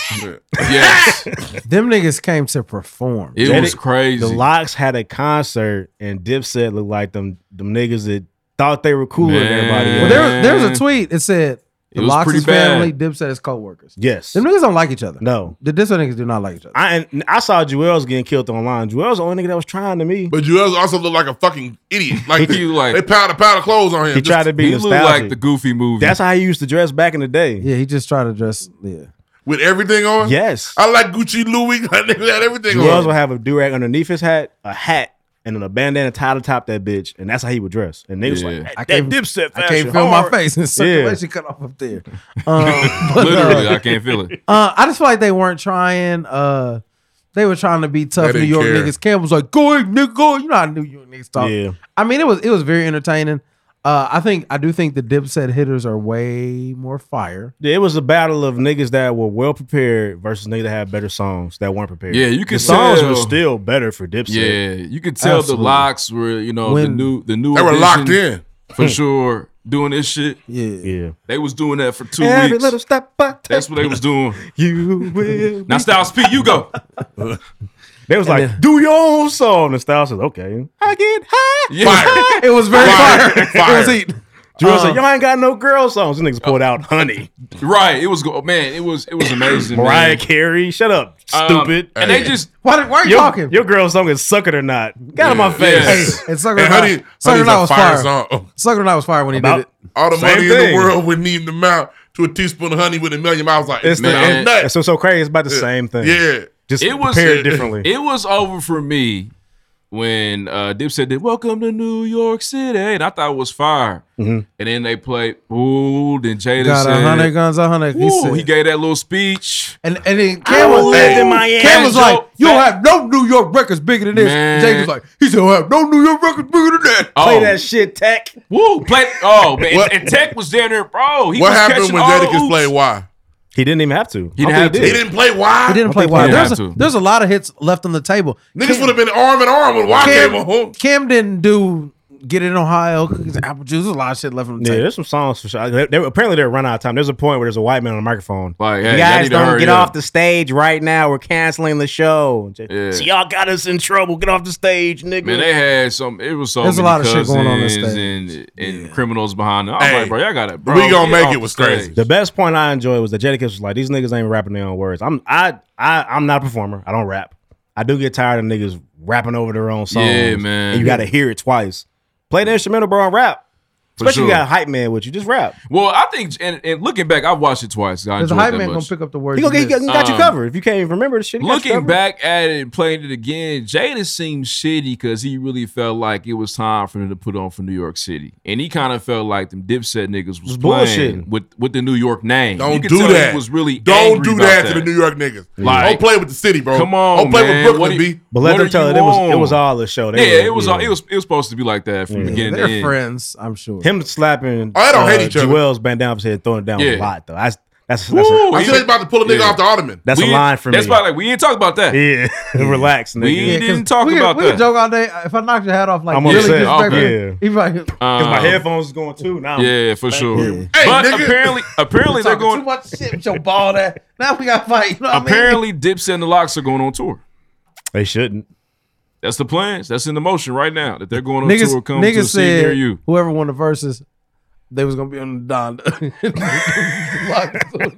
Yes. Them niggas came to perform. It Jada- was crazy. The Locks had a concert, and Dipset looked like them them niggas that thought they were cooler than everybody Man. else. Well, there, there was a tweet. It said the It was Locks pretty is family, Dipset is co-workers. yes, Them niggas don't like each other. no. The Dipset niggas do not like each other. I and I saw Joel's getting killed online. Joel's the only nigga that was trying to me. But Joel also looked like a fucking idiot. Like, He like- they piled a pile of clothes on him. He Just- tried to be he looked nostalgic. like the Goofy movie. That's how he used to dress back in the day. yeah, he just tried to dress. Yeah, with everything on. Yes. I like Gucci Louis. That nigga had everything Joel's on. would have a durag underneath his hat, a hat, and then a bandana tied atop that bitch, and that's how he would dress. And niggas Yeah. like, that, I that can't- dipset I fashion. can't feel my hard. face. The circulation cut off up there. Um, but, Literally, uh, I can't feel it. uh, I just feel like they weren't trying. Uh, they were trying to be tough They New didn't York care. niggas. Cam was like, "Go, ahead, nigga, go." ahead." You know how New York niggas talk. Yeah. I mean, it was it was very entertaining. Uh, I think I do think the Dipset hitters are way more fire. Yeah, It was a battle of niggas that were well prepared versus niggas that had better songs that weren't prepared. Yeah, you the could songs tell- were still better for Dipset. Yeah, you could tell Absolutely. the locks were, you know, the When- new, the new. They were edition locked in. for sure. Doing this shit, Yeah, yeah. they was doing that for two Every weeks. little step I take, That's what they was doing. you will. Now, Styles P, you go. They was like, do your own song. And Styles said, okay. I get high. Yeah. Fire. it was very Fire. fire. Fire. It was heat. Drew Uh. said, y'all ain't got no girl songs. These niggas pulled out Honey. Right. It was go- man. It was it was amazing. Mariah man. Carey. Shut up, Um, stupid. and they just Why, did- why are you Your, talking? your girl song is Suck It or Not. Get out of my Yeah. face. Yeah. And Sucker And Knight- Honey, Sucker Honey's Knight a was fire fire. song. Sucker Knight was fire when he About- did it. All the Same money in thing. the world would need the amount to a teaspoon of honey with a million miles. Like, It's the, man, it, I'm nuts. that's what's so crazy. It's about the same thing. Yeah. Just It was- prepared differently. it was over for me when uh, Dipset did "Welcome to New York City" and I thought it was fire. And then they played "Ooh," then Jada Got a said, hundred guns, a hundred. He Ooh, said, he gave that little speech. and and then Cam was, lived in Cam Miami. was Fat like, Joe- "You don't Fat- have no New York records bigger than this." Man. Jake was like, "He said, I have no New York records bigger than that." Oh, Play that shit, Tech. Woo, play. Oh man, What- and Tech was down there, bro. He What was happened catching when all the Jadakiss oops. played Why? He didn't even have to. He didn't I have don't think He to. did. didn't play Why? He didn't play he wild. had There's a, to. there's a lot of hits left on the table. Niggas would have been arm in arm when Why Cam- came home. Cam didn't do Get it in Ohio, cookies and apple juice. There's a lot of shit left from the Yeah, table. there's some songs for sure. They, they- apparently, they're run out of time. There's a point where there's a white man on the microphone. Like, you hey, y'all guys need to don't hurry get up." off the stage right now. We're canceling the show. Yeah. Yeah. So y'all got us in trouble. Get off the stage, nigga. Man, they had some. It was so There's a many lot of shit going on cousins this and, and criminals behind. Them. I'm like, bro, y'all got it. Bro, get off the stage. The best point I enjoyed was that Jadakiss was like, "These niggas ain't rapping their own words." I'm I I I'm not a performer. I don't rap. I do get tired of niggas rapping over their own songs. Yeah, man. And you got to hear it twice. Play the instrumental, bro, and rap. For Especially you sure. got a hype man with you. Just rap. Well, I think, and, and looking back, I've watched it twice. I There's a enjoyed hype that man gonna much. pick up the words. He gonna, he got, he got you Um, covered. If you can't even remember the shit, he got you Looking covered. back at it and playing it again, Jada seemed shitty because he really felt like it was time for him to put on for New York City, and he kind of felt like them Dipset niggas was, playing bullshitting. with with the New York name. You Don't could do tell he that. was really don't angry do about that, to the New York niggas. don't play with the city, bro. Come on, don't play man. with What Brooklyn. do- B. But let what them are tell it. you It was it on? was all the show. They yeah, were- it was yeah. all it was it was supposed to be like that from the beginning. to They're end. friends, I'm sure. Him slapping Oh, they don't uh, hate each other. Jewel's bandana off his head, and throwing it down was a Yeah. lot though. That's that's, that's, Woo, a, I said they about to pull a nigga Yeah. off the ottoman. that's a We- line for that's me. why like we ain't talk about that. Yeah, relax, nigga. We didn't talk we about can, We that. can joke all day. If I knocked your hat off, like I'm really upset. disrespectful, Okay. he probably- Because my Um, headphones is going too now. Yeah, for sure. Hey, but nigga. apparently, apparently they're Talking going. too much shit with your bald ass. Now we got to fight. You know what I mean? Apparently, Dipset and the Locks are going on tour. They shouldn't. That's the plans. That's in the motion right now that they're going on niggas, tour. Come to a niggas city near said you. whoever won the verses, they was gonna be on the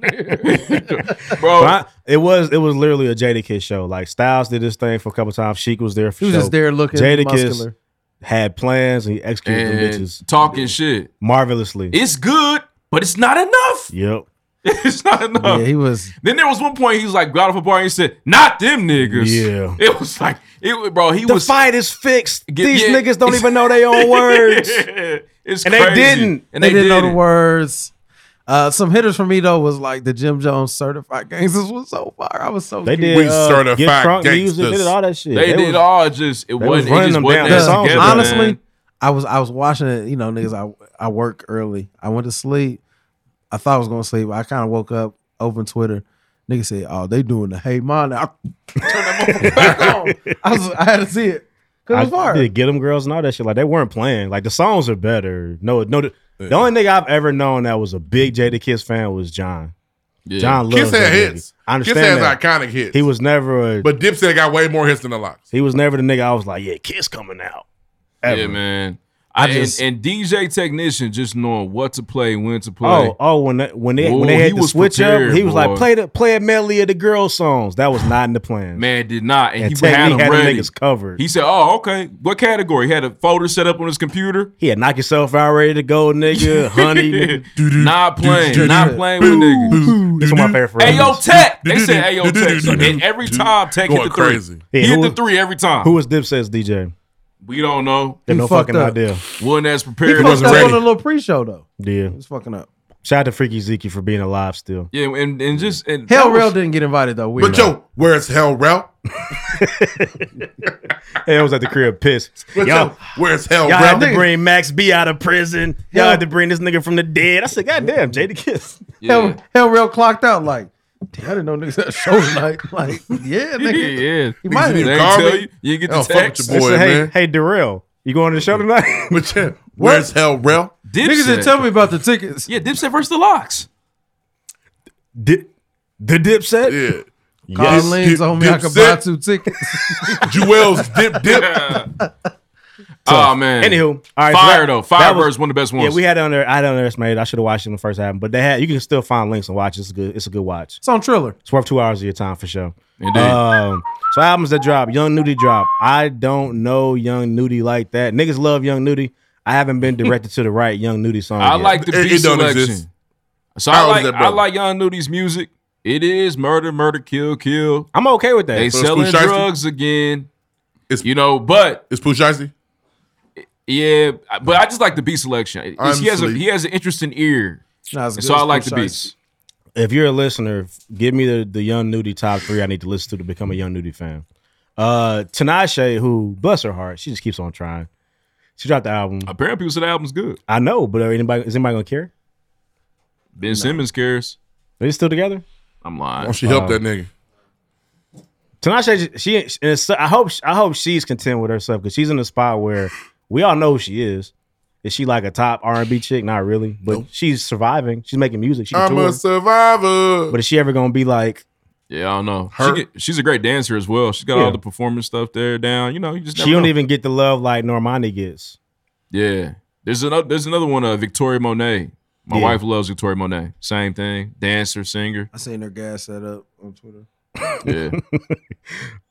Donda. Bro, But I- it was it was literally a Jada Kiss show. Like Styles did his thing for a couple times. Sheik was there for He was show. just there looking muscular. had plans and he executed them and bitches talking shit. marvelously. It's good, but it's not enough. yep. It's not enough. yeah, he was. Then there was one point he was like, got off a party and said, "Not them niggas." Yeah. it was like it, was- bro. He The was fight is fixed. Get- These yeah. niggas don't even know their own words. Yeah. It's And they crazy. didn't. And they, didn't know the didn't. words. Uh, some hitters for me though was like the Jim Jones certified gangsters was so far. I was so They geeked. did. uh, Get Crunk Music, They did all that shit. They, did was- all just it they was wasn't. It running just them wasn't down. that The songs together, were man. honestly, I was I was watching it. You know, niggas, I I work early. I went to sleep. I thought I was gonna sleep. I kind of woke up, opened Twitter. Nigga said, "Oh, they doing the Hey Ma now." I turned that motherfucker back on. I, was, I had to see it because it I was far. did get them girls and all that shit. Like they weren't playing. Like the songs are better. No, no. The, the only nigga I've ever known that was a big Jada Kiss fan was John. John loves Kiss that had nigga. hits. I understand Kiss has that. iconic hits. He was never a, But Dipset got way more hits than the locks. he was never the nigga I was like, yeah, Kiss coming out. Ever. Yeah, man. I and, just- and DJ technician just knowing what to play, when to play. Oh, oh, when they, when they Ooh, when they he had to was switch prepared, up, he was boy. like, play the play a medley of the girl songs. That was not in the plan. man did not, and, And he had him Technique oh. had the ready. niggas covered. He said, "Oh, okay. What category? He had a folder set up on his computer. He had knock yourself out, ready to go, nigga. Honey, nigga. not playing, do, not do, playing with niggas." This is my favorite. Hey yo, reference. Tech. They said, "Hey yo, Tech." So, and every time Tech hit Going the three, crazy. Yeah, he who hit the was- three every time. Who was Dipset's DJ? We don't know. Got no fucked fucking up. idea. Wasn't as prepared. He as fucked he up was. on a little pre-show though. Yeah. He was fucking up. Shout out to Freaky Zeke for being alive still. Yeah, and, and just and Hell that was- Rail didn't get invited though. Weird. But yo, where's Hell Rel? Hey, I was at the crib pissed. But yo, where's Hell Y'all had to Rel? bring Max B out of prison. Y'all had to bring this nigga from the dead. I said, God damn, Jada Kiss. Hell, Hell Rail clocked out like. Damn, I didn't know niggas had a show tonight. Like, yeah, nigga. yeah, He might They have. ain't call tell me? you. You didn't get Hell, the fuck with text. your boy, I said, hey, man. hey, Darrell, you going to the show tonight? But yeah, where's Hell Rel? Niggas didn't Dipset. tell me about the tickets. Yeah, Dipset versus the Locks. Di- the Dipset? Yeah. Carl Dip- Lean told me I could buy Dipset. two tickets. Jewel's dip dip. Oh man. Anywho, all right, so Fire that- though. that was- Firebird is one of the best ones. Yeah, we had it under. I had it underestimated. I should have watched it in the first album, but they had. You can still find links and watch. it. It's a good. It's a good watch. It's on Triller. It's worth two hours of your time for sure. Indeed. Um, so albums that drop, Young Nudie drop. I don't know Young Nudie like that. Niggas love Young Nudie. I haven't been directed to the right Young Nudie song. I yet. like the It- it beat don't selection. exist. So How I is like that I better? like Young Nudi's music. It is murder, murder, kill, kill. I'm okay with that. They So it's selling Pusha T? drugs again. It's- you know, but It's Pusha yeah, but I just like the beat selection. I'm He has a, sleep. he has an interesting ear, Nah, it's and good so I as like the Pusha T. beats. if you're a listener, f- give me the, the Young Nudie top three I need to listen to to become a Young Nudie fan. Uh, Tinashe, who bless her heart, she just keeps on trying. She dropped the album. Apparently, people said the album's good. I know, but are anybody is anybody gonna care? Ben Simmons cares. Are they still together? I'm Won't lying. she help that nigga? Tinashe, she, she and it's, I hope I hope she's content with herself because she's in a spot where We all know who she is. Is she like a top R and B chick? Not really, but she's surviving. She's making music. She's I'm a touring. survivor. But is she ever gonna be like? Yeah, I don't know. Her- She get, she's a great dancer as well. She's got Yeah. all the performance stuff there down. You know, you just She never don't know. even get the love like Normani gets. Yeah. There's another there's another one, uh, Victoria Monet. My Yeah. wife loves Victoria Monet. Same thing. Dancer, singer. I seen her gas that up on Twitter. Yeah.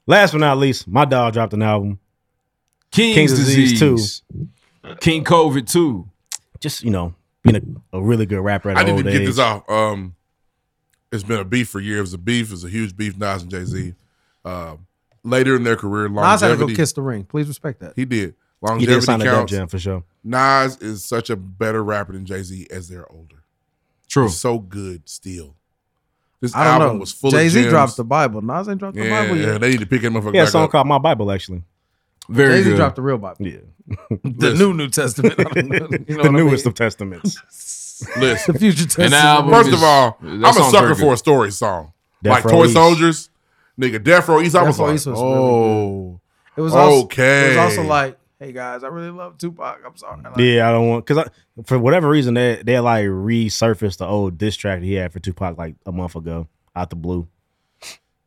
Last but not least, my dog dropped an album. King's, Disease. Two. King COVID Two. Just you know, being a, a really good rapper. At I an need to old get age. this off. Um, it's been a beef for years. The beef is a huge beef. Nas and Jay Z. Um, later in their career, Nas had to longevity. go kiss the ring. Please respect that. He did. He Longevity did sign a Def counts. Jam for sure. Nas is such a better rapper than Jay Z as they're older. True. He's so good still. This I don't album know. was full Jay of Z gems. dropped the Bible. Nas ain't dropped the yeah, Bible yeah, yet. they need to pick him up. He had a song called My Bible actually. Very Jay Z good. dropped the real Bible. Yeah. The new New Testament. the newest of Testaments. Listen, The future test. First of all, I'm a sucker for a story song. Death like Row Toy East. Soldiers, nigga, Death Row East. I Death was Row like, East was really oh, It was also, okay. It was also like, hey guys, I really love Tupac. I'm sorry. Like, Yeah, I don't want because I for whatever reason they they like resurfaced the old diss track that he had for Tupac like a month ago out the blue.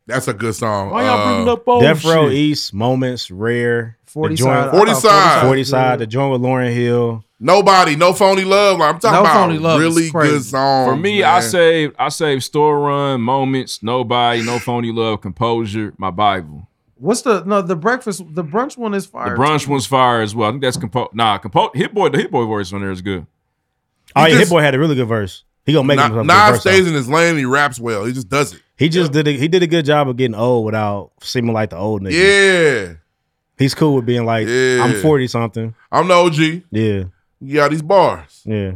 that's a good song. Uh, Why y'all bringing up Oh, Death Row East, Moments, Rare, 40 the joint- Side. I thought 40 Side. 40 side, the joint with Lauren Hill. Nobody, no phony love. Like, I'm talking No about Phony Love is really crazy. good song. For me, I saved I saved store run, moments, nobody, no phony love, composure, my Bible. What's the no the breakfast the brunch one is The fire. brunch one's fire as well. I think that's compo nah, compo hit boy the hit boy voice on there is good. Oh yeah, Hit Boy had a really good verse. He gonna make him Nas something good verse stays though. in his lane. and He raps well. He just does it. He just did a, he did a good job of getting old without seeming like the old nigga. Yeah, He's cool with being like Yeah. I'm 40 something. I'm the OG. Yeah. Yeah, these bars. Yeah.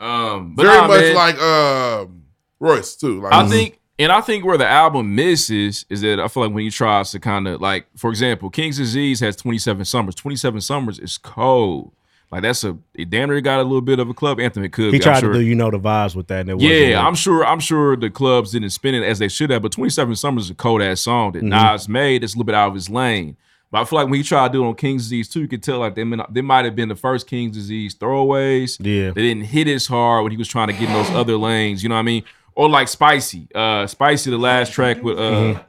Um but Very nah, much man. like um, Royce too. Like, I think, and I think where the album misses is that I feel like when he tries to kind of like, for example, King's Disease has 27 summers. 27 summers is cold. Like that's a it damn near got a little bit of a club anthem. It could. He be, I'm tried sure. to do you know the vibes with that. And it wasn't Yeah, like- I'm sure. I'm sure the clubs didn't spin it as they should have. But 27 Summers is a cold ass song that Mhm. Nas made. It's a little bit out of his lane. But I feel like when he tried to do it on King's Disease too, you could tell like they may not- they might have been the first King's Disease throwaways. Yeah. they didn't hit as hard when he was trying to get in those other lanes. You know what I mean? Or like Spicy, uh, Spicy, the last track with uh, Mhm.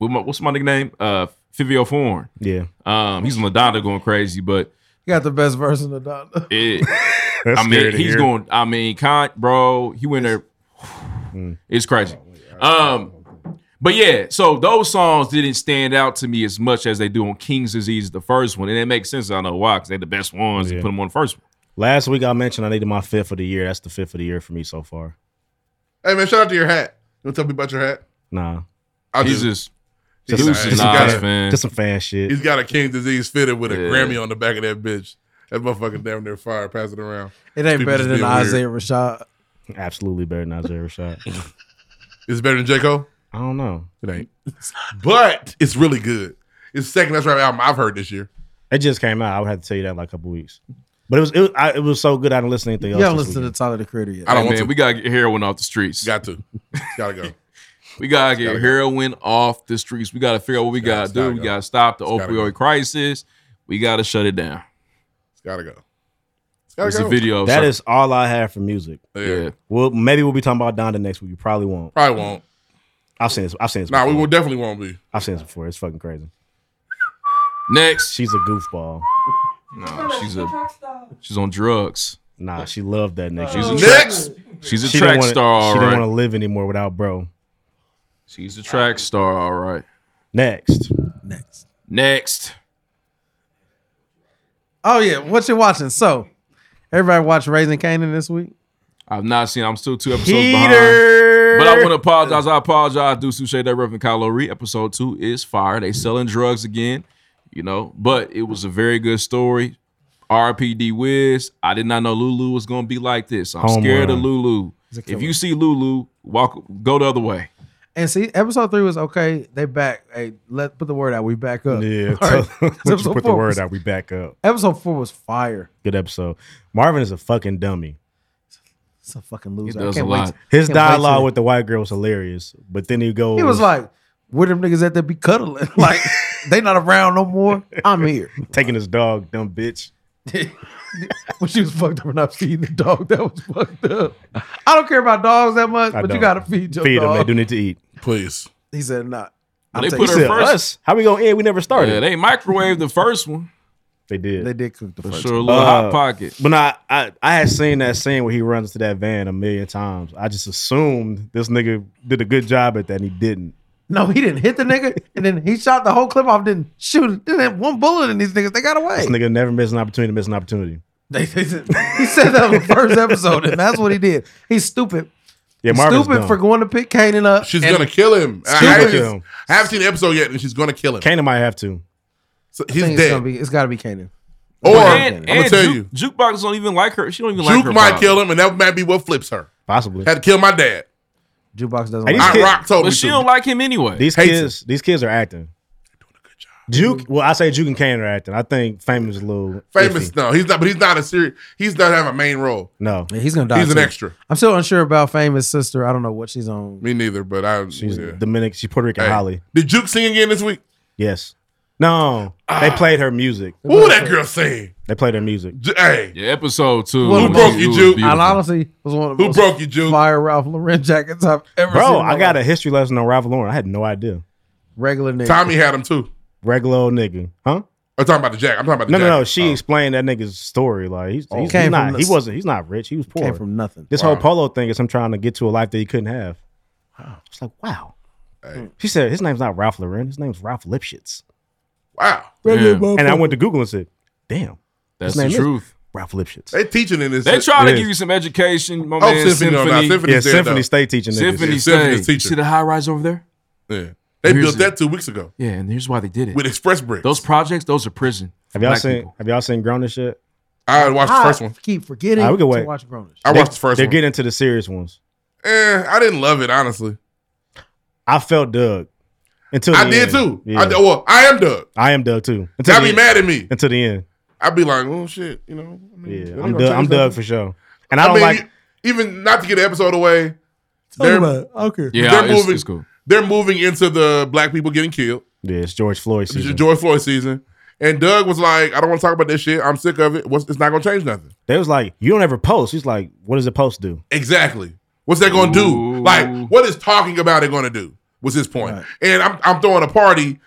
with my, what's my nickname? Uh, Fivio Foreign. Yeah. um, he's on Ladonna going crazy, but You got the best verse in the Don. it, That's I scary mean, to he's hear. going. I mean, con, bro, he went there. Hmm. It's crazy. Oh, Um, but yeah, so those songs didn't stand out to me as much as they do on King's Disease, the first one, and it makes sense. I know why, because they're the best ones. You Yeah. put them on the first one. Last week I mentioned I needed my fifth of the year. That's the fifth of the year for me so far. Hey man, shout out to your hat. You want to tell me about your hat? Nah. I do. He's just He's Just, nice. just He's some got fan- fan. just some fan shit. He's got a King disease fitted with a Yeah. Grammy on the back of that bitch. That motherfucker damn near fire. Pass it around. It ain't People better just than being weird. Isaiah Rashad. Absolutely better than Isaiah Rashad. It's better than J Cole. I don't know. It ain't. But it's really good. It's the second best rap album I've heard this year. It just came out. I would have to tell you that in like a couple weeks. But it was it was, I, it was so good I didn't listen to anything You else. haven't this listened to weekend. Tyler the Creator yet. I don't Hey, want man, to. we gotta get heroin off the streets. Got to. Gotta go. we gotta get heroin off the streets. We gotta figure out what we gotta, gotta- it's do. gotta we go. gotta stop the It's gotta opioid crisis. We gotta shut it down. It's gotta go. It's gotta There's a go. video. of That something. is all I have for music. Yeah. Well, maybe we'll be talking about Donda next week. You probably won't. Probably won't. I've seen this. I've seen this. Nah, we before. will definitely won't be. I've seen this before. It's fucking crazy. Next, she's a goofball. No, she's a she's on drugs. Nah, she loved that nigga. She's a track. She's a She didn't track wanna- star. All She right. didn't want to live anymore without bro. she's a track star. All right. Next, Next. Oh yeah, what you watching? So, everybody watch Raising Canaan this week. I've not seen. I'm still two episodes Heater. behind. But I want to apologize. I apologize. Do Suche that Reverend Kylo Ree. Episode two is fire. They selling drugs again. You know, but it was a very good story. RPD Wiz. I did not know Lulu was gonna be like this. I'm Home scared run. of Lulu. He's a If killer. you see Lulu, walk go the other way. And see, episode three was okay. They back. Hey, let put the word out. We back up. yeah. All right. Once you Episode put the four word was- out, we back up. Episode four was fire. Good episode. Marvin is a fucking dummy. It's a fucking loser. does I can't a wait. lot. to- His can't wait dialogue to- with the white girl was hilarious, but then he goes. He was like, Where them niggas at that be cuddling? Like they not around no more. I'm here. Taking his dog, dumb bitch. when she was fucked up and I feeding the dog that was fucked up. I don't care about dogs that much, I but you don't. gotta feed your feed dog. them. They do need to eat. Please. He said not. Well, they put her first. Us? How we gonna end? We never started. Yeah, they microwaved the first one. They did. They did cook the For first sure, a one. little hot Uh, pocket. But I, I I had seen that scene where he runs to that van a million times. I just assumed this nigga did a good job at that and he didn't. No, he didn't hit the nigga, and then he shot the whole clip off. Didn't shoot. it, Didn't have one bullet in these niggas. They got away. This nigga never missed an opportunity to miss an opportunity. They- they said- he said that on the first episode, and that's what he did. He's stupid. Yeah, He's Marvin's stupid dumb. for going to pick Kanan up. She's and- gonna kill him. I Stupid. haven't, Kill him. I haven't seen the episode yet, and she's gonna kill him. Kanan might have to. So I he's think It's, dead. gonna be, it's gotta be Kanan. or and, I'm gonna and tell you, Juke, Jukebox don't even like her. She don't even like her. Juke might pop. kill him, and that might be what flips her. Possibly. Had to kill my dad. Jukebox doesn't. Like Hey, these I kids- rock told me but she to. don't like him anyway. These Hates kids, these kids are acting. Juke, well, I say Juke and Kanan are acting. I think Famous is a little Famous, iffy. no, he's not. But he's not a serious. He's not having a main role. No, Yeah, he's gonna die. he's an too. extra. I'm still unsure about Famous sister. I don't know what she's on. Me neither. But I. she's yeah. Dominican. She's Puerto Rican. Hey, Holly. Did Juke sing again this week? Yes. No, they played her music. Ooh, that girl sang. They played her music. J- Hey, Yeah, episode two. Who It broke was you, Juke? I beautiful. honestly was one of the who most broke you, Juke? fire Ralph Lauren jackets I've ever seen. Bro, in my I got a life. history lesson on Ralph Lauren. I had no idea. regular nigga. Tommy had him too. Regular old nigga, huh? I'm talking about the Jack. I'm talking about the No, Jack. Oh, no, no. She explained that nigga's story. Like he's, Oh. he's, Came he's from not. He this- wasn't. He's not rich. He was poor. Came from nothing. this whole polo thing is him trying to get to a life that he couldn't have. It's like wow. Hey. She said his name's not Ralph Lauren. His name's Ralph Lipschitz. Wow, Yeah, And I went to Google and said, "Damn, that's his name the is truth. Ralph Lipschitz." they teaching in this. They try to It give is. you some education. My Oh, man, Symphony, no, not Symphony. Symphony. yeah, dead, Symphony though. State teaching niggas. Symphony Yeah, Symphony's State. You teacher. see the high rise over there? Yeah, they Here's built it. that two weeks ago Yeah, and here's why they did it. with express bricks. Those projects, those are prison. Have y'all Black seen? people. Have y'all seen Grown and shit? I watched the I first one. Keep forgetting. All right, we can to wait. watch Grownish. I They- watched the first They're one. getting into the serious ones. Eh, I didn't love it honestly. I felt Doug until I the did end. too. Yeah. I, well, I am Doug. I am Doug too. Until Y'all the be end. mad at me. Until the end. I'd be like, oh shit, you know. I mean, Yeah, I'm I'm gonna Doug. change I'm Doug nothing. for sure. And I don't mean, like. you- even not to get an episode away. Talk They're, about it. I don't care. Yeah, they're it's, moving. it's cool. They're moving into the black people getting killed. Yeah, it's George Floyd This is season. George Floyd season. And Doug was like, I don't want to talk about this shit. I'm sick of it. What's, it's not going to change nothing. They was like, you don't ever post. He's like, what does a post do? Exactly. What's that going to do? Ooh. Like, what is talking about it going to do? Was his point. And I'm, I'm throwing a party.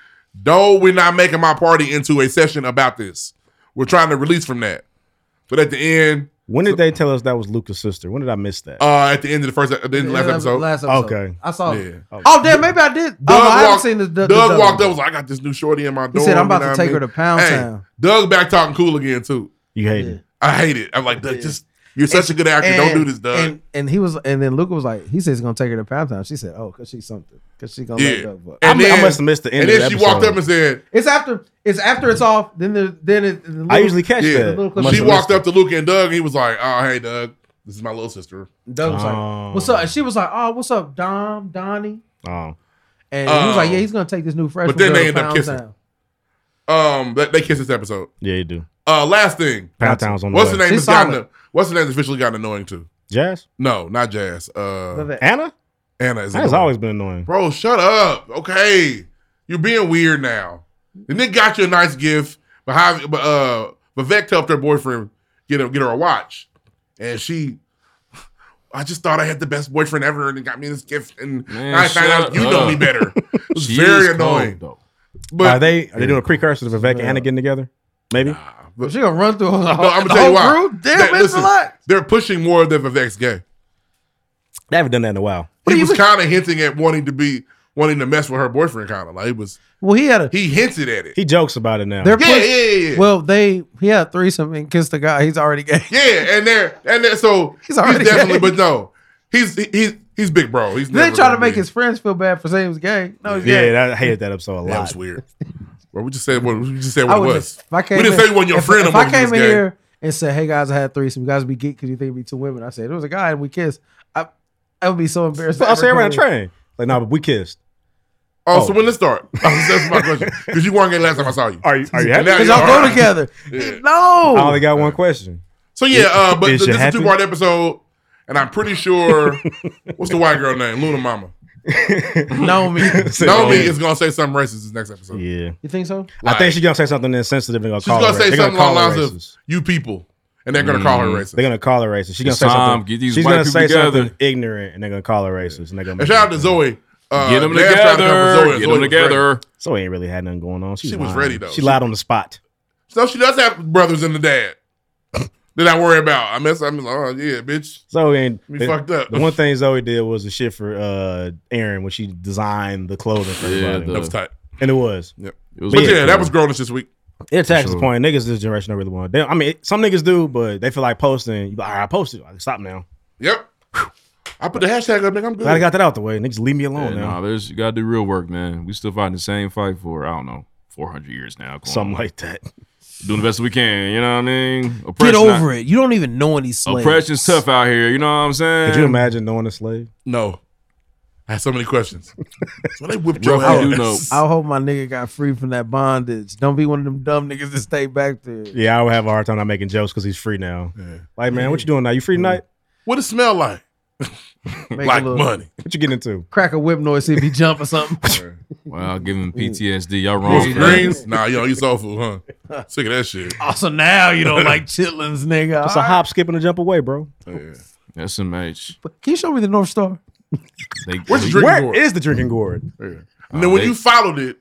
No, we're not making my party into a session about this. We're trying to release from that. But at the end, When did they tell us that was Luca's sister? When did I miss that? uh, at the end of the first, at the end of the last Yeah, episode, Last episode. Okay. I saw. Yeah. it. Oh damn, maybe I did. Doug, oh, I haven't walked, seen the, the the Doug Doug walked up one. was like, I got this new shorty in my door. He said, "I'm about to what take her to Pound hey, Town." Doug back talking cool again, too. You hate it. I hate it. I'm like, Doug, just, you're such a good actor. And- Don't do this, Doug. And, and he was, and then Luca was like, he says he's gonna take her to Pound Town. She said, oh, cause she's something, cause she gonna let yeah. Doug. fuck. I mu- I must have missed the end And of then the she walked episode. up and said, It's after, it's after it's off. Then there, then it. the I little- usually catch Yeah. that. Little clip. Must she have walked missed up to Luke and Doug, and he was like, "Oh, hey, Doug, this is my little sister." Doug was Oh. like, what's up? And she was like, oh, what's up, Dom, Donnie? it. Oh. And he was like, Oh. yeah, he's gonna take this new freshman. then girl they to end up Pound kissing. Town. Um, they, they kissed this episode. Yeah, you do. Uh, last thing, Pound Town's on the what's way. the name? She's Has gotten solid. what's the name? Officially gotten annoying too. Jazz? No, not Jazz. Uh, Love it. Anna? Anna is Anna's annoying. always been annoying. Bro, shut up. Okay, you're being weird now. The nigga got you a nice gift, but how? But uh, Vivek helped her boyfriend get her, get her a watch, and she. I just thought I had the best boyfriend ever, and it got me this gift. And Man, I found shut out you know up. me better. It was She very is cold, annoying. though. But are they are they doing a precursor to Vivek and Anna getting together? Maybe? But- She gonna run through. no, I'm gonna tell you why. Damn, They- it's a lot. They're pushing more than Vivek's gay. They haven't done that in a while. he was kind of hinting at wanting to be wanting to mess with her boyfriend, kind of like it was. Well, he had a. He hinted at it. He jokes about it now. They're Yeah, push- yeah, yeah, yeah. Well, they he had a threesome and kissed the guy. He's already gay. yeah, and there and there, so He's he's, already gay. definitely, but no, he's he- he's he's big bro. He's They never try to gonna make be- his friends feel bad for saying he was gay. No, he's yeah, gay. that, I hated that episode a lot. That was weird. Well, we just said what we just said I what it would was. just if I came we didn't in, say you wasn't your if, friend. If among I came these in gay. here and said, "Hey guys, I had threesome. You guys be geek because you think it be two women," I said it was a guy and we kissed. I I would be so embarrassed. But I say Every around the time- train. Like, nah, but we kissed. oh, so Oh. when let's start? That's my question because you weren't gay last time I saw you. Are you are you happy? now I Cause y'all All go right. together. Yeah. Oh. No, only got one question. So yeah, uh, but Is th- you this is a happy? two part episode, and I'm pretty sure what's the white girl name? Luna Mama. Know me. Know me is gonna say something racist this next episode. Yeah. You think so? I think she's gonna say something insensitive and gonna She's call gonna her. say they're something call along the her lines racist. of "you people," and they're gonna call her Mhm. racist. They're gonna call her racist. She's gonna It's say time. something. Get these she's white gonna people say together. something ignorant, and they're gonna call her racist. And they're gonna. And shout out to Zoe. Uh, Get 'em last time I covered Zoe, Zoe was ready. Zoe ain't really had nothing going on. She, She was was ready, though. She lied on the spot. So she does have brothers and a dad that I worry about. I mess. I'm like, oh yeah, bitch. Zoe ain't. Me the- fucked up. The one thing Zoe did was the shit for uh Aaron when she designed the clothing for Yeah, everybody. the- That was tight. And it was. Yep. but yeah, that was grown this week. It attacks Sure. the point. Niggas this generation don't really want. They, I mean, it- some niggas do, but they feel like posting. You be like, all right, I posted. I can stop now. Yep. I put the hashtag up, nigga. I'm good. Glad I got that out the way. Niggas leave me alone Yeah, now. nah, there's you gotta do real work, man. We still fighting the same fight for I don't know, four hundred years now. Come on. Something like that. Doing the best we can. You know what I mean? Get Oppression over out- it. You don't even know any slaves. Oppression's tough out here. You know what I'm saying? Could you imagine knowing a slave? No. I have so many questions. so they whipped Bro, your I, ass. I hope my nigga got free from that bondage. Don't be one of them dumb niggas that stay back there. Yeah, I would have a hard time not making jokes because he's free now. Like, man, what you doing now? You free tonight? What it smell like? Make a like little- money. What you getting into? Crack a whip noise, see if he jump or something. Wow, giving PTSD. Y'all You want wrong. some greens? Nah, you don't eat soul food, huh? Sick of that shit. also, now you don't like chitlins, nigga. It's a hop, skip, and a jump away, bro. SMH. Can you show me the North Star? They, Where's the they- drinking Where gourd? is the drinking gourd? And then when they- you followed it,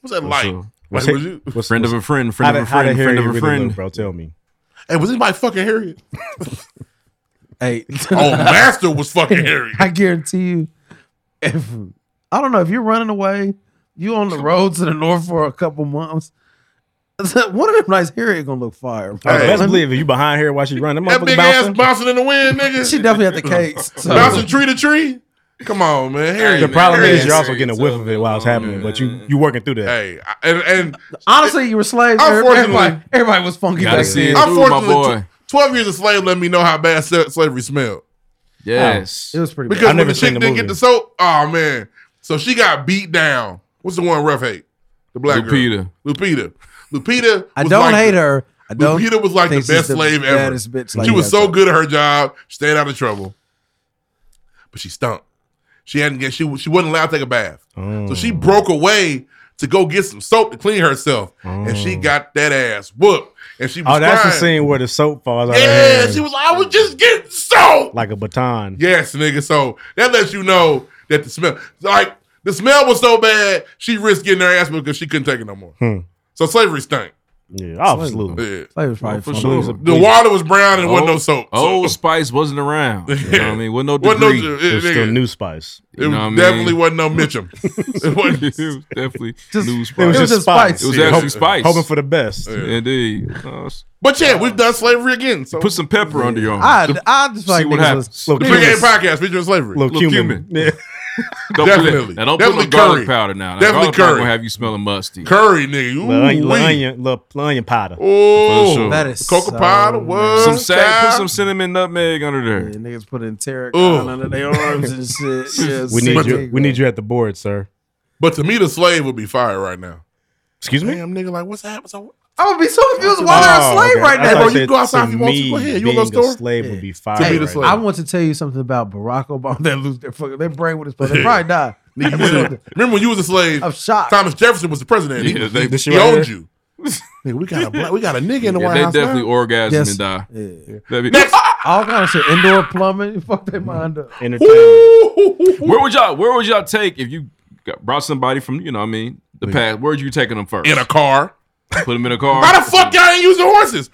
what's that What's up? like? Like, What's was it- you? what's- Friend of a friend, friend how of a did- how did friend, Harry friend of a really friend. look, bro, tell me. Hey, was anybody fucking Harriet? Hey. Oh, Master was fucking Harriet. I guarantee you, if I don't know, if you're running away, you on the road to the north for a couple months. One of them nights here ain't gonna look fire. bro. Oh, Let's believe it. You behind here while she running. That That big ass bouncing in the wind, nigga. She definitely at the cakes. so- bouncing tree to tree. Come on, man. Harriet, The problem Harriet. is you're also getting a whiff of it while it's happening, but you you working through that. Hey, I- and and Honestly, you were slaves. Unfortunately- Everybody, everybody was funky Gotta back see then. it. Dude, my boy. unfortunately, tw- twelve years a slave let me know how bad sa- slavery smelled. Yes. It was pretty. Because bad. when the chick didn't get the soap, oh man. So she got beat down. What's the one rough hate? The black Lupita. girl. Lupita. Lupita. I was don't like hate the- her. I don't Lupita was like the think she's best the slave ever. baddest bitch like she was that, so though. good at her job, stayed out of trouble. But she stunk. She hadn't get she she wasn't allowed to take a bath. So Oh. she broke away to go get some soap to clean herself. And Oh. she got that ass whooped. And she was Oh, that's the crying. scene where the soap falls out. of her Yeah, hand she was I was just getting soap. like a baton. Yes, nigga. So that lets you know that the smell, like the smell was so bad, she risked getting her ass whipped because she couldn't take it no more. Hmm. So slavery stank. Yeah, absolutely. Yeah. Slaves probably Oh, for funky. sure. The water was brown and wasn't no Old- soap. Old so, Spice wasn't around. You know what I mean? Wasn't no Wasn't no- degree. it- it- It's still new spice. it You know what I mean? definitely wasn't no Mitchum. it wasn't. it was definitely Just- new spice. It was just spice. It was Yeah. actually Hope- spice. Hoping for the best. Indeed. Uh, s- But yeah, we've done slavery again. So put some pepper under your arm. I, I just See like what niggas was, happens. Little the Big Game cumin. podcast featuring slavery. Little Little cumin. cumin. Yeah. Don't Definitely. put, now don't Definitely put no garlic curry. powder now. Now, Definitely garlic powder curry. gonna have you smelling musty. Curry, nigga. Little onion, little Ooh, onion, little, little onion powder. Oh, For sure. that is cocoa so powder. nice. What? Some sag, put child? some cinnamon nutmeg under Yeah, there. niggas put in Ugh. tarragon under their arms and shit. Yeah, We need sick you. nigga. We need you at the board, sir. But to me, the slave would be fired right now. Excuse me. Damn, nigga, like, what's happening? So, I'm gonna be so confused why they're a Oh, slave okay. right I now. thought Bro, you you said go outside if you want to. me Go ahead. You wanna go being to the store? A slave would be fire. be Hey, the right slave. I want to tell you something about Barack Obama. They lose their fucking. Their brain would explode. They probably die. Remember remember when you was a slave? I'm shocked. Thomas Jefferson was the president. Yeah, they- he This shit he right owned here? you. Nigga, we got a black, we got a nigga in the Yeah, White they House. definitely now. orgasm Yes. and die. Yeah. That'd be- Next, All kind of shit. Indoor plumbing. You fuck their mind up. now. Entertainment. Ooh. Where would y'all Where would y'all take if you got, brought somebody from you know what I mean the past? Where'd you taking them first? in a car. Put them in a car. Why the fuck y'all ain't using horses?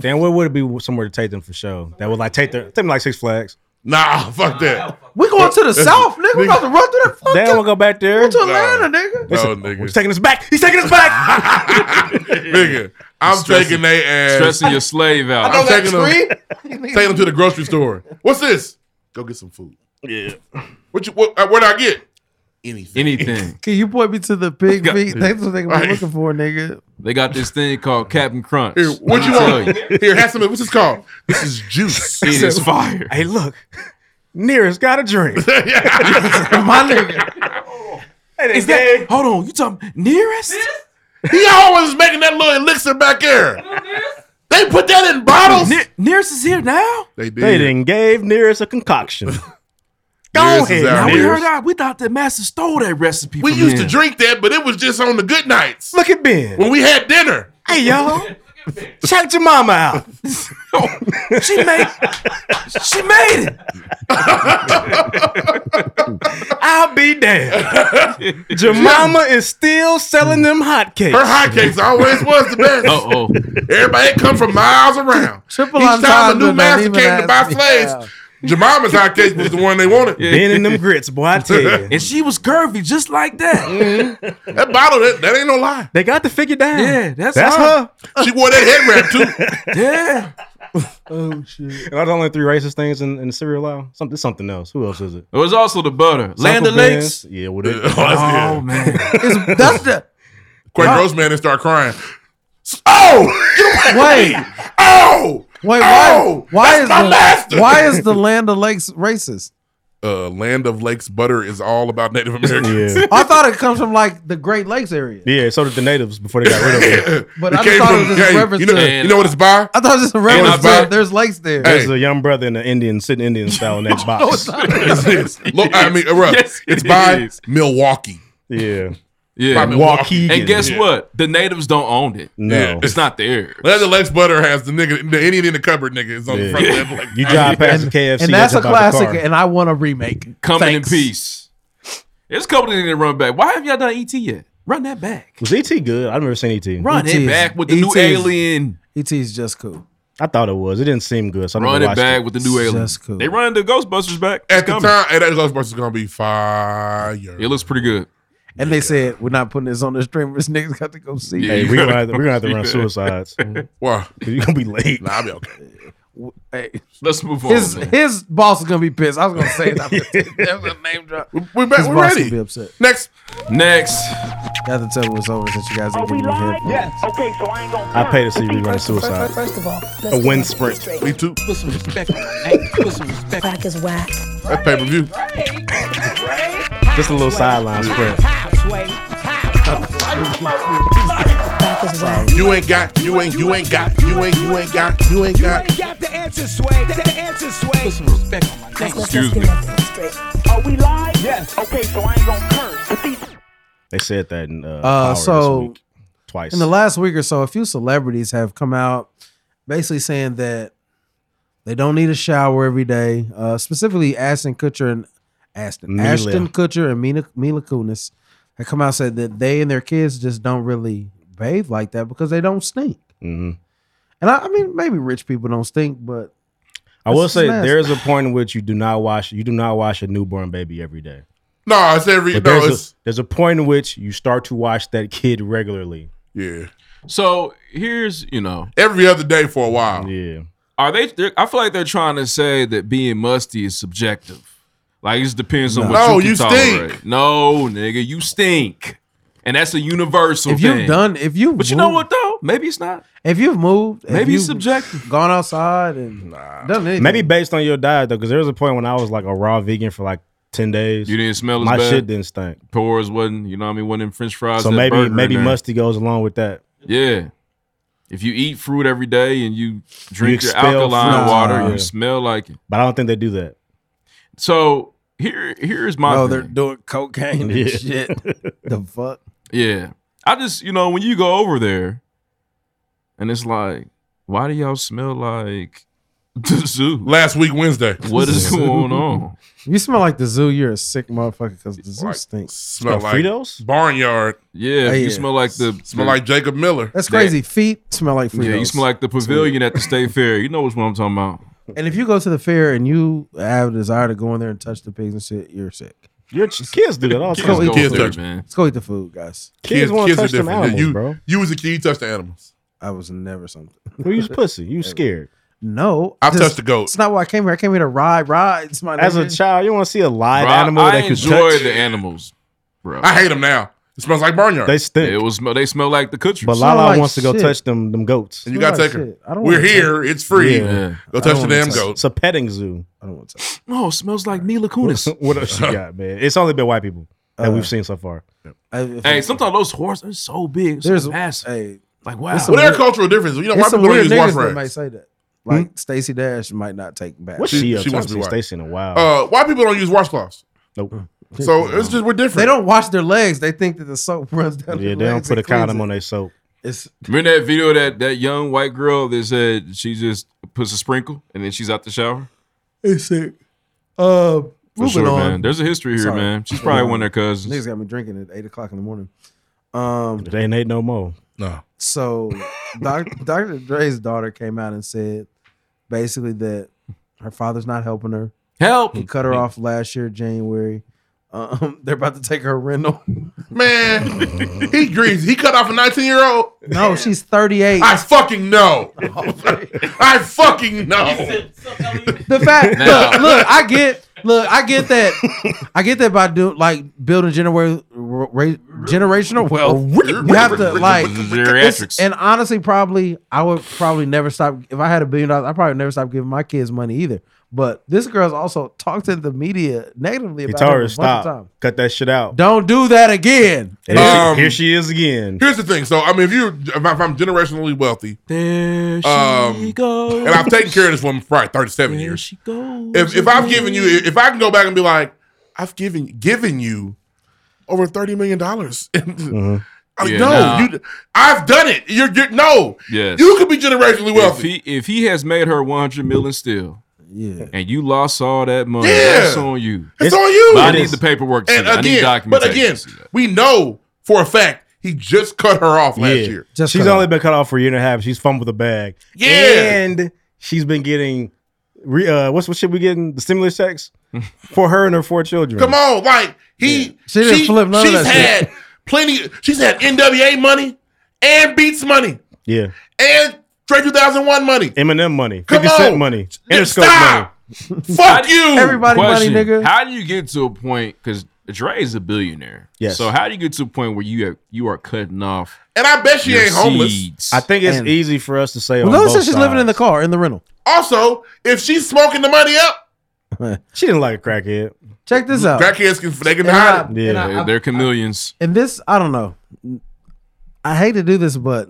Damn, where would it be somewhere to take them for show? That would like take them, take them like Six Flags. Nah, fuck that. We going to the south, nigga. We about to run through that Damn, fucking. we'll go back there. to Atlanta, nigga. No, He's Oh, nigga. taking us back. He's taking us back. nigga, I'm Stressing- taking they ass. Stressing your slave out. I'm taking them, Three? taking them to the grocery store. What's this? Go get some food. Yeah. What you? What, uh, where'd I get? Anything. Anything. Can you point me to the pig Got- feet? That's what they gonna be Right. looking for, nigga. They got this thing called Captain Crunch. Here, what you Let me want? tell Here, have some. of it. What's this called? This is juice. It is fire. hey, look, nearest got a drink. My nigga. Is Hold on, you talking nearest? He always making that little elixir back there. They put that in bottles. nearest is here now. They did. They didn't gave nearest a concoction. Go ahead. Now, we heard that. We thought that Master stole that recipe. We from used him. to drink that, but it was just on the good nights. Look at Ben. When we had dinner. Hey y'all, check your mama out. she made she made it. I'll be damned. Jemima is still selling them hotcakes. Her hotcakes always was the best. oh. Everybody come from miles around. Triple Each time a entendre, new don't master even came to buy ask slaves, Jemima's hotcakes was the one they wanted. Ben and them grits, boy. I tell you, and she was curvy just like that. That bottle, that, that ain't no lie. they got the figure down. Yeah, that's her. She wore that head wrap too. Yeah. Oh shit. Are the only three racist things in, in the cereal aisle? Something, something else. Who else is it? It was also the butter. Land Uncle Lakes. Ben's? Yeah, with it. Oh, that's Oh man. It's, that's the Quake Gross man and start crying. Oh, get away! Wait. Oh, wait. Oh, why? Why that's is my the master. why is the Land of Lakes racist? uh, Land of Lakes butter is all about Native Americans. Yeah. I thought it comes from like the Great Lakes area. Yeah, so did the natives before they got rid of it. But It I just came thought from- it was just a hey, reference you know, to. you know what it's by? I thought it was just a know reference it's bad. to. There's lakes there. Hey. There's a young brother in an Indian sitting Indian style in that box. It's this. Look, I mean, uh, bruh, Yes, it it's by is. Milwaukee. yeah. Yeah. By Waukegan. And guess Yeah. what? The natives don't own it. No. Yeah. It's not theirs. Land of Lakes butter has the nigga, the Indian in the cupboard nigga is on the Yeah. front of that. Like, You drive past the KFC. and that's a jump out the classic, car. and I want a remake. Coming Thanks. in peace. It's coming in and run back. Why have y'all done ET yet? Run that back. E Was ET good? I've never seen E ET. Run ET it is- back with the new ET E is- alien. ET is just cool. I thought it was. It didn't seem good. So I Run never it watched back it. with the new alien. Just cool. They running the Ghostbusters back. It's at the coming. time, hey, that Ghostbusters is gonna be fire. It looks pretty good. And they said we're not putting this on the stream. This niggas got to go see. Yeah. Hey, You we're gonna gotta have to, we're gonna have to go run see that. suicides. You're Why? gonna be late. Nah, I'll be okay. Hey, Let's move on. his Oh, man. his boss is gonna be pissed. I was gonna say that. That was a name drop. We- We're back. His We're boss gonna ready. be upset. Next, Next. Got to tell what's over since you guys didn't give me a head. Okay, so I ain't gonna. I pay to see you run suicide. First of all, let's A wind get sprint. this straight. me too. Put some respect on my name. Put some respect. Crack is whack. That's pay per view. Just a little sideline sprint. Crack is whack. You ain't got. You ain't. You ain't got. You ain't. You ain't got. You ain't got. got the answer, Sway. The, the answer, Sway. Put some respect on my name. Let's Excuse just get me. that straight. Are we live? Yes. Okay, so I ain't gonna curse. But these They said that in uh, Power Uh, this so- week. twice. In the last week or so, a few celebrities have come out basically saying that they don't need a shower every day. Uh, specifically, Ashton Kutcher and Ashton Mila. Ashton Kutcher and Mina, Mila Kunis have come out and said that they and their kids just don't really bathe like that because they don't stink. Mhm. And I, I mean, maybe rich people don't stink, but I will This is say nasty. there is a point in which you do not wash you do not wash a newborn baby every day. No, it's every. But no, there's, it's a, there's a point in which you start to wash that kid regularly. yeah. So here's, you know, Every other day for a while. Yeah. are they? they're- I feel like they're trying to say that being musty is subjective. Like it just depends on what No, you, can you stink. tolerate. No, nigga, you stink, and that's a universal. if you've thing. done, if you but you know what though? Maybe it's not. if you've moved, if Maybe you've it's subjective. gone outside and done anything, Maybe based on your diet though, because there was a point when I was like a raw vegan for like ten days. You didn't smell as My bad. shit didn't stink. Pores wasn't. You know what I mean? Wasn't in French fries. So that maybe burger maybe in there. musty goes along with that. Yeah. If you eat fruit every day and you drink your expel alkaline fruit. water, Nah. you smell like it. But I don't think they do that. So here, here's my. oh, thing. they're doing cocaine and Yeah. shit. the fuck. Yeah. I just, you know, when you go over there and it's like, why do y'all smell like the zoo? Last week Wednesday. What is going on? If you smell like the zoo, you're a sick motherfucker because the zoo Right. stinks. Smell Smell like Fritos? barnyard. Yeah, Oh, you yeah. smell like the Smell like Jacob Miller. That's crazy. Feet smell like Fritos. Yeah, you smell like the pavilion at the state fair. You know which one I'm talking about. And if you go to the fair and you have a desire to go in there and touch the pigs and shit, you're sick. Your ch- kids do that all the Kids time. go eat- Kids, go Kids there, touch- man. Let's go eat the food, guys. want to touch them different. animals, you, bro. you was a kid, you touched the animals. I was never something. Well, you was pussy. You was scared. No, I've just- touched the goat. It's not why I came here. I came here to ride rides. My As a nigga. child, you want to see a live Bro, I- animal I, that could enjoy touch. the animals, bro. I hate them now. It smells like barnyard. They it stink. was they smell like the country. But smell Lala like wants to go shit. touch them them goats. and you gotta smell take like them. shit. I don't We're wanna touch here. It's free. Yeah. yeah. Go touch the wanna damn touch goat. It's a petting zoo. I don't want to. No, it smells like Mila Kunis. what else she got, man? It's only been white people that Uh, we've seen so far. I- if hey, I- sometimes those horses are so big, so there's massive. hey, like wow. it's a What are weird- cultural differences? You know, it's white some people don't weird use wash niggas that might rags. say that. Like Stacey Dash might not take back. What's she up to? I haven't seen Stacey in a while. Uh, white people don't use washcloths. Nope. So it's just we're different. They don't wash their legs. They think that the soap runs down. Yeah, their they don't legs put a and cleans condom it. on their soap. It's Remember that video of that that young white girl that said she just puts a sprinkle and then she's out the shower? it's sick. Uh, For moving sure, on. man. There's a history here, man. She's probably one of their cousins. Niggas got me drinking at eight o'clock in the morning. Um, They ain't no more. No. So, Doc, Dr. Dre's daughter came out and said basically that her father's not helping her. Help! He cut her off last year, January. Um, they're about to take her rental. Man, he greasy. He cut off a 19 year old. No, she's 38. I fucking know. Oh, I fucking know. The fact, Now- look, look, I get, look, I get that, I get that by doing like building genera- ra- generational wealth, you have to like, it's- Geriatrics. and honestly, probably I would probably never stop if I had a billion dollars. I probably never stop giving my kids money either. But this girl's also talked to the media negatively He about told him a her bunch of times. stop. Cut that shit out. Don't do that again. Here, Um, she, here she is again. Here's the thing. So I mean, if you if I- if I'm generationally wealthy, um, there she goes. and I've taken care of this woman for probably 37 years. She goes. If if I've given you, if I can go back and be like, I've given given you over 30 million dollars. Uh-huh. Yeah, no, nah. you, I've done it. You're, you're no. Yes. You could be generationally If wealthy. he if he has made her 100 million still, yeah, and you lost all that money, Yeah. that's on you. It's on you. But I need the paperwork. to see And that. I need again, but documentation. again, we know for a fact he just cut her off last yeah. year. she's only been cut off for a year and a half. She's fumbled the bag. Yeah. And she's been getting re, uh, what's what should we getting? The stimulus checks for her and her four children. Come on, like he She didn't flip none of she's that had shit. plenty. She's had NWA money and Beats money Yeah. and Trey 2001 money. Eminem money. Come 50 Cent on. money. Yeah, Interscope stop. money. Fuck you. Question, How do you get to a point? Because Dre is a billionaire. Yes. So how do you get to a point where you have, you are cutting off? And I bet she your ain't homeless. seeds? I think it's easy for us to say Well, on notice both that she's living in the sides. car in the rental. Also, if she's smoking the money up, She didn't like a crackhead. Check this out. crackheads can they can And I- hide. it. Yeah. and I- They're, they're chameleons. And this, I don't know. I hate to do this, but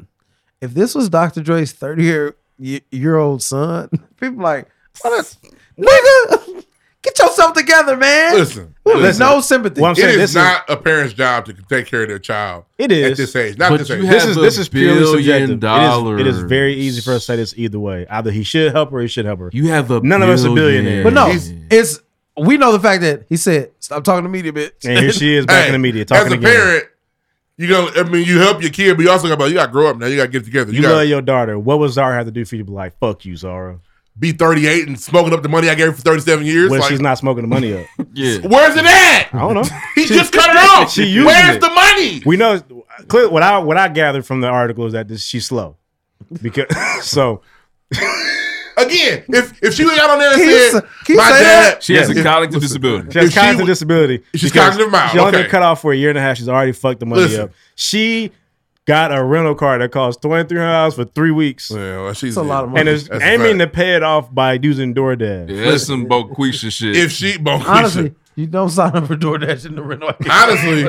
if this was Dr. Dre's 30 year year old son, people like, what a nigga, get yourself together, man. Listen, There was listen. no sympathy. Well, I'm saying it this is is- not a parent's job to take care of their child. It is at this age. Not But this you age. have This is a this is purely billion subjective. It is- It is, dollars. very easy for us to say this either way. Either he should help her, or he should help her. You have a None of us are billion. billionaires. but no, it's we know the fact that he said, stop talking to media, bitch. And here she is back in the media As talking a again. parent, you go. I mean, you help your kid, but you also got you got to grow up now. You got to get together. you gotta- love your daughter. What would Zara have to do for you to be like, fuck you, Zara? be 38 and smoking up the money I gave her for 37 years. What if like, she's not smoking the money up? Yeah. Where's it at? I don't know. He She- just cut her off. she using Where's it. the money? We know clear, what I what I gathered from the article is that this, she's slow. Because so Again, if if she would got on there and Can you said, s- can you "My say dad," She has Yes. a cognitive disability. she has If she cognitive would- disability. She's because cognitive mild, She only okay. been cut off for a year and a half. She's already fucked the money Listen. up. She got a rental car that cost twenty three hundred dollars for three weeks. Well, she's That's a lot of money. and is That's a aiming fact. to pay it off by using DoorDash. Yeah, that's some Boquisha shit. if she, Bonquisha, Honestly, you don't sign up for DoorDash in the rental. honestly,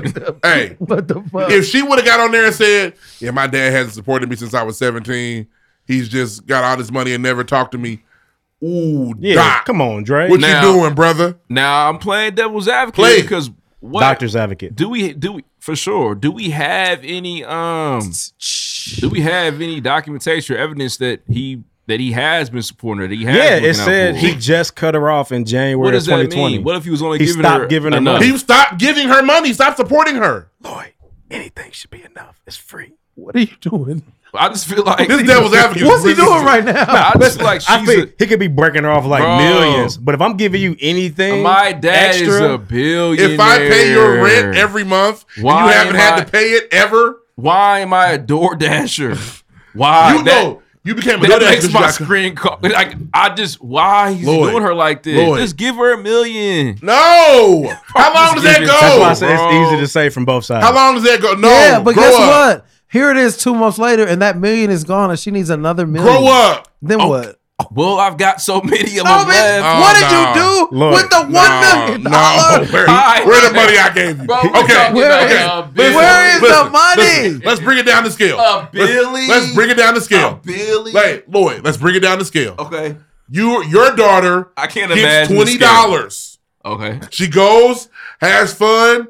hey, what the fuck? if she would have got on there and said, "Yeah, my dad hasn't supported me since I was 17. He's just got all this money and never talked to me." Ooh, Yeah, Doc, come on, Dre. what Now- you doing, brother? Now I'm playing devil's advocate Play. because what Doctor's advocate. do we do we, for sure? Do we have any um? Do we have any documentation or evidence that he that he has been supporting her? That he has Yeah, looking it out said for her? he just cut her off in January What does of that 2020. mean? What if he was only He giving stopped her giving her enough? money. He stopped giving her money. Stop supporting her. Anything should be enough. It's free. what are you doing? I just feel like This devil's advocate. What's he This is- doing right now? I just feel like she's I think he could be breaking her off like Bro. millions. But if I'm giving you a, anything, my dad extra, is a billionaire. If I pay your rent every month and Why you haven't am had I- to pay it ever, why am I a door dasher? Why you Ah, that- know you became a That DoorDash makes because my you got- screen call. Like I just, why he's Lloyd, doing her like this? Lloyd. Just give her a million. No. How long does that That's That's why I go? said it's Bro. easy to say from both sides. How long does that go? No. yeah, but Oh, grow guess up. what? Here it is two months later, and that million is gone, and she needs another million. Grow up. Oh, Then what? Well, I've got so many of them Oh, man, left. what did Oh, you do Look, with the one one no, million million dollar? no. dollar? Where, where the money I gave you? Bro, we okay, talking where, about uh, okay. a Listen, Where is the listen, money? listen. let's bring it down to scale. Uh, A billion? Let's, let's bring it down to scale. A billion? Like Lloyd, let's bring it down to scale. Okay. You, your daughter. I can't gets imagine the twenty scale. dollars. Okay. She goes, has fun.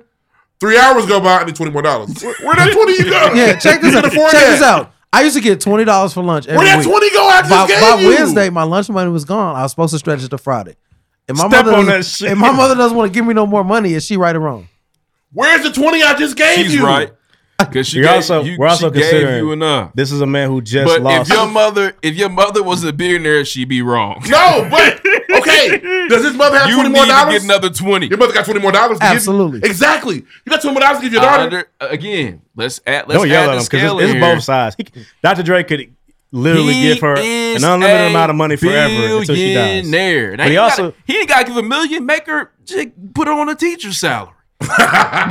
Three hours go by, I need twenty more dollars. Where, where that twenty you go? Yeah, check this You out. can Check afford that. this out. I used to get twenty dollars for lunch. Where every that week. $20 go I just by, gave by you? Wednesday, my lunch money was gone. I was supposed to stretch it to Friday. And my Step mother on doesn't- that shit. And my mother doesn't want to give me no more money. Is she right or wrong? Where's the twenty I just gave She's you? right. Because she We gave, also- you, we're also she gave considering- you enough. This is a man who just But lost. if your mother, if your mother was a billionaire, she'd be wrong. No, but okay. Does his mother have You twenty more need to dollars? get another twenty. Your mother got twenty more dollars. to give you? Absolutely. Exactly. You got twenty more dollars to give your I daughter. under- uh, again, let's add. Let's add Don't yell at the him scale because it's, in it's here. both sides. He, Dr. Dre could literally He give her an is unlimited a amount of money forever until she dies. billionaire. Now, But he gotta- also- he ain't got to give a million. Make her j- put her on a teacher's salary.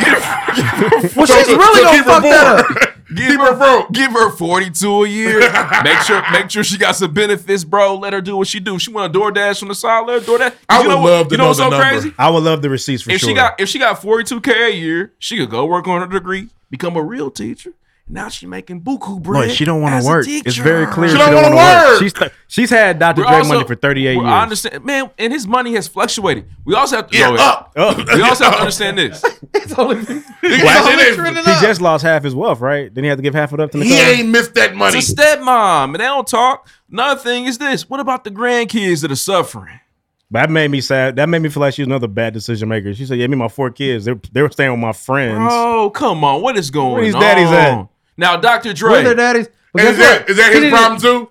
Well, she's really gonna fuck that up. Give her, Give her forty two a year. make sure, make sure she got some benefits, bro. Let her do what she do. She want a DoorDash on the side. Let her DoorDash. I You would know what- love to you know, know what's the so number. crazy? I would love the receipts for if sure. she got if she got forty two k a year, she could go work on her degree, become a real teacher. Now she making buku No, bread. she don't want as to a work. It's very teacher. clear she don't, want to work. She's th- she's had Dr. We're Dre also- money for 38 well, years. I understand, man, and his money has fluctuated. We also have to Yeah, know it. up. We also have to understand this. Well, only actually, trending he up. just lost half his wealth, right? Then he had to give half it up to He Nicole. ain't missed that money. It's a stepmom, and they don't talk. Another thing is this: what about the grandkids that are suffering? But that made me sad. That made me feel like she was another bad decision maker. She said, "Yeah, me, and my four kids. They they were staying with my friends. Oh, come on, what is going Where these on? daddies at? Now, Dr. Dre, Where their daddies? But And is guess what? that, is that He his didn't- problem too?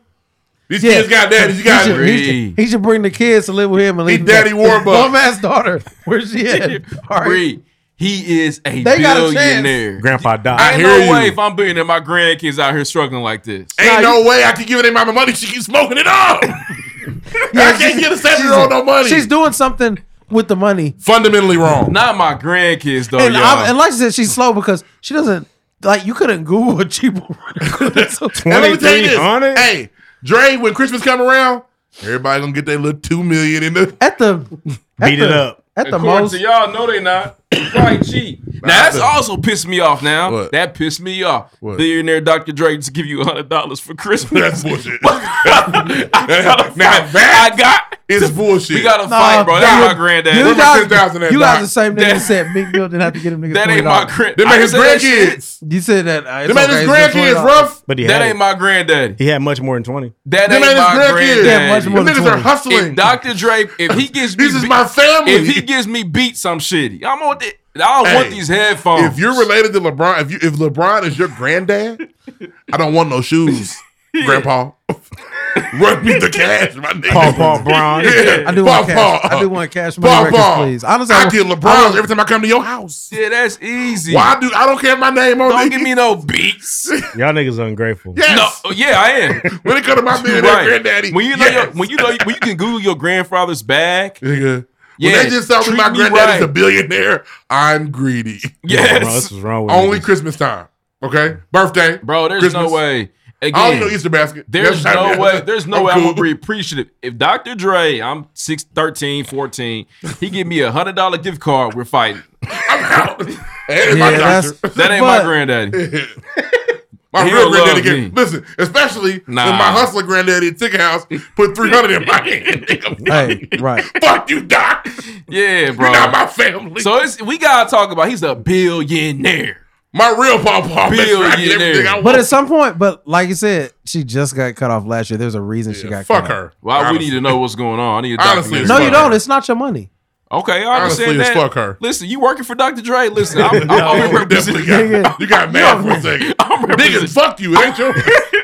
These Yeah. kids got daddies. You got he, should, he should- he should bring the kids to live with him and leave them daddy there. Warbucks. Bum ass daughter. Where's she at? All right. Bree, he is a They got a chance. billionaire. Grandpa died. I ain't no way if I'm billionaire, my grandkids out here struggling like this. Ain't no way I can give their mama money. She keeps smoking it up. I can't give a seven year old no money. She's doing something with the money. fundamentally wrong. Not my grandkids though, and, y'all. I, and like I said, she's slow because she doesn't like you couldn't Google a cheaper. And let me tell you this. Hey, Dre, when Christmas come around, everybody gonna get their little two million in the at the Beat it up. at the According most. to y'all, no, they not. Quite cheap. Now that's also pissed me off. Now that pissed me off. Billionaire Dr. Dre to give you hundred dollars for Christmas. That's bullshit. now that I got is bullshit. We got to Nah, fight, bro. That's you- my granddad. You That's my guys, 10,000 at you night. guys the same nigga that said Big Bill didn't have to get him niggas. That ain't my $20. grand- They I made his said that grandkids. You said that. uh, it's They made okay, his it's just grandkids $20. rough. But he that had ain't my granddaddy. He had much more than twenty. That Them ain't ain't his my grandkids. granddaddy. Yeah, much more Them than niggas are 20. hustling. If Dr. Dre, if he gives me, This is be- my family. If he gives me beats, I'm shitty. I'm on. The, I don't want Hey, these headphones. If you're related to LeBron, if you if LeBron is your granddad, I don't want no shoes, Grandpa. Run me the cash, my nigga. Paw Paw Brown. I do want Paw cash. Paw. I do want cash money Paw records, Paw. please. Honestly, I I- get I LeBron want- every time I come to your house. yeah, that's easy. Why do I don't care my name on Don't it? give me no beats. Y'all niggas ungrateful. Yes. No, yeah, I am. When it come to my You man, granddaddy. When you know, your, when you know, when you can Google your grandfather's bag. Nigga. Yeah, when they just tell me treat my me granddad is right. a billionaire, I'm greedy. Yes. Bro, this is wrong with Only niggas. Christmas time. Okay? Birthday. Bro, there's Christmas. no way. Again, I don't need no Easter basket. There's That's no not- way. There's no I'm way I'm cool. gonna be appreciative. If Dr. Dre, I'm 6, 13, 14, he give me a hundred dollar gift card, we're fighting. Hey, my doctor. that ain't my granddaddy. My He'll real love granddaddy me. gave, listen, especially when Nah. my hustler granddaddy at Ticket House put 300 in my hand. Nigga, Hey, right. Fuck you, Doc. Yeah, bro. not my family. So it's we gotta talk about he's a billionaire. My real papa. Billionaire. But at some point, but like you said, she just got cut off last year. There's a reason she got fuck cut off. her. Why we need to know what's going on? I need to Honestly, No, you don't. It's not your money. Okay, I Honestly, understand it's that. fuck her. Listen, you working for Dr. Dre? Listen, I'm, I'm, Yeah, I'm you definitely got, you got mad for a second. Niggas, fuck you. It ain't your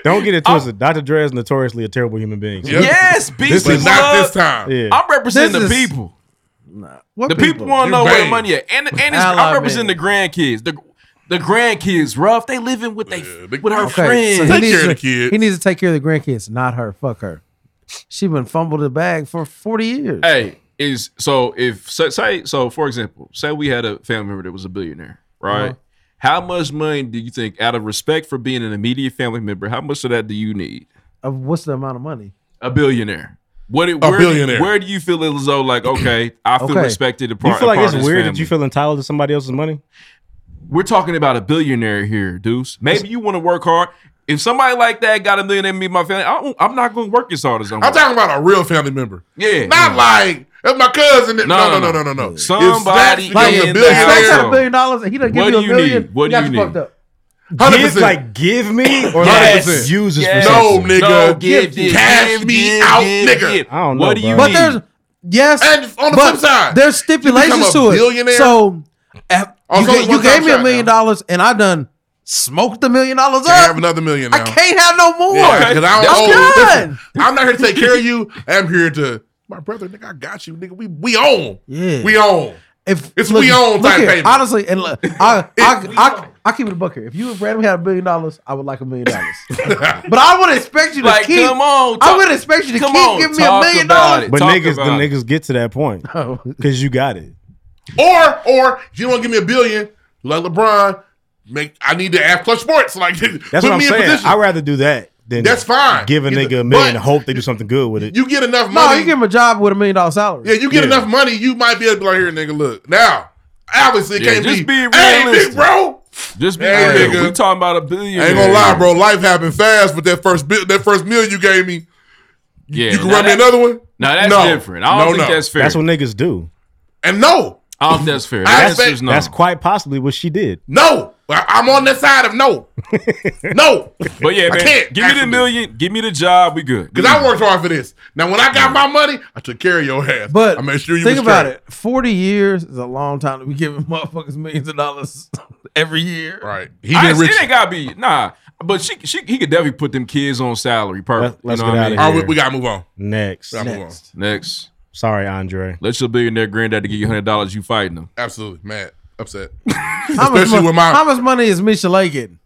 Don't get it twisted. Dr. Dre is notoriously a terrible human being. Yep. Yes, beast But is not love. this time. Yeah. I'm representing This the is- people. What the people, want to You know where the vain. money at, and and it's, Ally I'm representing the grandkids. The the grandkids, rough. They living with they with her Okay, so friends. he needs to- He needs to take care of the grandkids, not her. Fuck her. She been fumbled the bag for forty years. Hey, is so if so, say so for example, say we had a family member that was a billionaire, right? Uh-huh. How much money do you think, out of respect for being an immediate family member, how much of that do you need? Of what's the amount of money? a billionaire. What it, A where billionaire. Do, where do you feel as though like okay, I feel Okay. respected. A you feel like it's weird Family. that you feel entitled to somebody else's money? We're talking about a billionaire here, Deuce. Maybe you want to work hard. If somebody like that got a million and me and my family, I don't, I'm not going to work as hard as I'm. I'm talking about a real family member. Yeah, Not like that's my cousin. No, no, no, no, no, no. Somebody If Stacks becomes in the a billionaire, Stacks got a billion dollars and he done give What you a do you million. need? What you do got you you need? fucked up. Give like give me or Yes. like use this Yes. for No, something? nigga. No, give this. Cash Give, me give, out, give, nigga. give. I don't know. What do bro. you But mean? there's- Yes, And on the but flip side, there's you become stipulations a to it. billionaire? So if Oh, you, so ga- it's you one gave me a contract million dollars and I done smoked the million dollars I have up. another million now. I can't have no more. Yeah, 'cause I I'm don't owe- done. listen, I'm not here to take care of you. I'm here to my brother, nigga. I got you, nigga. We we own. Yeah. We own. If It's we own look type here, payment. Honestly, and look, I I, I, I keep it a buck here. If you and randomly had a million dollars, I would like a million dollars. But I would expect you to Like, keep. come on, I talk- would expect you to come keep on, giving me a talk million about dollars. it. But Talk niggas, the about it. niggas get to that point Oh. because you got it. Or or if you don't give me a billion, like LeBron, make I need to add clutch sports. Like put That's what I'm me in saying. position. I'd rather do that than That's fine. Give a nigga a million and hope they do something good with it. you get enough No, money. you give him a job with a million dollar salary. yeah, you get Yeah. enough money, you might be able to be like here, nigga. Look now, obviously it Yeah, can't just be. be hey, big realistic. bro. Just be Hey, real. nigga. We talking about a I billionaire. ain't gonna lie, bro. Life happened fast with that first bit, that first meal you gave me. Yeah, You can now run me that- another one. Now that's different. I don't think that's fair. That's what niggas do. And no, I don't think that's fair. I That's, expect- just no. That's quite possibly what she did. no. I- I'm on the side of no, no. but yeah, I man. can't, give me the actually. million. Give me the job. We good. Because I worked hard for this. Now, when Mm. I got my money, I took care of your ass. But I made sure you think was about straight. it. Forty years is a long time to be giving motherfuckers millions of dollars every year. Right. He did I, It ain't gotta be nah. But she, she, he could definitely put them kids on salary. Perfect. Let's you know what get I outta mean? here. All right, we- we gotta move on. Next. Gotta move on. Next. Next. Sorry, Andre. Let your billionaire granddad to give you hundred dollars. You fighting him. Absolutely, mad, upset. How much, Especially mon- with my how much money is Michelle getting?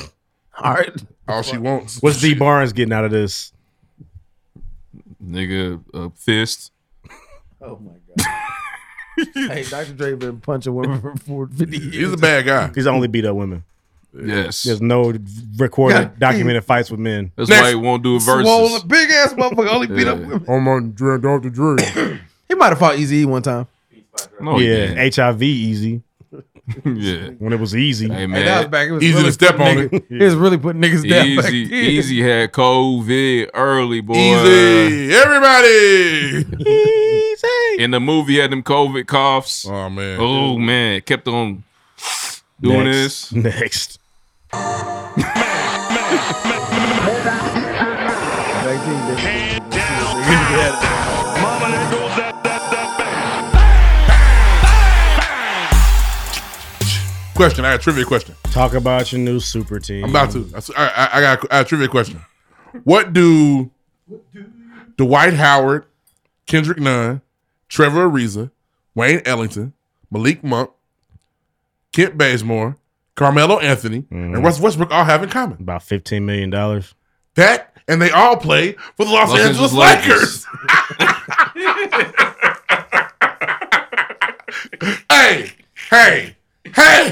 All right. all she wants. What's D Barnes getting out of this? Nigga, a fist. Oh my god. hey, Dr. Dre been punching women for 40, 50 years. He's a bad guy. He's only beat up women. Yes. There's no recorded, documented fights with men. That's why he won't do a versus. Swole, big ass motherfucker only beat up women. I'm on Dr. Dre. He might have fought Easy one time. No, he Oh, yeah, didn't. HIV easy. yeah. When it was easy. Hey Hey, that man. was back. It was Easy to really step putting on niggas- He was really putting niggas down back Easy, then. easy had COVID early, boy. Easy, everybody. In the movie, he had them COVID coughs. Oh man. Oh man, kept on doing Next. this. Next. Back then, they- Question. I got a trivia question. Talk about your new super team. I'm about to. That's- I, I, I got a, I got a trivia question. What do Dwight Howard, Kendrick Nunn, Trevor Ariza, Wayne Ellington, Malik Monk, Kent Bazemore, Carmelo Anthony, Mm-hmm. and Russell Westbrook all have in common? About $15 million. That and they all play for the Los, Los Angeles, Angeles Lakers. Lakers. hey, hey, hey,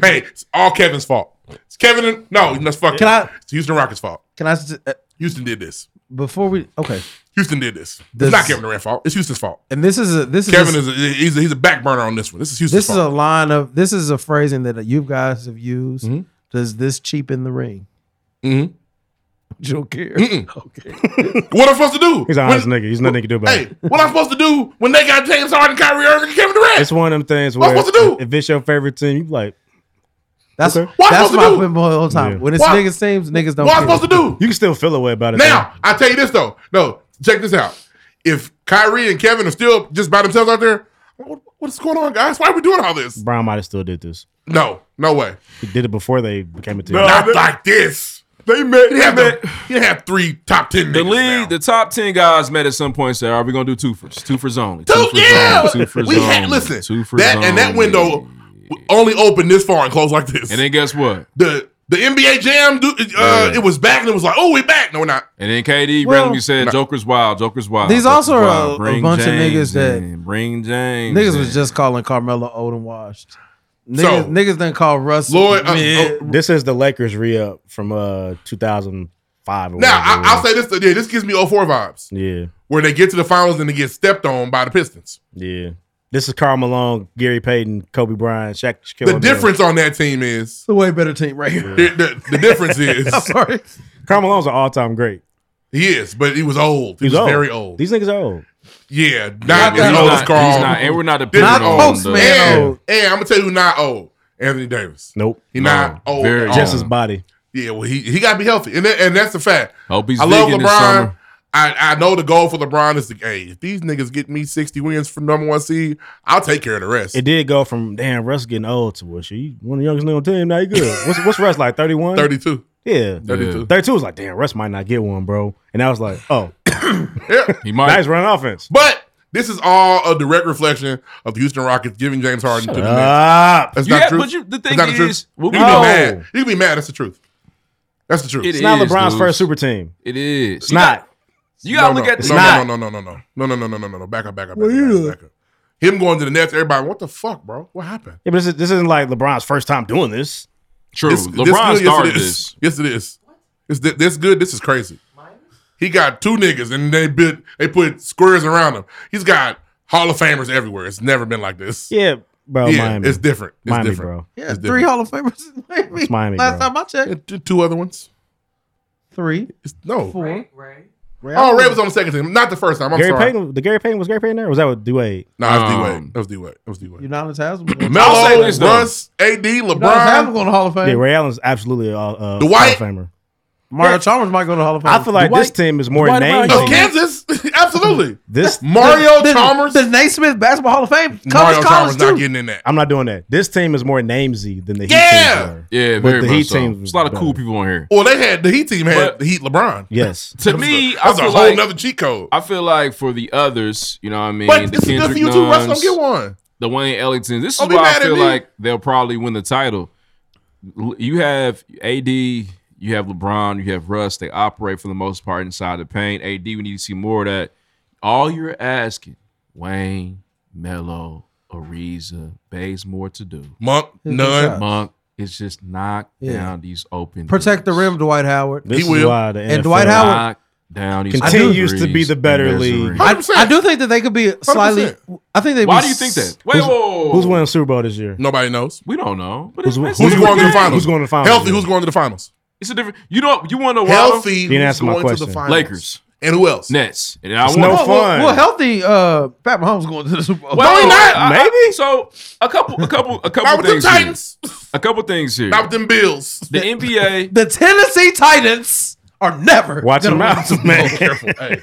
hey! It's all Kevin's fault. It's Kevin. And, no, that's fuck. Can I- It's Houston Rockets' fault. Can I? s- uh, Houston did this. Before we okay, Houston did this. Does- it's not Kevin Durant's fault. It's Houston's fault. and this is a this is Kevin a, is a, he's a, he's a back burner on this one. This is Houston's this is a fault. line of this is a phrasing that you guys have used. Does this cheapen the ring? Mm-hmm. You don't care. Okay. what I'm supposed to do? He's an honest nigga. He's nothing he can do about Hey, it. what I'm supposed to do when they got James Harden, Kyrie Irving, and Kevin Durant? It's one of them things What where I'm supposed if it's your favorite team, you be like, That's Okay. What I'm that's supposed to my do? pinball the whole time. Yeah. When it's What- niggas teams, niggas don't. what care. I'm supposed to do? you can still feel a way about it. Now, I tell you this though. No, check this out. If Kyrie and Kevin are still just by themselves out there, what, what's going on, guys? Why are we doing all this? though. Brown might have still did this. No, no way. He did it before they became a team. Not like this. They met. You have, met- the- you have three top ten. The niggas league, the top ten guys met at some point. and Said, "Are we gonna do two for two for zone? Two, for yeah! zone, two for We zone, had- listen, two for That and that zone." window only opened this far and closed like this. And then guess what? the the NBA Jam, dude, uh, it was back and it was like, oh, we back. No, we're not. And then KD Well- randomly said, "Joker's wild, Joker's wild." These Joker's also are wild. a- a Bring bunch of James niggas that- in. bring James. Niggas in." was just calling Carmelo old and washed. Niggas, So- uh, niggas didn't call Russell. oh. Lloyd, uh, mid. This is the Lakers re up from uh 2005 five. Or Now, I, whatever it I'll was. say this. Yeah, this gives me 04 vibes. Yeah. Where they get to the finals and they get stepped on by the Pistons. Yeah. This is Carl Malone, Gary Payton, Kobe Bryant, Shaq. Shaquille The O'Neal. difference on that team is the way better team right here. The, the difference is I'm sorry. Carl Malone's an all time great. He is, but he was old. He was very old. These niggas are old. Yeah, not, that as old. old as He's Carl. not, and we're not This- depending Not on Postman the- old. And, and I'm gonna tell you, who not old. Anthony Davis. Nope. He not old. at Just all. his body. Yeah, well, he he got to be healthy, and that, and that's the fact. Hope he's I love vegan this LeBron. summer. I, I know the goal for LeBron is to hey, if these niggas get me sixty wins from number one seed, I'll take care of the rest. It did go from damn Russ getting old to well, she one of the youngest niggas on the team. Now you good. What's what's Russ like? Thirty one. Thirty two. Yeah. 32. Thirty two was like damn Russ might not get one, bro. And I was like, oh, Yeah. he might. Nice run offense. But this is all a direct reflection of the Houston Rockets giving James Harden Shut to the up. Nets. That's not Yeah, the truth. but you- the That's thing not truth. is- you can be No. mad. You can be mad. That's the truth. That's the truth. It's not LeBron's first super team. It is. It's not. You gotta no, look no. at the- no, It's no, no, no, no, no, no, no, no, no, no, no, no. Back up, back up, back up, back up, back up. Him going to the Nets, everybody, what the fuck, bro? What happened? Yeah, but this, is, this isn't like LeBron's first time doing this. This- this good, yes, it is. Yes, it is. It's thi- this good. This is crazy. He got two niggas, and they bit they put squares around him. He's got Hall of Famers everywhere. It's never been like this. Yeah, bro. Yeah, Miami. it's different. It's Miami, different. bro. Yeah, It's three different. Hall of Famers. Maybe. It's Miami, Last bro. time I checked, T- Two other ones. three. It's, no. Four. Ray, Ray. Oh, Ray was on the second team, not the first time. I'm Gary sorry. Payton, the Gary Payton was Um, Gary Payton there. Or was that with Dwayne? Nah, it was D Wade. That was D Wade. That was D Wade. Udonis Haslam. Melo, Russ, AD, LeBron. Haslam going to Hall of Yeah, Fame. Ray Allen's absolutely a uh, Dwight? Hall of Famer. Mario Chalmers might go to Hall of Fame. I feel like this team is more Dwight named. Howard. Of Kansas, absolutely. This Mario the, Chalmers? the Naismith Basketball Hall of Fame. Mario Covers Chalmers college not too. getting in that. I'm not doing that. This team is more namesy than the Heat Yeah! teams are. Yeah, But very the much Heat so. teams There's a lot of cool people on here. Well, they had the Heat team had Heat LeBron. Yes. To me, that's I a feel whole like- nother cheat code. I feel like for the others, you know what I mean? But the this is good Kendrick for you too. Russ don't Nuns, get one. The Wayne Ellington. This is Don't be why mad I at feel me. like they'll probably win the title. L- You have AD, you have LeBron, you have Russ. They operate for the most part inside the paint. AD, we need to see more of that. All you're asking, Wayne, Melo, Ariza, Bazemore to do. Monk, His none. shots. Monk is just knock Yeah. down these open. Protect the rim, Dwight Howard. This is why the and NFL Dwight Howard. Knock down these continues open to be threes the better and there's a league. ring. I, I do think that they could be slightly. I think they. Why be do you think s- that? Wait, whoa, whoa, whoa. Who's winning the Super Bowl this year? Nobody knows. We don't know. But it's Who's- who's- Who's Who's going to the winning? finals? Who's going to the finals? Healthy. Who's going to the finals? It's a different. You don't. You want to know why? Healthy. You didn't who's answer my going to the question. finals? Lakers. And who else? Nets. And I It's want- no Well, well, fun. well, healthy. Uh, Pat Mahomes going to the Super Bowl. Well, No, he not. I- I- Maybe. so a couple, a couple, a Not couple with them things. Here. Titans. A couple things here. Not with them Bills. The NBA. the Tennessee Titans are never. Watch gonna your win. mouth, man. Careful. Hey,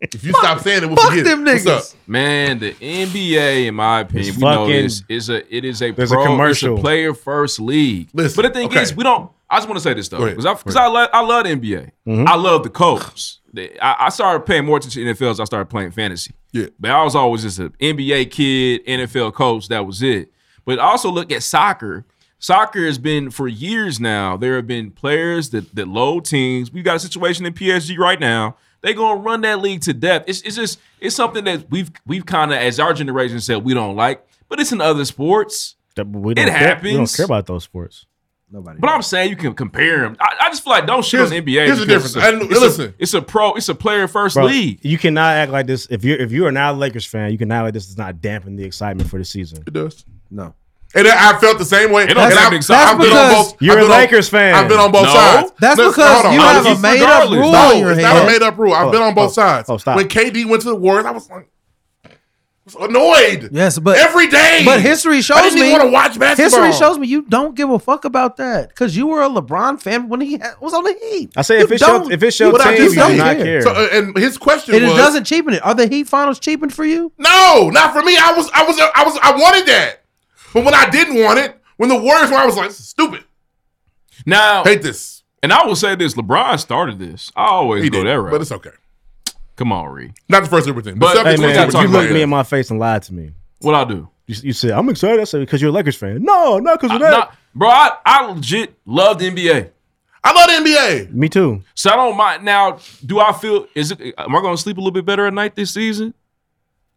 if you stop saying it, we'll Fuck forget. them What's up? niggas. Man, the NBA, in my opinion, It's we know fucking- this is a it is a There's a pro, commercial. it's a player first league. Listen, but the thing okay. is, we don't. I just want to say this though, Go ahead, because I, go 'cause I love I love the NBA. Mm-hmm. I love the Colts. They- I, I started paying more attention to NFL as I started playing fantasy. Yeah. but I was always just an NBA kid, NFL coach. That was it. But also look at soccer. Soccer has been for years now. There have been players that that load teams. We've got a situation in PSG right now. They gonna run that league to death. It's, it's just it's something that we've we've kind of as our generation said we don't like, but it's in other sports. That- we don't It care, We don't happens. care about those sports. Nobody. But I'm saying you can compare them. I, I just feel like don't shit on the NBA. here's the because It's difference. a, And it's a- listen. it's a pro. It's a player first Bro, league. You cannot act like this. If you're if you are not a Lakers fan, you cannot like this does not dampen the excitement for the season. It does. No. And I I felt the same way. It don't and sound I've- exciting. I've been on That's both. because You're I've been a on- Lakers fan. I've been on both No. sides. That's Listen, because hold on. you I'll have keep- a made up regardless. rule No, in your it's not a head. made up rule. I've Oh, been on both oh, sides. oh, stop. When KD went to the Warriors, I was like, I was annoyed. Yes, but every day. But history shows I didn't me even want to watch basketball. History shows me you don't give a fuck about that because you were a LeBron fan when he ha- was on the Heat. I say You if it's your don't- if it's your But I team, just you do don't not care. So, uh, and his question And it was, doesn't cheapen it. Are the Heat finals cheaping for you? "No, not for me. I was, I was, I was, I wanted that. But when I didn't want it, when the Warriors were, I was like, this is stupid. Now, Hate this. and I will say this: LeBron started this. I always He go did, that route. but it's okay. Come on, Ree. Not the first super team, But- but, Hey, but Hey man, man, talking you about looked it. me in my face and lied to me. What I do? You, you said I'm excited. I said because you're a Lakers fan. No, no, because I- of that. Uh, not- bro, I, I legit love the NBA. I love the NBA. Me too. So I don't mind. Now, do I feel is it? Am I going to sleep a little bit better at night this season?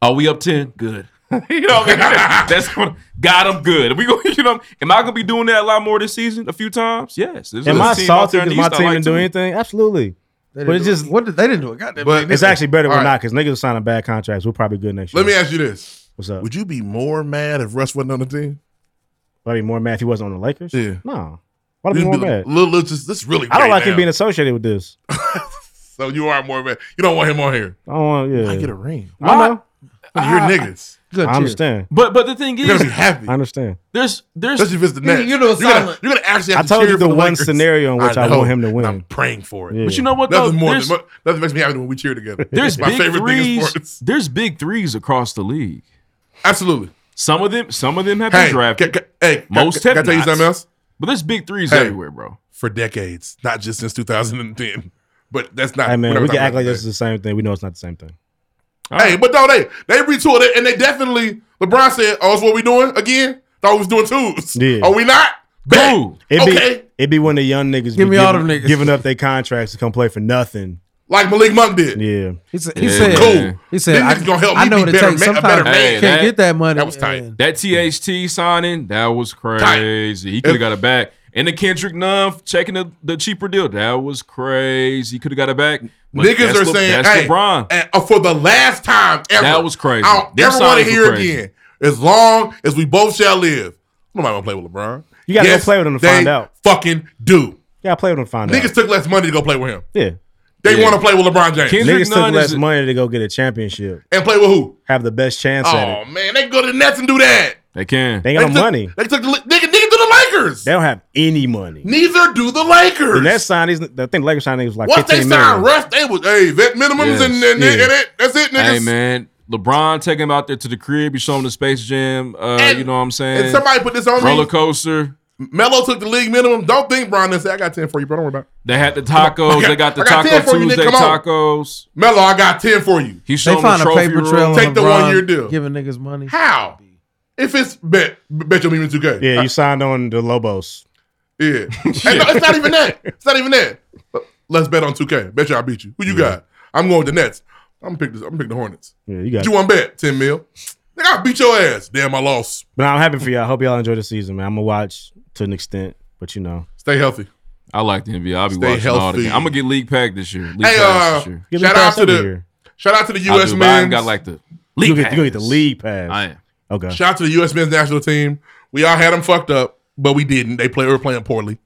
Are we up ten? Good. you know, what I mean? that's what God. I'm good. We going. You know, am I going to be doing that a lot more this season? A few times? Yes. There's Am a I team out salty there in because the my East I team like didn't too. do anything? Absolutely. They But didn't it's do just what did they didn't do it. Goddamn, But they it's actually better All right. we're not because niggas are signing bad contracts. We're probably good next year. Let me ask you this. What's up? Would you be more mad if Russ wasn't on the team? I'd be more mad if he wasn't on the Lakers. Yeah. No. Why'd I be You'd more be like, mad? Little, little, this, this really. I don't great like him now. being associated with this. So you are more mad. You don't want him on here. I don't want. Yeah. I get a ring. I know. You're Ah. niggas. Good I understand. But but the thing You're gonna is, be happy. I understand. there's there's Especially if it's the Nets. gonna, you're gonna actually. Have I to told cheer you for the, one Lakers. scenario in which I, know. want him to win. I'm praying for it. Yeah. But you know what, Nothing though? more than There's- mu- nothing makes me happy than when we cheer together. There's my big favorite threes, thing in sports. There's big threes across the league. Absolutely. Some of them, some of them have Hey, been drafted. hey, most can- have can I tell you not. something else? But there's big threes Hey. everywhere, bro. for decades, not just since 2010. But that's not. Hey we're man, not we can talking act like about this is the same thing. We know it's not the same thing. that. Hey, but no, they they retooled it and they definitely. LeBron said, "Oh, it's what we doing again? Thought we was doing twos. Yeah. Are we not? Bet. It'd be okay. it'd be when the young niggas Give be me all giving- them niggas. giving up their contracts to come play for nothing. Like Malik Monk did. Yeah. He said, he Yeah. said, Cool. he said, Them I, niggas gonna help I me know be what it better takes. man- a better Sometimes man. man can't Hey, get that money. That was tight. That THT signing, that was crazy. He could have got it back. And the Kendrick Nunn checking the, the cheaper deal, that was crazy. He could have got it back. But Niggas that's are Le- saying, that's "Hey, LeBron." and, uh, for the last time ever, That was crazy. I don't Them ever want signings to were hear crazy. again. As long as we both shall live, nobody want to play with LeBron. You gotta go play with him to they find out. Fucking do. Yeah, I play with them to find out. Niggas took less money to go play with him. Yeah. They want to play with LeBron James. Niggas took less money to go get a championship and play with who? Have the best chance at Oh it. man, they can go to the Nets and do that. They can. They ain't got no took- money. They took the nigga, nigga to the Lakers. They don't have any money. Neither do the Lakers. The Nets signed these. I think the Lakers signed niggas for like Once they fifteen signed million. Russ, they was hey vet minimums Yes. and, and, Yeah. and it, that's it, niggas. Hey man, LeBron take him out there to the crib. You show him the Space Jam. Uh, you know what I'm saying? and somebody put this on me. roller coaster. Melo took the league minimum. Don't think Bron and say I got ten for you, bro. Don't worry about. They had the tacos. I got- they got the I got 10 Taco for you, nigga. Tuesday Come on. tacos. it. Melo, I got ten for you. He showed They him the found a trophy paper room. trail. on Take the LeBron one-year deal. Giving niggas money. How? If it's bet bet you'll be in two K. Uh, Yeah, you signed on the Lobos. Yeah. Hey, no, it's not even that. It's not even that. Let's bet on 2K. Bet you I beat you. Who you got? I'm going with the Nets. I'm gonna pick this. I'm gonna pick the Hornets. Yeah, you got. What you want to bet? 10 mil. Nigga, I beat your ass. Damn, I lost. But I'm happy for y'all. I hope y'all enjoy the season, man. I'm gonna watch to an extent, but you know, Stay healthy. I like the NBA. I'll be Stay watching all the healthy. games. I'm gonna get league pack this year. League pass Hey, uh, this year. Give me shout pass out to every the year. shout out to the I US do, but I men. ain't got like the league you get, you gonna get the pass. league pass. I am. Okay. Shout out to the US men's national team. We all had them fucked up, but we didn't. They play, were playing poorly.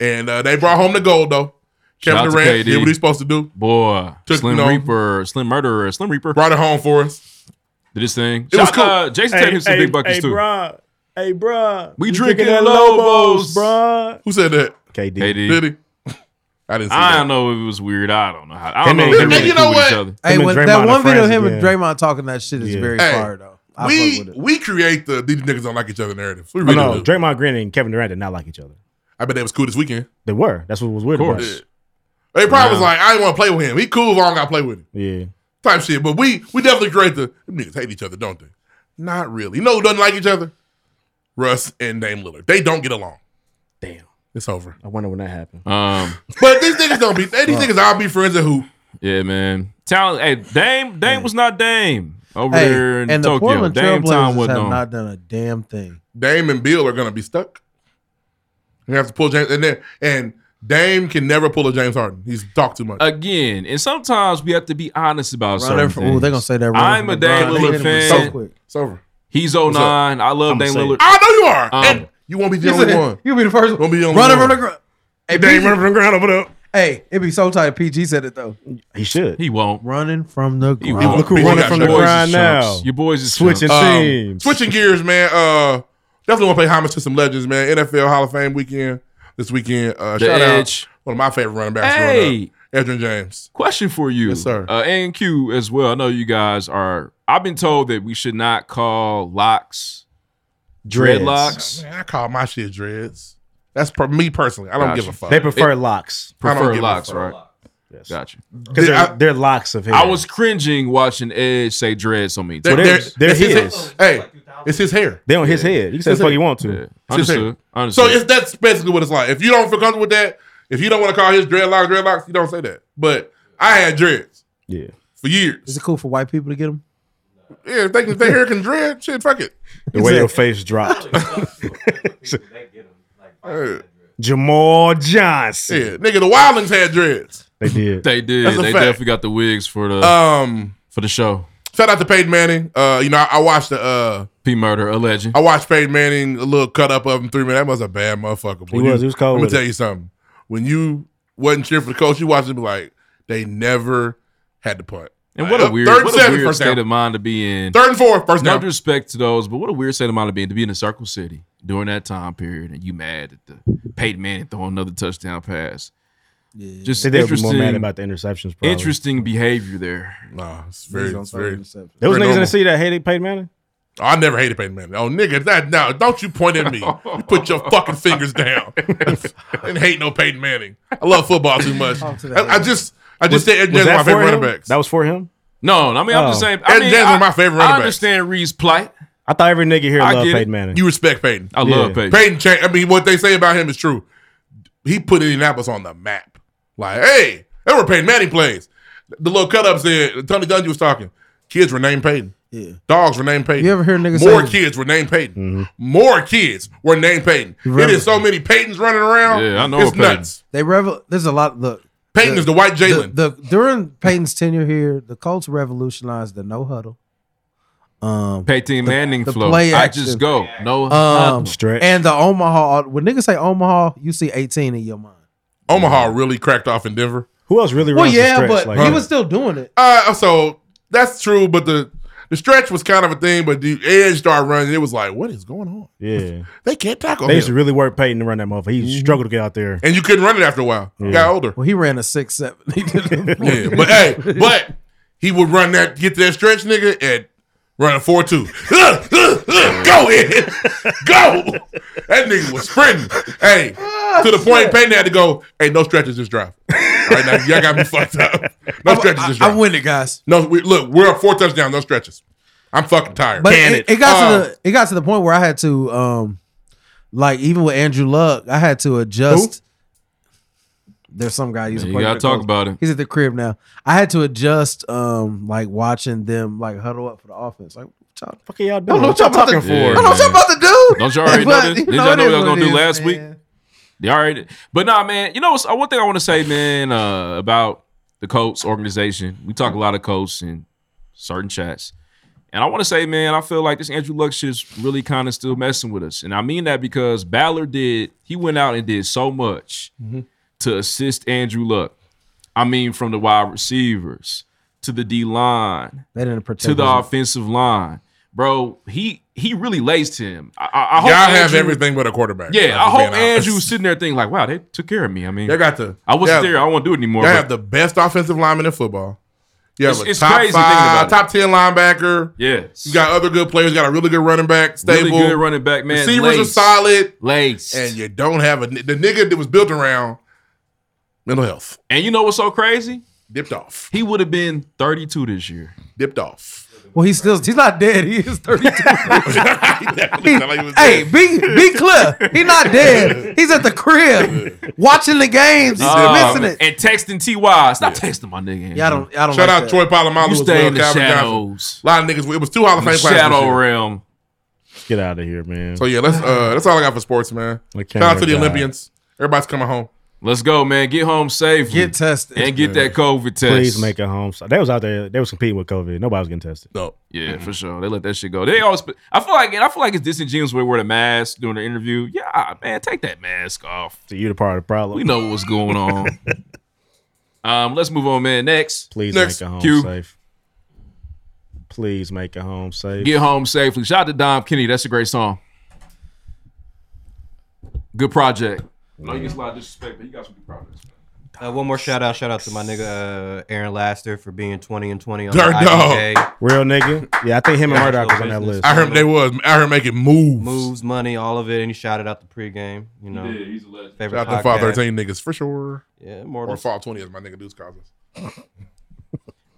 And uh, they brought home the gold though. Shout Kevin out to Durant KD. did what he's supposed to do. Boy, Took Slim no- Reaper, Slim Murderer, Slim Reaper Brought it home for us. did his thing. It was Shout- cool. Uh, Jason Tatum hit some big buckets too. Bron. Hey, bro. We drinking at Lobos, bro. Who said that? KD. KD. Did he? I didn't see I that. don't know if it was weird. I don't know how. I don't Him know. and- if him they and- really you cool know with what? each other. Hey, Him when, and that Draymond one are video of friends him and again. Draymond talking that shit is Yeah. very Hey, fire though. I we fuck with it. we create the these niggas don't like each other narrative. We Oh, really no, do. Draymond Green and Kevin Durant did not like each other. I bet they was cool this weekend. They were. That's what was weird Of about course. it. They probably was Yeah. like, I didn't want to play with him. He cool if I don't got to play with him. Yeah. Type shit. But we we definitely create the them niggas hate each other, don't they? Not really. You know who doesn't like each other? Russ and Dame Lillard. They don't get along. Damn. It's over. I wonder when that happened. Um, But these niggas don't be they, these niggas all be friends at who? yeah, man. Talent. Hey, Dame. Dame was not Dame over Hey, there in and the Tokyo. Portland Dame time Trailblazers wasn't have on. not done a damn thing. Dame and Bill are gonna be stuck. You have to pull James and then and Dame can never pull a James Harden. He's talked too Uh, much. again, and sometimes we have to be honest about Run it certain from- ooh, things. they gonna say that. run I'm from a LeBron. Dame They hit Lillard him with so fan. quick. It's over. He's 09. I love I'ma Dame say Lillard. it. I know you are. Um, and you won't be the You only said- one. You be the first Won't be the only running one. from the ground. Hey, Dame PG running from the ground over there. Hey, it'd be so tight. if PG said it though. He should. He won't. Running from the He ground. won't. Look who Big running got from the shot. grind Boys is now. chumps. Your boys is switching Um, teams. switching gears, man. Uh, definitely want to pay homage to some legends, man. NFL Hall of Fame weekend this weekend. Uh, The shout Edge. out one of my favorite running backs. growing Hey, up, Edgerrin James. question for you, Yes, sir. Uh, and Q as well. I know you guys are. I've been told that we should not call locks Dreads. dreadlocks. Oh, Man, I call my shit dreads. That's per- me personally. I don't Gotcha. give a fuck. They prefer locks I don't Prefer give a locks, fuck. right? Yes. Gotcha. because They- they're, I- they're locks of hair. I was cringing watching Edge say dread so many They're, times. Well, they're, they're- they're it's his. His, hey, it's his hair. they on his head. You can say It's the fuck it. you want to. It's his hair. Understood. So Understood. it's that's basically what it's like. If you don't feel comfortable with that, if you don't want to call his dreadlocks dreadlocks, you don't say that. But I had dreads Yeah. for years. Is it cool for white people to get them? Yeah, if they can, if their hair can dread, shit, fuck it. The way your face dropped. Uh, Jamal Johnson. yeah, nigga, the Wildlings had dreads. They did. They did. That's a They fact. definitely got the wigs for the Um, for the show. Shout out to Peyton Manning. Uh, you know, I, I watched the uh, P Murder, a legend. I watched Peyton Manning a little cut up of him three minutes. That was a bad motherfucker. He was. He was cold I'm gonna with tell it. you something. When you wasn't cheering for the coach, you watched him be like, they never had to punt. And what a Like, weird, third what and a uh, seven, weird first state down. of mind to be in. Third and four, first no down. respect to those, but what a weird state of mind to be in to be in a Circle City during that time period, and you mad at the Peyton Manning throwing another touchdown pass. Yeah, just They were more interesting. mad about the interceptions. Probably. Interesting behavior there. Nah, it's very, it's very. There was very niggas in normal. the city that hated Peyton Manning. Oh, I never hated Peyton Manning. Oh, nigga, that now don't you point at me. You put your fucking fingers down. and hate no Peyton Manning. I love football too much. Off to the I, I head. just, I just Was- said Ed was Jennings that my favorite for him? running backs. That was for him. No, I mean I'm Oh. just saying. I Ed mean, Jennings I, was my favorite I running back. understand Reed's plight. I thought every nigga here I loved get it. Peyton Manning. You respect Peyton. I love Peyton. Peyton changed. I mean, what they say about him is true. He put Indianapolis on the map. Like, hey, that were Peyton Manning plays. The little cut up said Tony Dungy was talking. Kids were named Peyton. Yeah. Dogs were named Peyton. You ever hear niggas More say- kids were named Peyton. Mm-hmm. More kids were named Peyton. It remember- is so many Peytons running around. It's nuts. They revel. There's a lot. Look, Peyton is the white Jalen. The, the- during Peyton's tenure here, the Colts revolutionized the no huddle. Um, Peyton the- Manning the flow. play I action. just go no Um, stretch. And the Omaha. When niggas say Omaha, you see 18 in your mind. Omaha really cracked off in Denver. Who else really? Well, runs the yeah, stretch but like he that? was still doing it. Uh, so that's true, but the the stretch was kind of a thing. But the edge started running. It was like, what is going on? Yeah, They can't tackle they him. used to really work Peyton to run that motherfucker. He struggled to get out there. and you couldn't run it after a while. You Yeah. got older. Well, he ran a six seven. He did Yeah, but hey, but he would run that, get that stretch, nigga, and run a four two. Go in, go. That nigga was sprinting. Hey, to the point, Peyton had to go. Hey, no stretches, just drive. Right now, y'all got me fucked up. No stretches, just drive. I win it, guys. No, we, look, we're up four touchdowns, no stretches. I'm fucking tired. Um, But it, it got to the Oh. it got to the point where I had to um like even with Andrew Luck, I had to adjust. There's some guy using. Yeah, you gotta talk about it. He's at the crib now. I had to adjust um like watching them like huddle up for the offense. Like what y'all, fuck y'all I don't know what y'all about to, for? I don't know what y'all about to do. Don't you already But, know this? you Did know, y'all it know is what y'all what gonna it do is, last week? They already, but nah, man. You know, what's- uh, one thing I want to say, man, uh, about the Colts organization. We talk a lot of Colts in certain chats, and I want to say, man, I feel like this Andrew Luck shit is really kind of still messing with us, and I mean that because Ballard did. He went out and did so much Mm-hmm. to assist Andrew Luck. I mean, from the wide receivers to the D line They didn't protect to the us. offensive line, bro. He he really laced him. I, I, I hope Y'all have Andrew- everything but a quarterback. Yeah, I I'm being hope honest. Andrew was sitting there thinking like, "Wow, they took care of me." I mean, They got the. I wasn't they have- there. I won't do it anymore. They but- have the best offensive lineman in football. You have It's- a it's top crazy thinking about five, it. top ten linebacker. Yes. you got other good players. You got a really good running back. Stable, Really good running back, man. Receivers are Lace. solid, Lace. and you don't have a the nigga that was built around mental health and you know what's so crazy? Dipped off. He would have been 32 this year. Dipped off. Well, he's still he's not dead. He is 32. He- hey, be be clear. He's not dead. He's at the crib watching the games, Ah, missing it. Oh, And texting Ty. Stop texting my nigga. Yeah, I don't- I don't like Shout that. out Troy Polamalu. You as stay well, in the Calvin shadows. Johnson. A lot of niggas. It was two Hall of The Fame players. this shadow year. realm. Get out of here, man. So yeah, that's uh, that's all I got for sports, man. Like Shout out to the Cameron Olympians. Everybody's coming home. Let's go, man. Get home safely. Get tested. and get that COVID test. Please make it home. So they was out there. They was competing with COVID. Nobody was getting tested. No. Yeah, for sure. They let that shit go. They always. put- I feel like, and I feel like it's disingenuous when they wear the mask during the interview. Yeah, man, take that mask off. So you the part of the problem. We know what's going on. um, let's move on, man. Next, Please Next. make it home Q. safe. Please make it home safe. Get home safely. Shout out to Dom Kenny. That's a great song. Good project. No, you get a lot of disrespect, but you got some good projects. Uh, one more shout out. Shout out to my nigga uh, Aaron Laster for being 20 and 20 on Dirt the dog. IDK. Real nigga. Yeah, I think him and Yeah, Murdoch was on that business. list. I heard they was. I heard making moves. Moves, money, all of it. And he shouted out the pregame. You know, did. He's a legend. Favorite Shout out to podcast. Five Thirteen niggas for sure. Yeah, or Immortals. Five Twenty as my nigga Deuce Cousins.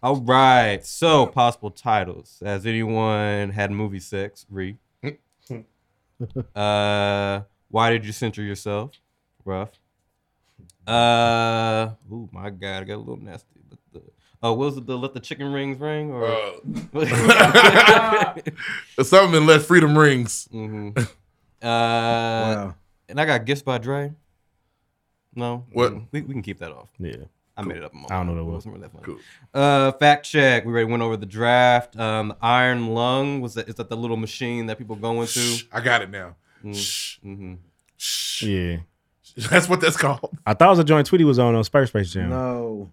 All right. So, possible titles. Has anyone had movie sex? Re. uh, why did you censor yourself? Rough. Uh, oh my God, I got a little nasty. Let the, oh, what was it? The let the chicken rings ring or Uh, Something that let freedom rings. hmm Uh, and I got gifts by Dre. No, What? we, we can keep that off. Yeah. I made it up. in my I don't know what it mind. was. It wasn't really that funny. Uh, fact check. We already went over the draft. Um, the iron lung was that. Is that the little machine that people go into? I got it now. Mm-hmm. Yeah. That's what that's called. I thought it was a joint Tweety was on on Space Space Jam. No.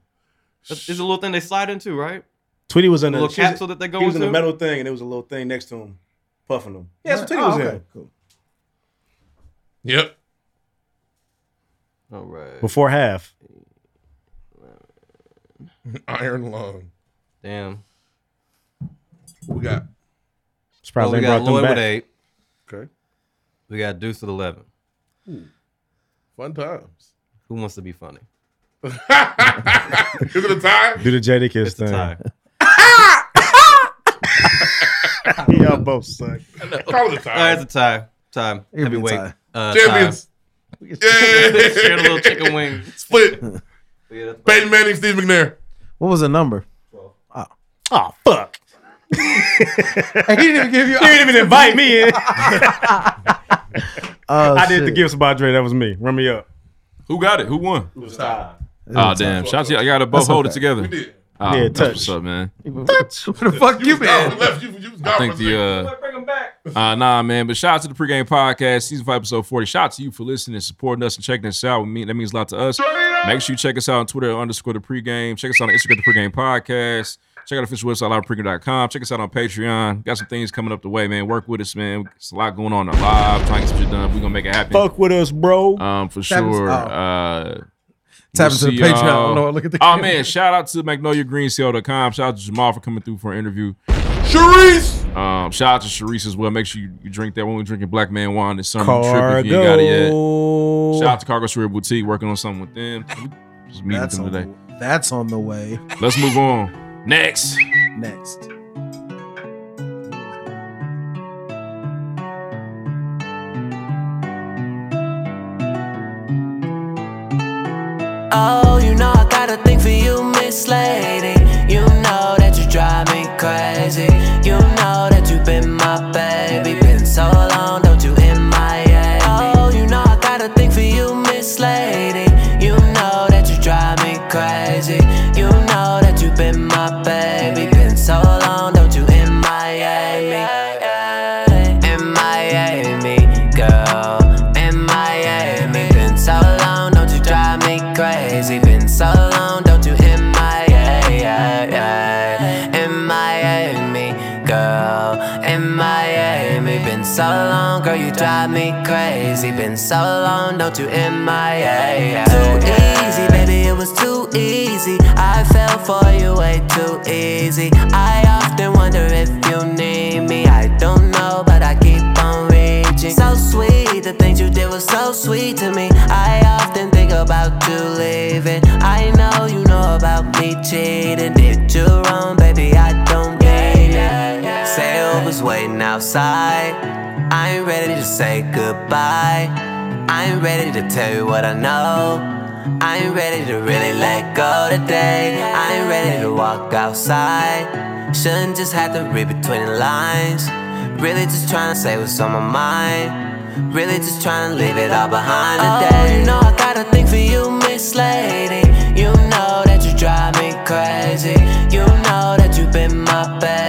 It's a little thing they slide into, right? Tweety was in The a little capsule that they go He was in a into? metal thing, and it was a little thing next to him, puffing him. Yeah, that's what Tweety Oh, was okay, in. Yep. All right. Before half. Iron lung. Damn. What we got? It's well, probably we they got brought them Lloyd with back. eight. Okay. We got Deuce with eleven. Fun times. Who wants to be funny? Is it a tie? Do the JD Kiss thing. Y'all both suck. Call it a tie. All right, it's a tie. Time. It'll be a Heavyweight. tie. Uh, Champions. Time. Yeah. Share a little chicken wing. Split. Yeah, that's- Peyton Manning, Steve McNair. What was the number? Oh fuck. he didn't even give you. He didn't even invite me in. Oh, I did the shit. gifts by Dre. That was me. Run me up. Who got it? Who won? It was a tie. Oh damn! Shout out to you. I gotta both That's hold okay. it together. We did. Ah, Yeah, that's touch. What's up, man? Where the fuck you been? I think the uh, uh nah man, but shout out to the pregame podcast, season five, episode forty. Shout out to you for listening, supporting us, and checking us out. We mean that means a lot to us. Make sure you check us out on Twitter underscore the pregame. Check us out on Instagram the pregame podcast. Check out our official website, livepregame.com. Check us out on Patreon. Got some things coming up the way, man. Work with us, man. It's a lot going on in our live. Trying to get some shit done. We're gonna make it happen. Fuck with us, bro. Um, for Tap into- sure. oh. Uh, Tap we'll into the see Patreon. y'all. Lord, look at the oh camera. man! Shout out to MagnoliaGreenCL.com. Shout out to Jamal for coming through for an interview. Sharice. Um, shout out to Sharice as well. Make sure you, you drink that when we're drinking Black Man Wine this summer trip if you ain't got it yet. Cargo. Shout out to Cargo Shrimp Boutique working on something with them. Just meeting That's them on, today. the- that's on the way. Let's move on. Next. Next. Oh, you know I got a thing for you, Miss Lady. You know that you drive me crazy. You know that you've been my baby. Been so long, don't you in my head? Oh, you know I got a thing for you, Miss Lady. You know that you drive me crazy. You know that you've been my baby. Been so long, don't you in my head? In my head, me, girl. In my head, me. Been so long, don't you drive me crazy. Been so long, don't you in my head? In my head, me, girl. In my head, me. Been so long, girl, you drive me crazy. Been so long, don't you in my head? Too easy, baby, it was too easy. I fell for you way too easy. I often wonder if you need me. I don't know, but I keep on reaching. So sweet, the things you did was so sweet to me. I often think about you leaving. I know you know about me cheating. Did you wrong, baby? I don't mean it. Say I was waiting outside. I ain't ready to say goodbye. I ain't ready to tell you what I know. I ain't ready to really let go today. I ain't ready to walk outside. Shouldn't just have to read between the lines. Really just tryna say what's on my mind. Really just tryna leave it all behind today. Oh, you know I got a thing for you, Miss Lady. You know that you drive me crazy. You know that you've been my baby.